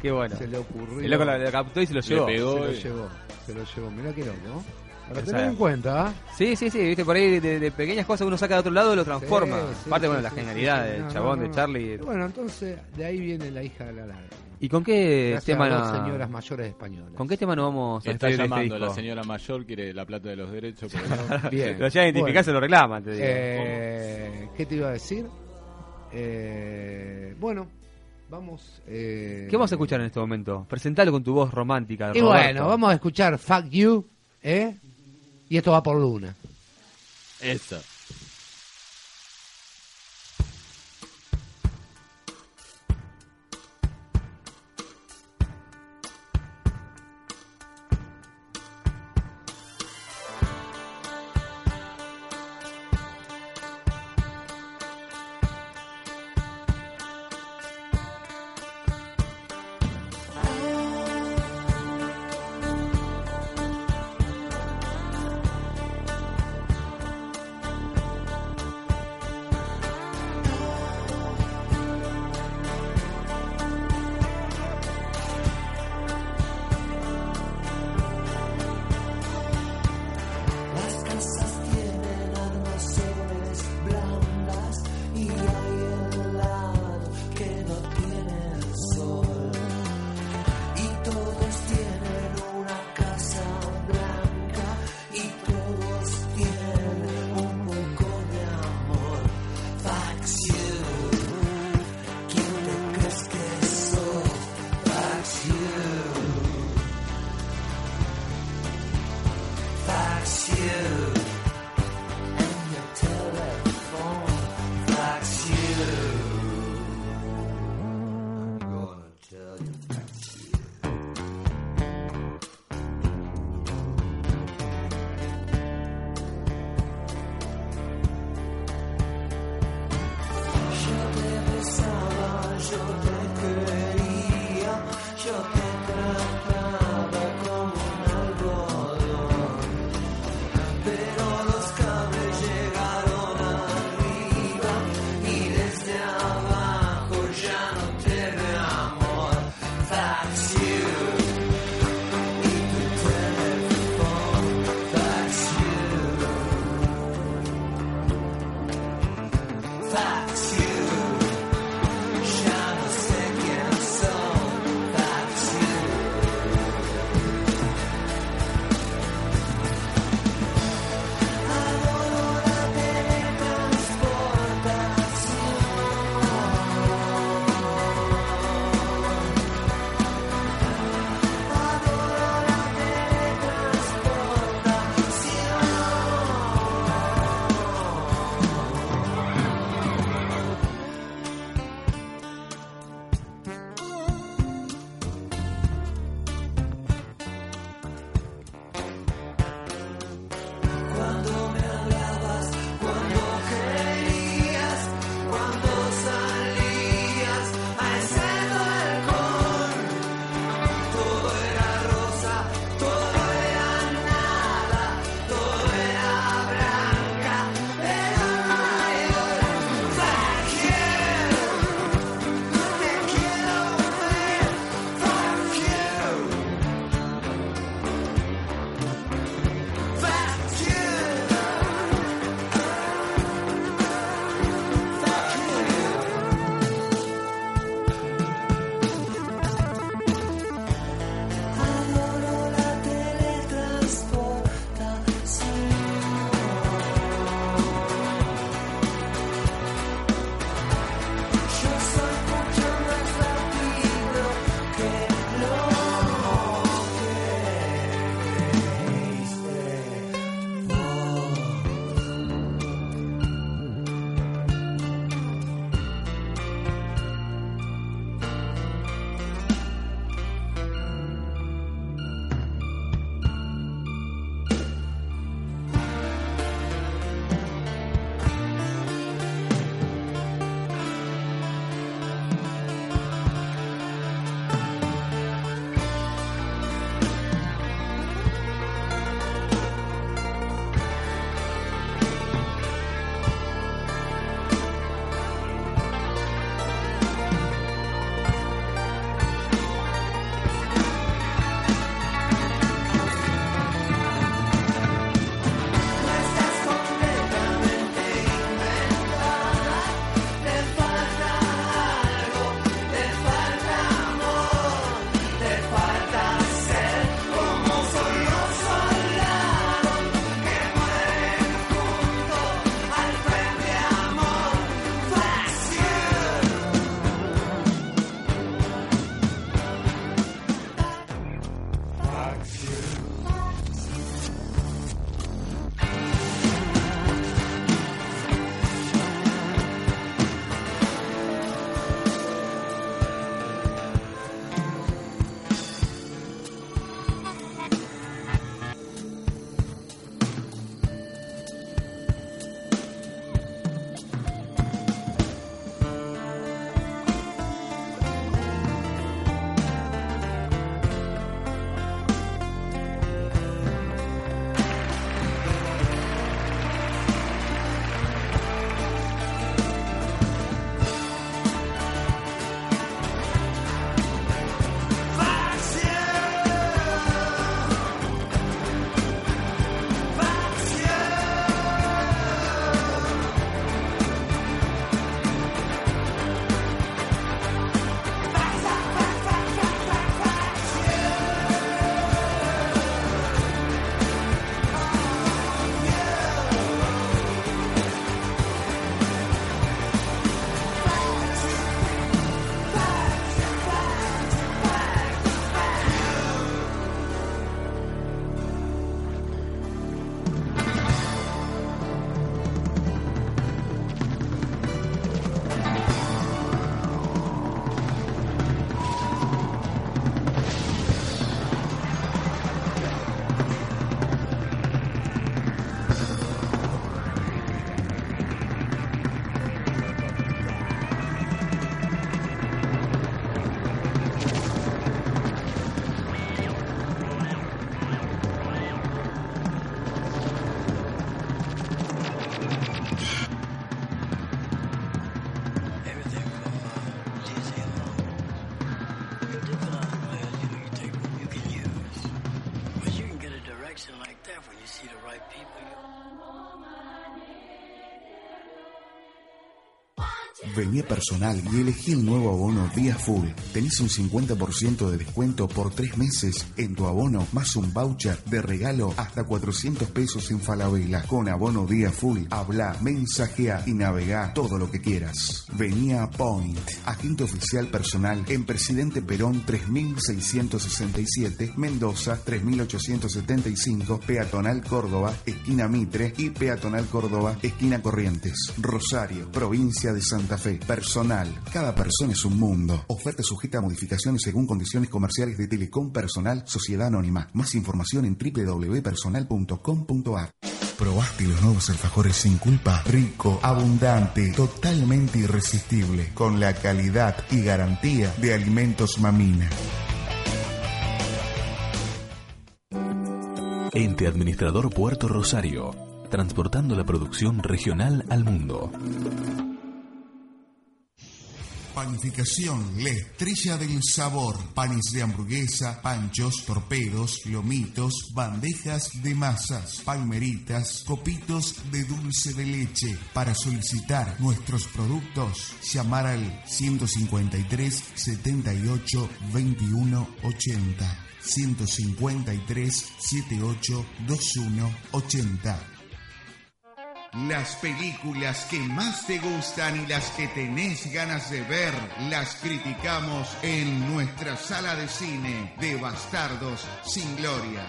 Qué bueno.
Se le ocurrió.
El loco lo, lo captó y se lo
Le
llevó.
pegó Se lo y- llevó. Se lo llevó, mirá qué loco. Para
Esa
tener en
es.
cuenta, ¿ah?
Sí, sí, sí, viste, por ahí de, de pequeñas cosas uno saca de otro lado y lo transforma.
Sí, sí,
Aparte,
sí,
bueno, la
sí,
genialidad
sí, sí.
del
No,
chabón,
no,
de
no.
Charlie.
Bueno, entonces de ahí viene la hija de la lágrima.
¿Y con qué
Gracias
tema?
a dos señoras mayores españolas.
¿Con qué tema nos vamos a
Está
despedir de este
llamando
disco?
la señora mayor, quiere la plata de los derechos. pero-
Bien.
Lo llega a identificar, se lo reclama, te digo.
Eh, ¿Qué te iba a decir? Eh, bueno, vamos. eh,
¿Qué vamos a escuchar en este momento? Presentalo con tu voz romántica.
Y
Roberto.
bueno, vamos a escuchar Fuck You, ¿eh? Y esto va por Luna.
Eso.
Thank
But you can get a direction like that when you see the right people.
Vení a personal y elegí el nuevo abono Día Full. Tenés un 50% de descuento por tres meses en tu abono, más un voucher de regalo hasta 400 pesos en Falabella. Con abono Día Full, habla, mensajea y navega todo lo que quieras. Vení a Point, agente oficial personal en Presidente Perón 3667, Mendoza 3875, Peatonal Córdoba, esquina Mitre y Peatonal Córdoba, esquina Corrientes. Rosario, provincia de Santa Fe. Personal. Cada persona es un mundo. Oferta sujeta a modificaciones según condiciones comerciales de Telecom Personal Sociedad Anónima. Más información en www.personal.com.ar. ¿Probaste los nuevos alfajores sin culpa? Rico, abundante, totalmente irresistible, con la calidad y garantía de Alimentos Mamina.
Ente Administrador Puerto Rosario, transportando la producción regional al mundo.
Panificación, la estrella del sabor. Panes de hamburguesa, panchos, torpedos, lomitos, bandejas de masas, palmeritas, copitos de dulce de leche. Para solicitar nuestros productos, llamar al 153 78 21 80. 153 78 21 80. Las películas que más te gustan y las que tenés ganas de ver, las criticamos en nuestra sala de cine de Bastardos sin Gloria.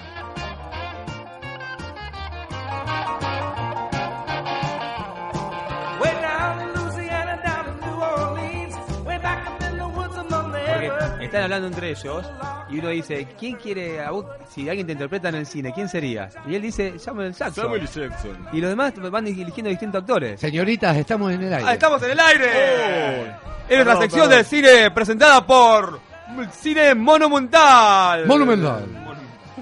Way down in Louisiana, down in New Orleans, way back up in the woods among the evergreens.
Porque están hablando entre ellos y uno dice, ¿quién quiere a vos? Si alguien te interpreta en el cine, ¿quién serías? Y él dice, Samuel Jackson.
Samuel Jackson.
Y los demás van eligiendo distintos actores.
Señoritas, estamos en el aire.
Ah, estamos en el aire.
Oh.
en nuestra
Perdón,
sección
perdón.
del cine presentada por Cine Monumental.
Monumental.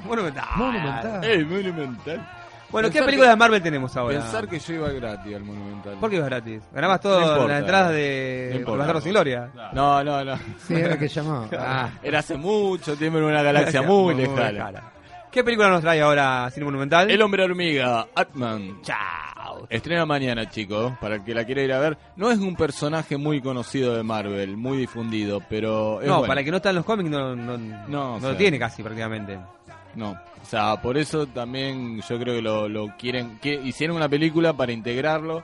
Monumental.
Monumental. Eh, monumental.
Bueno, ¿qué
Pensar
películas
que-
de Marvel tenemos ahora?
Pensar que yo iba gratis al Monumental.
¿Por qué ibas gratis? Ganabas todo
No importa.
las entradas de
No importa.
Bastardos sin Gloria.
No, no, no.
Sí, era que llamaba. Ah.
Era hace mucho tiempo en una galaxia muy lejana.
¿Qué película nos trae ahora Cine Monumental?
El hombre hormiga, Atman. Chao. Estrena mañana, chicos, para el que la quiera ir a ver. No es un personaje muy conocido de Marvel, muy difundido, pero es
no,
bueno.
para el que no está en los cómics no, no, no
o
lo
sea.
tiene casi prácticamente.
No, o sea, por eso también yo creo que lo, lo quieren, que hicieron una película para integrarlo,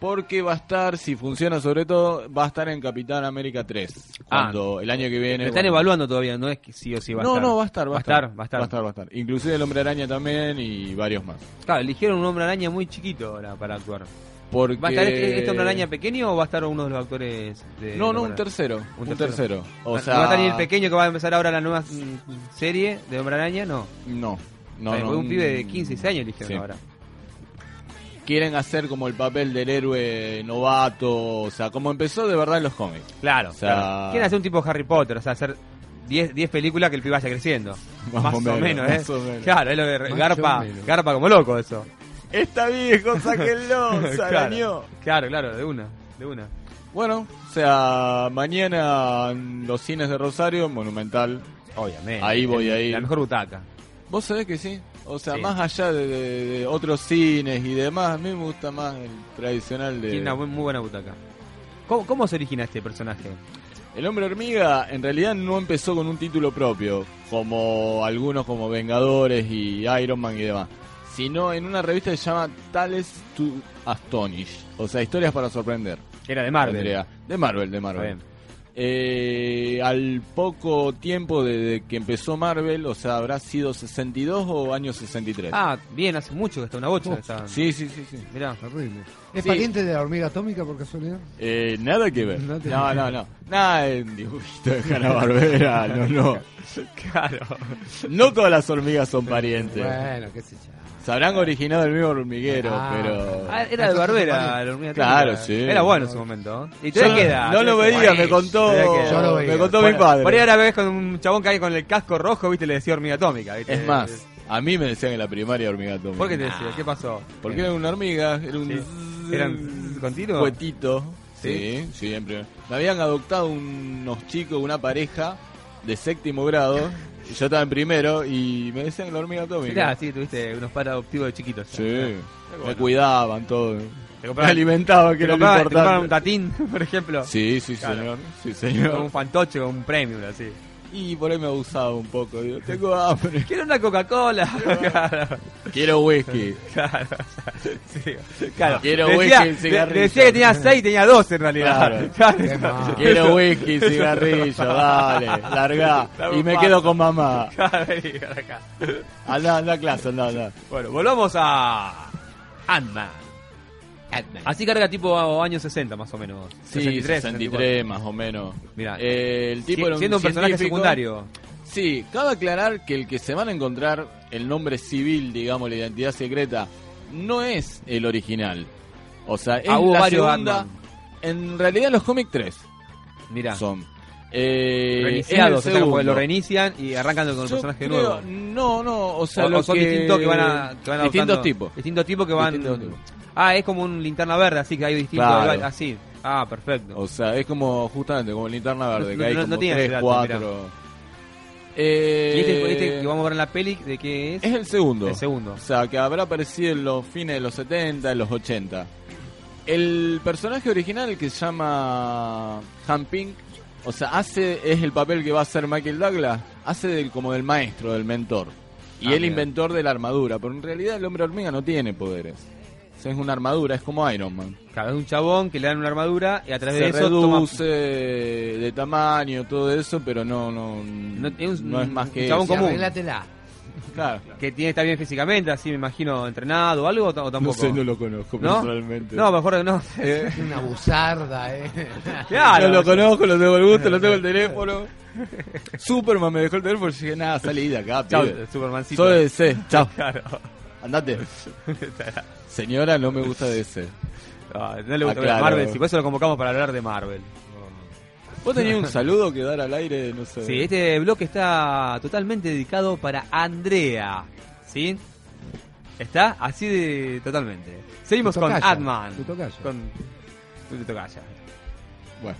porque va a estar, si funciona sobre todo, va a estar en Capitán América 3, cuando el año que viene...
Lo Ah, están
bueno.
evaluando todavía, no es que sí o sí va a
no,
estar.
no, va a estar, va,
va a estar. Va a estar,
va a estar, va a estar. Inclusive el Hombre Araña también y varios más.
Claro, eligieron un hombre araña muy chiquito ahora para actuar.
Porque...
¿Va a estar este, este hombre araña pequeño o va a estar uno de los actores? De,
No, no,
de-
un tercero, un tercero. O
¿No
sea-
¿Va a estar ni el pequeño que va a empezar ahora la nueva mm, serie de hombre araña? No.
No, no,
Eh, Fue
no,
un
mm,
pibe de 15, 16 años eligieron
sí.
ahora.
Quieren hacer como el papel del héroe novato, o sea, como empezó de verdad en los cómics.
Claro,
o sea,
claro. Quieren hacer un tipo Harry Potter, o sea, hacer 10 10 películas que el pibe vaya creciendo.
Más
más
o
o
menos,
menos, ¿eh?
más o menos.
Claro, es lo de
Más o
garpa,
menos.
garpa como loco eso.
Está viejo, sáquenlo, se arañó.
claro, claro, claro, de una, de una.
Bueno, o sea, mañana en los cines de Rosario, Monumental.
Obviamente.
Ahí voy,
El-
ahí.
La mejor butaca.
Vos sabés que sí. O sea,
Sí.
más allá de, de- de otros cines y demás, a mí me gusta más el tradicional de...
Tiene una bu- muy buena butaca. ¿Cómo, cómo se origina este personaje?
El hombre hormiga en realidad no empezó con un título propio, como algunos como Vengadores y Iron Man y demás, sino en una revista que se llama Tales to Astonish, o sea, historias para sorprender.
Era de Marvel.
Tendría- De Marvel, de Marvel.
Está
Eh, al poco tiempo desde que empezó Marvel, o sea, habrá sido 62 o año 63.
Ah, bien, hace mucho que está una bocha.
Oh,
Está...
sí, sí, sí, sí.
Mirá.
¿Es
Sí.
pariente de la hormiga atómica por casualidad?
Eh, nada que ver.
No
No,
te-
no, no. Nada en dibujito de Hanna Barbera, no, no.
Claro.
No todas las hormigas son parientes.
Bueno, qué sé yo.
Se habrán originado el mismo hormiguero,
Ah.
pero.
Ah, era de Barbera, la hormiga
Claro,
atómica.
sí.
Era bueno en su momento. ¿eh? Y
Yo
todavía
no-
queda.
no lo
todavía
veía,
queda.
me contó-
Todavía queda.
yo lo veía. me contó mi padre.
Por ahí ahora ves con un chabón que hay con el casco rojo, viste, le decía hormiga atómica. ¿viste?
Es más, a mí me decían en la primaria hormiga atómica.
¿Por qué te decía? ¿Qué pasó?
Porque era una hormiga, era un.
Sí. ¿Era un continuo?
Cuetito.
Sí.
Sí, siempre. Me habían adoptado unos chicos, una pareja, de séptimo grado. y yo estaba en primero y me decían la hormiga atómica.
Mirá, sí, tuviste unos padres adoptivos de chiquitos.
Sí. Me cuidaban todo.
Te
Me
compraban-
alimentaban, que
Eh, te
era lo
compraban- te
importante.
compraban un tatín, por ejemplo.
Sí, sí, señor. Sí, señor.
Con un fantoche, con un premium, así.
Y por ahí me abusaba un poco. Digo, tengo hambre.
Quiero una Coca-Cola. Claro.
Quiero whisky.
Claro, o sea, sí, claro.
Quiero
Le
whisky
decía-
y cigarrillo.
le decía que tenía 6, tenía 12 en realidad.
Claro. Qué mal. Quiero whisky y cigarrillo, dale, largá. Y me quedo con mamá.
Claro, vení, para acá.
Anda, anda a clase, anda, anda.
Bueno, volvamos a Ant-Man. Así carga tipo a- años 60 más o menos.
Sí,
63,
63,
64.
más o menos.
Mirá.
Eh, el tipo
Si-
era un
siendo un personaje
científico.
secundario.
Sí, cabe aclarar que el que se van a encontrar el nombre civil, digamos, la identidad secreta, no es el original. O sea, es
Ah, hubo
la
varios
segunda.
Batman.
En realidad, en los cómics 3
Mirá.
son. Eh,
Reiniciados,
es
o
el
sea, porque
segundo.
lo reinician y arrancan con el
Yo
personaje
creo-
nuevo.
No, no, o sea,
o,
lo
o son
que-
distintos que van a. Que van
distintos
adoptando-
tipos.
Distintos tipos que van.
Distintos tipos.
Ah, es como un linterna verde, así que hay distintos.
Claro.
Así. Ah, perfecto.
O sea, es como justamente como linterna verde,
No-
que hay
no- no
como
tiene
tres,
ese dato,
cuatro. Eh,
Y este, este que vamos a ver en la peli, ¿de qué es?
Es el segundo.
El segundo.
O sea, que habrá aparecido en los fines de los 70, en los 80. El personaje original que se llama Han Pink, o sea, hace es el papel que va a hacer Michael Douglas, hace del, como del maestro, del mentor. Y
Ah,
el
mira.
inventor de la armadura, pero en realidad el hombre hormiga no tiene poderes. O sea, es una armadura, es como Iron Man.
Claro, es un chabón que le dan una armadura y a través
Se
de eso toma
reduce de tamaño, todo eso, pero no no,
es un-
no es más que
un Ah, chabón
eso.
común.
Claro.
Que tiene está bien físicamente, así me imagino, entrenado o algo o ta- o tampoco.
sé, no lo conozco
¿No?
personalmente.
No, mejor no.
Una buzarda, eh.
Claro.
Yo lo conozco, lo tengo el gusto, lo tengo el teléfono. Superman me dejó el teléfono y dije, nada, salí de acá,
Chau,
pibe.
Supermancito.
Soy de DC, chao.
Claro.
Andate. Señora, no me gusta DC.
No, Ah, no le gusta hablar de
Aclaro.
Marvel, si por eso lo convocamos para hablar de Marvel.
Vos tenías un saludo que dar al aire, no sé.
Sí, este bloque está totalmente dedicado para Andrea. ¿Sí? ¿Está? Así de totalmente. Seguimos
Tu
con
tocaya,
Atman.
tu tocaya.
Con tu tu tocaya.
Bueno.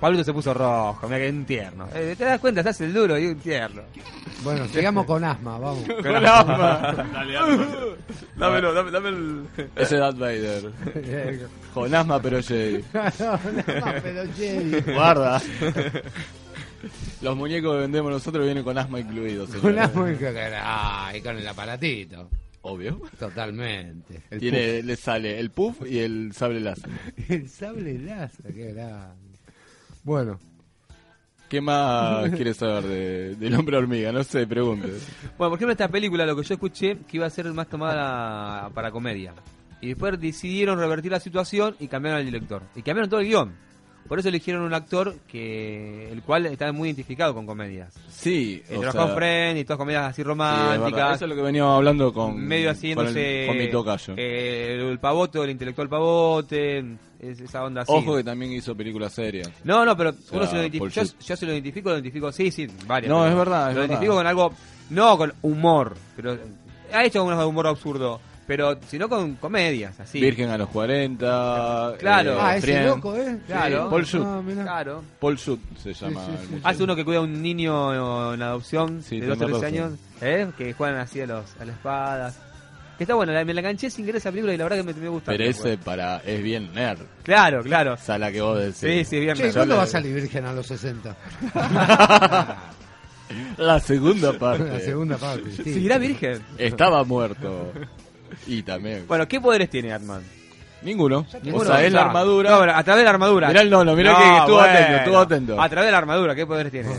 Pablito se puso rojo, mira que es un tierno. Eh, ¿Te das cuenta? Estás el duro y un tierno.
Bueno, sigamos con asma, vamos.
Con asma.
Dale, asma.
Dámelo, dame, dame el.
Ese es Darth Vader. Con asma, pero Jedi.
pero Jedi.
Guarda. Los muñecos que vendemos nosotros vienen con asma incluido. señora.
Con asma y con, ay, con el aparatito.
Obvio.
Totalmente. El
Tiene, le sale el puff y el sable láser.
puff. El sable láser, qué grande. Bueno.
¿Qué más quieres saber de- del hombre hormiga? No sé, pregunte.
Bueno, por ejemplo, esta película, lo que yo escuché, que iba a ser más tomada para comedia. Y después decidieron revertir la situación y cambiaron al director. Y cambiaron todo el guión. Por eso eligieron un actor que el cual está muy identificado con comedias.
Sí,
Eh,
o
trabajó
sea-
en Friends y todas comedias así
Sí, es verdad.
románticas.
Eso es lo que veníamos hablando con,
medio
con, el-
haciéndose
con mi tocayo.
eh, el pavoto, el intelectual pavote, es- esa onda así.
Ojo que también hizo películas serias.
No, no, pero
sea,
uno se lo identif-
Paul
yo,
Schultz.
yo se lo identifico, lo identifico, sí, sí, varias.
No,
pero
es verdad,
lo
es verdad.
identifico con algo, no con humor, pero ha hecho algunos de humor absurdo, pero sino con comedias, así.
Virgen a los 40.
Claro.
eh,
Ah, ese
Friends.
loco, ¿eh? Claro.
Sí, Paul Schut.
Ah, mirá. Claro.
Paul Schut se llama. el muchacho.
Hace uno que cuida a un niño en adopción
Sí,
de 12
tenés
13 años,
razón.
¿eh? que juegan así a, los, a las espadas. Que está bueno, la- me la enganché sin querer esa película y la verdad que me, me gusta.
Pero ese para, es bien nerd.
Claro, claro. O
sea, la que vos decís.
Sí, sí, bien
Che,
nerd.
¿cuándo
Yo
va a
le-
salir virgen a los 60?
La segunda parte.
La segunda parte, sí.
¿Seguirá virgen?
Estaba muerto. Y también.
Bueno, ¿qué poderes tiene Atman?
Ninguno.
Ninguno,
o sea, es la
claro.
armadura.
No, pero a través de la armadura.
Mirá el nono, mirá que- que estuvo atento, estuvo atento. Oh.
A través de la armadura, ¿qué poderes tiene?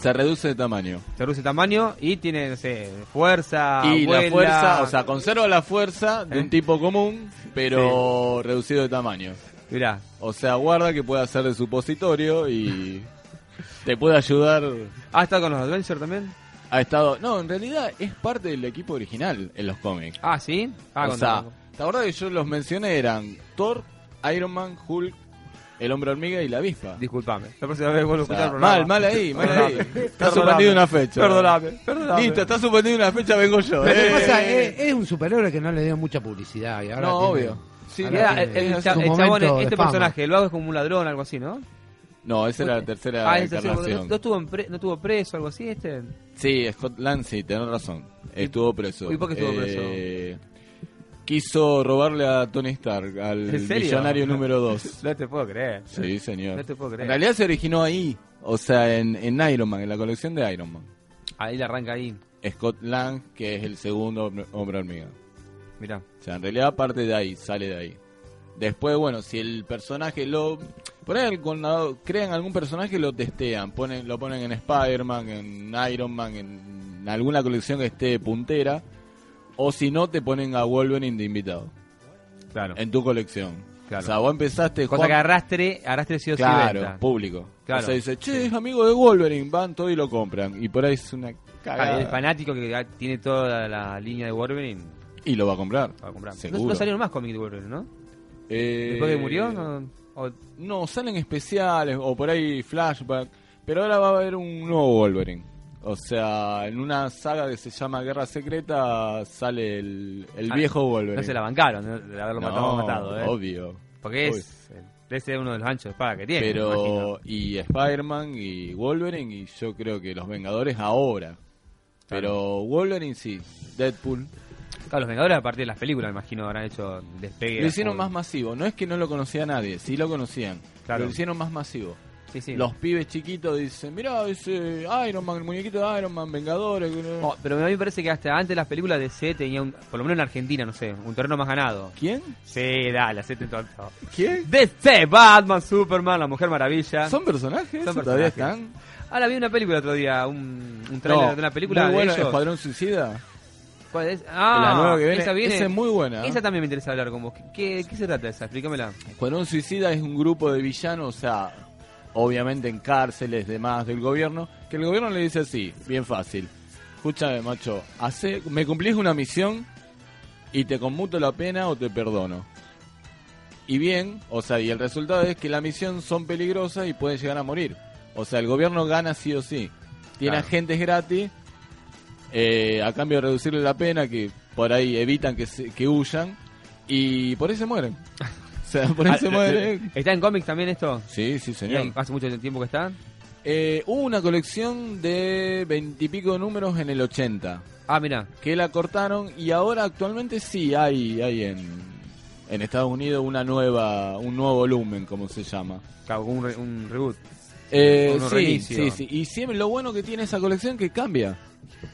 Se reduce de tamaño.
Se reduce tamaño y tiene, no sé, fuerza.
y
vuela.
la fuerza, o sea, conserva la fuerza de
¿Eh?
un tipo común, pero reducido de tamaño.
Mirá.
O sea, guarda que puede hacer de supositorio y te puede ayudar.
¿Ha estado con los Adventure también?
Ha estado. No, en realidad es parte del equipo original en los cómics.
Ah, sí. Ah,
o
con-
sea, la verdad que yo los mencioné eran Thor, Iron Man, Hulk, el hombre hormiga y la avispa.
Disculpame. La próxima vez vuelvo a
O sea,
escuchar el programa.
mal, mal ahí, mal ahí.
Perdoname.
Está suspendido una fecha.
Perdoname, perdoname.
Listo, está suspendido una fecha, vengo yo.
Lo que
Eh.
pasa es, es un superhéroe que no le dio mucha publicidad. Y ahora
No,
tiene-
obvio. Sí,
ahora
Mirá,
tiene
el, el
su
cha- el
momento
chabón,
de
este
fama.
personaje, el vago es como un ladrón, algo así, ¿no?
No, esa era la tercera
Ah, esa tercera,
encarnación.
¿no, estuvo en pre- ¿No estuvo preso o algo así este?
Sí, Scott Lancy, tenés razón. Estuvo preso.
¿Y por qué estuvo preso?
Eh, Quiso robarle a Tony Stark, al
¿En serio?
millonario número 2.
No te puedo creer.
Sí, señor.
No te puedo creer.
En realidad se originó ahí, o sea, en, en Iron Man, en la colección de Iron Man.
Ahí le arranca ahí.
Scott Lang, que es el segundo hombre- hombre hormiga.
Mirá.
O sea, en realidad parte de ahí, sale de ahí. Después, bueno, si el personaje lo... Por ahí con la- crean algún personaje, lo testean. Ponen, lo ponen en Spider-Man, en Iron Man, en alguna colección que esté puntera. O si no, te ponen a Wolverine de invitado.
Claro.
En tu colección.
Claro.
O sea, vos empezaste...
Cosa
Juan-
que arrastre, arrastre sí o sí
Claro,
venta.
público.
Claro.
O sea, dice, che, es amigo de Wolverine. Van todo y lo compran. Y por ahí es una
Ah, El
cagada.
fanático que ya tiene toda la, la línea de Wolverine.
Y lo va a comprar.
Va a comprar. No-
Seguro.
No, salieron más cómics de Wolverine, ¿no?
Eh,
Después que murió, no-
No, salen especiales o por ahí flashback. Pero ahora va a haber un nuevo Wolverine. O sea, en una saga que se llama Guerra Secreta sale el, el
Ah,
viejo Wolverine.
No se la bancaron ¿no? de haberlo
No,
matado, matado, ¿eh?
obvio.
Porque es. Ese es uno de los anchos de espada que tiene. me imagino.
Pero, y Spider-Man y Wolverine, y yo creo que los Vengadores ahora. Pero Wolverine sí, Deadpool.
Claro, los Vengadores a partir de las películas, me imagino, habrán hecho despegue.
Lo hicieron
o-
más masivo. No es que no lo conocía nadie, sí lo conocían.
Claro.
Lo hicieron más masivo.
Sí, sí.
Los pibes chiquitos dicen, mirá, ese Iron Man, el muñequito de Iron Man, Vengadores. que no-".
Oh, pero a mí me parece que hasta antes las películas de C tenía un, por lo menos en Argentina, no sé, un terreno más ganado.
¿Quién?
Sí, dale, hacete tonto.
¿Quién?
DC, Batman, Superman, La Mujer Maravilla.
¿Son personajes?
Son
¿Todavía
personajes.
están?
Ahora vi una película otro día, un, un trailer
No,
de una película
muy
de
bueno,
ellos.
Escuadrón Suicida.
¿Cuál es? Ah,
La nueva que viene,
esa viene.
esa es muy buena.
Esa también me interesa hablar con vos. ¿Qué, qué se trata esa? Explícamela.
Escuadrón Suicida es un grupo de villanos, o sea, obviamente en cárceles, demás, del gobierno, que el gobierno le dice así, bien fácil. Escúchame, macho, hace, me cumplís una misión y te conmuto la pena o te perdono. Y bien, o sea, y el resultado es que la misión son peligrosas y pueden llegar a morir. O sea, el gobierno gana sí o sí. Tiene
Claro.
agentes gratis eh, a cambio de reducirle la pena, que por ahí evitan que, se- que huyan y por ahí se mueren. O sea, por ahí
Ah,
se
lo-
mueren.
¿Está en cómics también esto?
Sí, sí, señor.
¿Y ¿Hace mucho tiempo que está?
Eh, hubo una colección de veintipico números en el 80.
Ah, mira.
Que la cortaron y ahora actualmente sí hay, hay en, en Estados Unidos una nueva, un nuevo volumen, como se llama.
Claro, un, re- un reboot.
Eh,
Un
sí,
reinicio.
sí, sí. Y siempre lo bueno que tiene esa colección que cambia.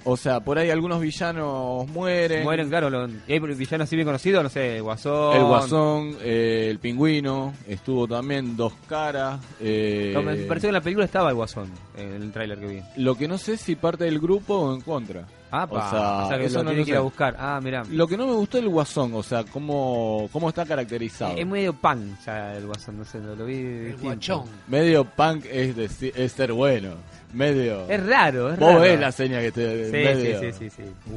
O sea, por ahí algunos villanos mueren.
Mueren, claro. lo- y hay villanos así bien conocidos, no sé, Guasón.
El Guasón, eh, el Pingüino, estuvo también Dos Caras. eh,
No, me pareció que en la película estaba el Guasón, en el tráiler que vi.
Lo que no sé es si parte del grupo o en contra.
Ah, pa, o sea que
eso
lo
no
tiene
lo
que ir a
sé.
buscar. Ah, mira.
Lo que no me gustó es el guasón, o sea, cómo, cómo está caracterizado.
Es medio pan ya el Guasón, no sé, lo, lo vi El
guachón. Medio punk es, deci- es ser bueno. Medio.
Es raro, es
Vos
raro.
ves la seña que te.
Sí,
medio-
sí, sí, sí, sí.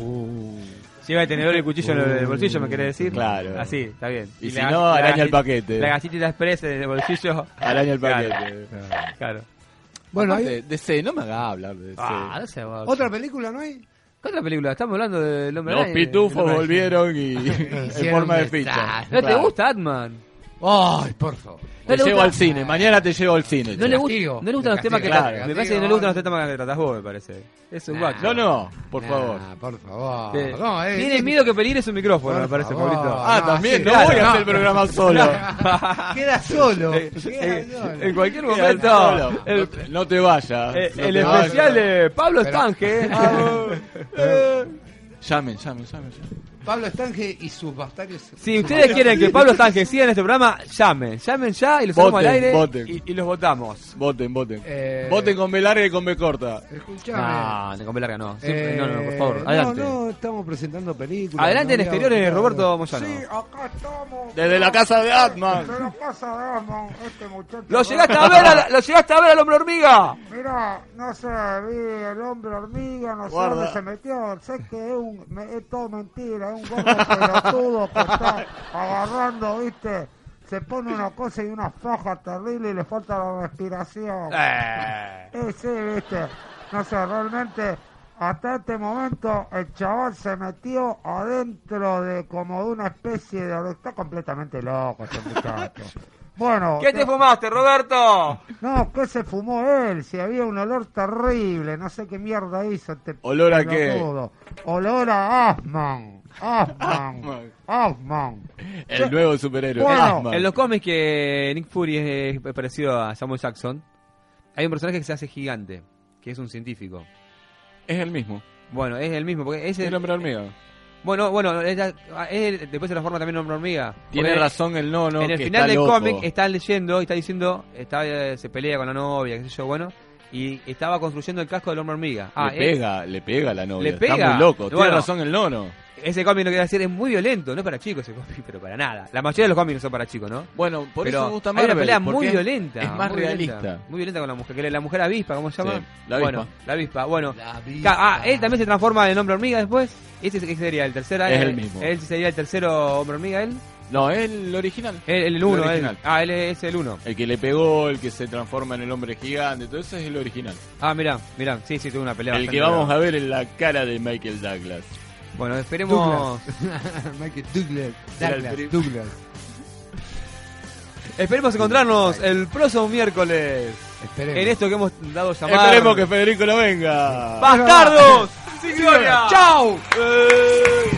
Lleva el tenedor y el cuchillo en el bolsillo, ¿me querés decir?
Mm, Claro.
Así, está bien.
Y si no, araña el
gallet-
paquete.
La galletita express en el bolsillo.
Araña el
Claro,
paquete.
Claro.
Bueno, Aparte, DC, no me hagas hablar de DC.
Ah, no sé, vos.
¿Otra película no hay?
¿Qué otra película? Estamos hablando del hombre
Los
araña, del
pitufos
hombre araña.
volvieron y. en
Hicieron
forma de
un
ficha.
desastre. ¿No te
Claro.
gusta Atman?
Ay, por favor.
Te
¿No le
llevo
gusta?
al cine, mañana te llevo al cine.
No le,
che.
gusta, no le gustan los temas que
Claro.
tratas. Me parece que no le gustan los temas que tratas vos, me parece. Es un guacho.
No, no, por favor.
Ah, Por favor.
Te-
No, eh,
Tienes
eh,
miedo que peligre su micrófono,
Por
me parece,
favor,
Pablito.
Ah, no, también, sí, no
claro, voy a no. hacer el programa solo.
Queda solo.
Eh,
Queda
eh,
solo.
En cualquier
Queda
momento.
solo.
El,
No te vayas.
eh,
no
el
te
especial
vayas.
de Pablo eh.
Pero-
Estanque.
Eh, Llamen, llamen, llamen.
Pablo Estange y sus bastardos.
Si ustedes quieren que Pablo Estanque siga en este programa, llamen. Llamen ya y los sacamos al
Voten,
aire.
voten.
Y, y los votamos.
Voten, voten.
Eh,
Voten con B larga y con B corta.
Escuchame.
No, no, con larga no. Siempre-
Eh,
no, no, por favor.
no,
Adelante.
no, estamos presentando películas.
Adelante en
no había-
exteriores, Roberto Moyano.
Sí, acá estamos.
Desde la casa de Atman.
Desde la casa de Atman, este muchacho.
¡Lo llegaste a ver, al- lo llegaste a ver al hombre hormiga!
Mira, no sé, vi el hombre hormiga, no sé
Guarda.
dónde se metió. Sé que es, un, me- es todo mentira, es un gordo pelotudo que está agarrando, ¿viste? Se pone una cosa y una faja terrible y le falta la respiración.
Eh.
Eh, sí, ¿viste? No sé, realmente hasta este momento el chaval se metió adentro de como de una especie de... Está completamente loco este muchacho. Bueno.
¿Qué te
yo-
fumaste, Roberto?
No, ¿qué se fumó él? Si había un olor terrible, no sé qué mierda hizo este
¿Olor a qué?
pelotudo. Olor a Asman. Asman. Asman.
El nuevo superhéroe.
En-
Batman.
En los cómics que Nick Fury es eh, parecido a Samuel Jackson, hay un personaje que se hace gigante, que es un científico.
Es el mismo.
Bueno, es el mismo. Porque es
El hombre hormiga.
Bueno, bueno, es la- ah, es el- después se transforma también en hombre hormiga.
Tiene
Porque
razón el nono,
En el
que
final
está
del
loco.
cómic está leyendo y está diciendo, está, eh, se pelea con la novia, qué sé yo, bueno, y estaba construyendo el casco del hombre hormiga. Ah,
le
eh,
pega, le pega a la novia.
le pega.
Está muy loco. Tiene
Bueno.
razón el nono.
e, Ese cómic lo que voy a decir es muy violento, no es para chicos ese cómic, pero para nada. La mayoría de los cómics no son para chicos, ¿no?
Bueno, por
Pero
eso me gusta
Hay una
Marvel,
pelea
porque
muy
es-
violenta.
es más
muy violenta,
realista.
muy violenta con la mujer, que es la mujer avispa, ¿cómo se llama?
Sí, la avispa.
Bueno, la avispa, bueno. Ca- Ah, él también se transforma en hombre hormiga después. Ese, ese sería el tercero.
Es
él-
el mismo.
Él sería el tercero hombre hormiga, él.
No, es el original.
El, el
El
uno, él.
original.
Ah, él es el uno.
El que le pegó, el que se transforma en el hombre gigante, todo eso es el original.
Ah, mirá, mirá, sí, sí, tuvo una pelea.
el
bastante
que vamos
brava.
a ver en la cara de Michael Douglas.
Bueno, esperemos.
Michael Douglas.
Era el
Douglas.
prim-
Douglas.
Esperemos encontrarnos el próximo miércoles.
Esperemos.
En esto que hemos dado a llamar.
Esperemos que Federico no venga.
¡Bastardos! ¡Sin gloria!
¡Chao!
¡Chao!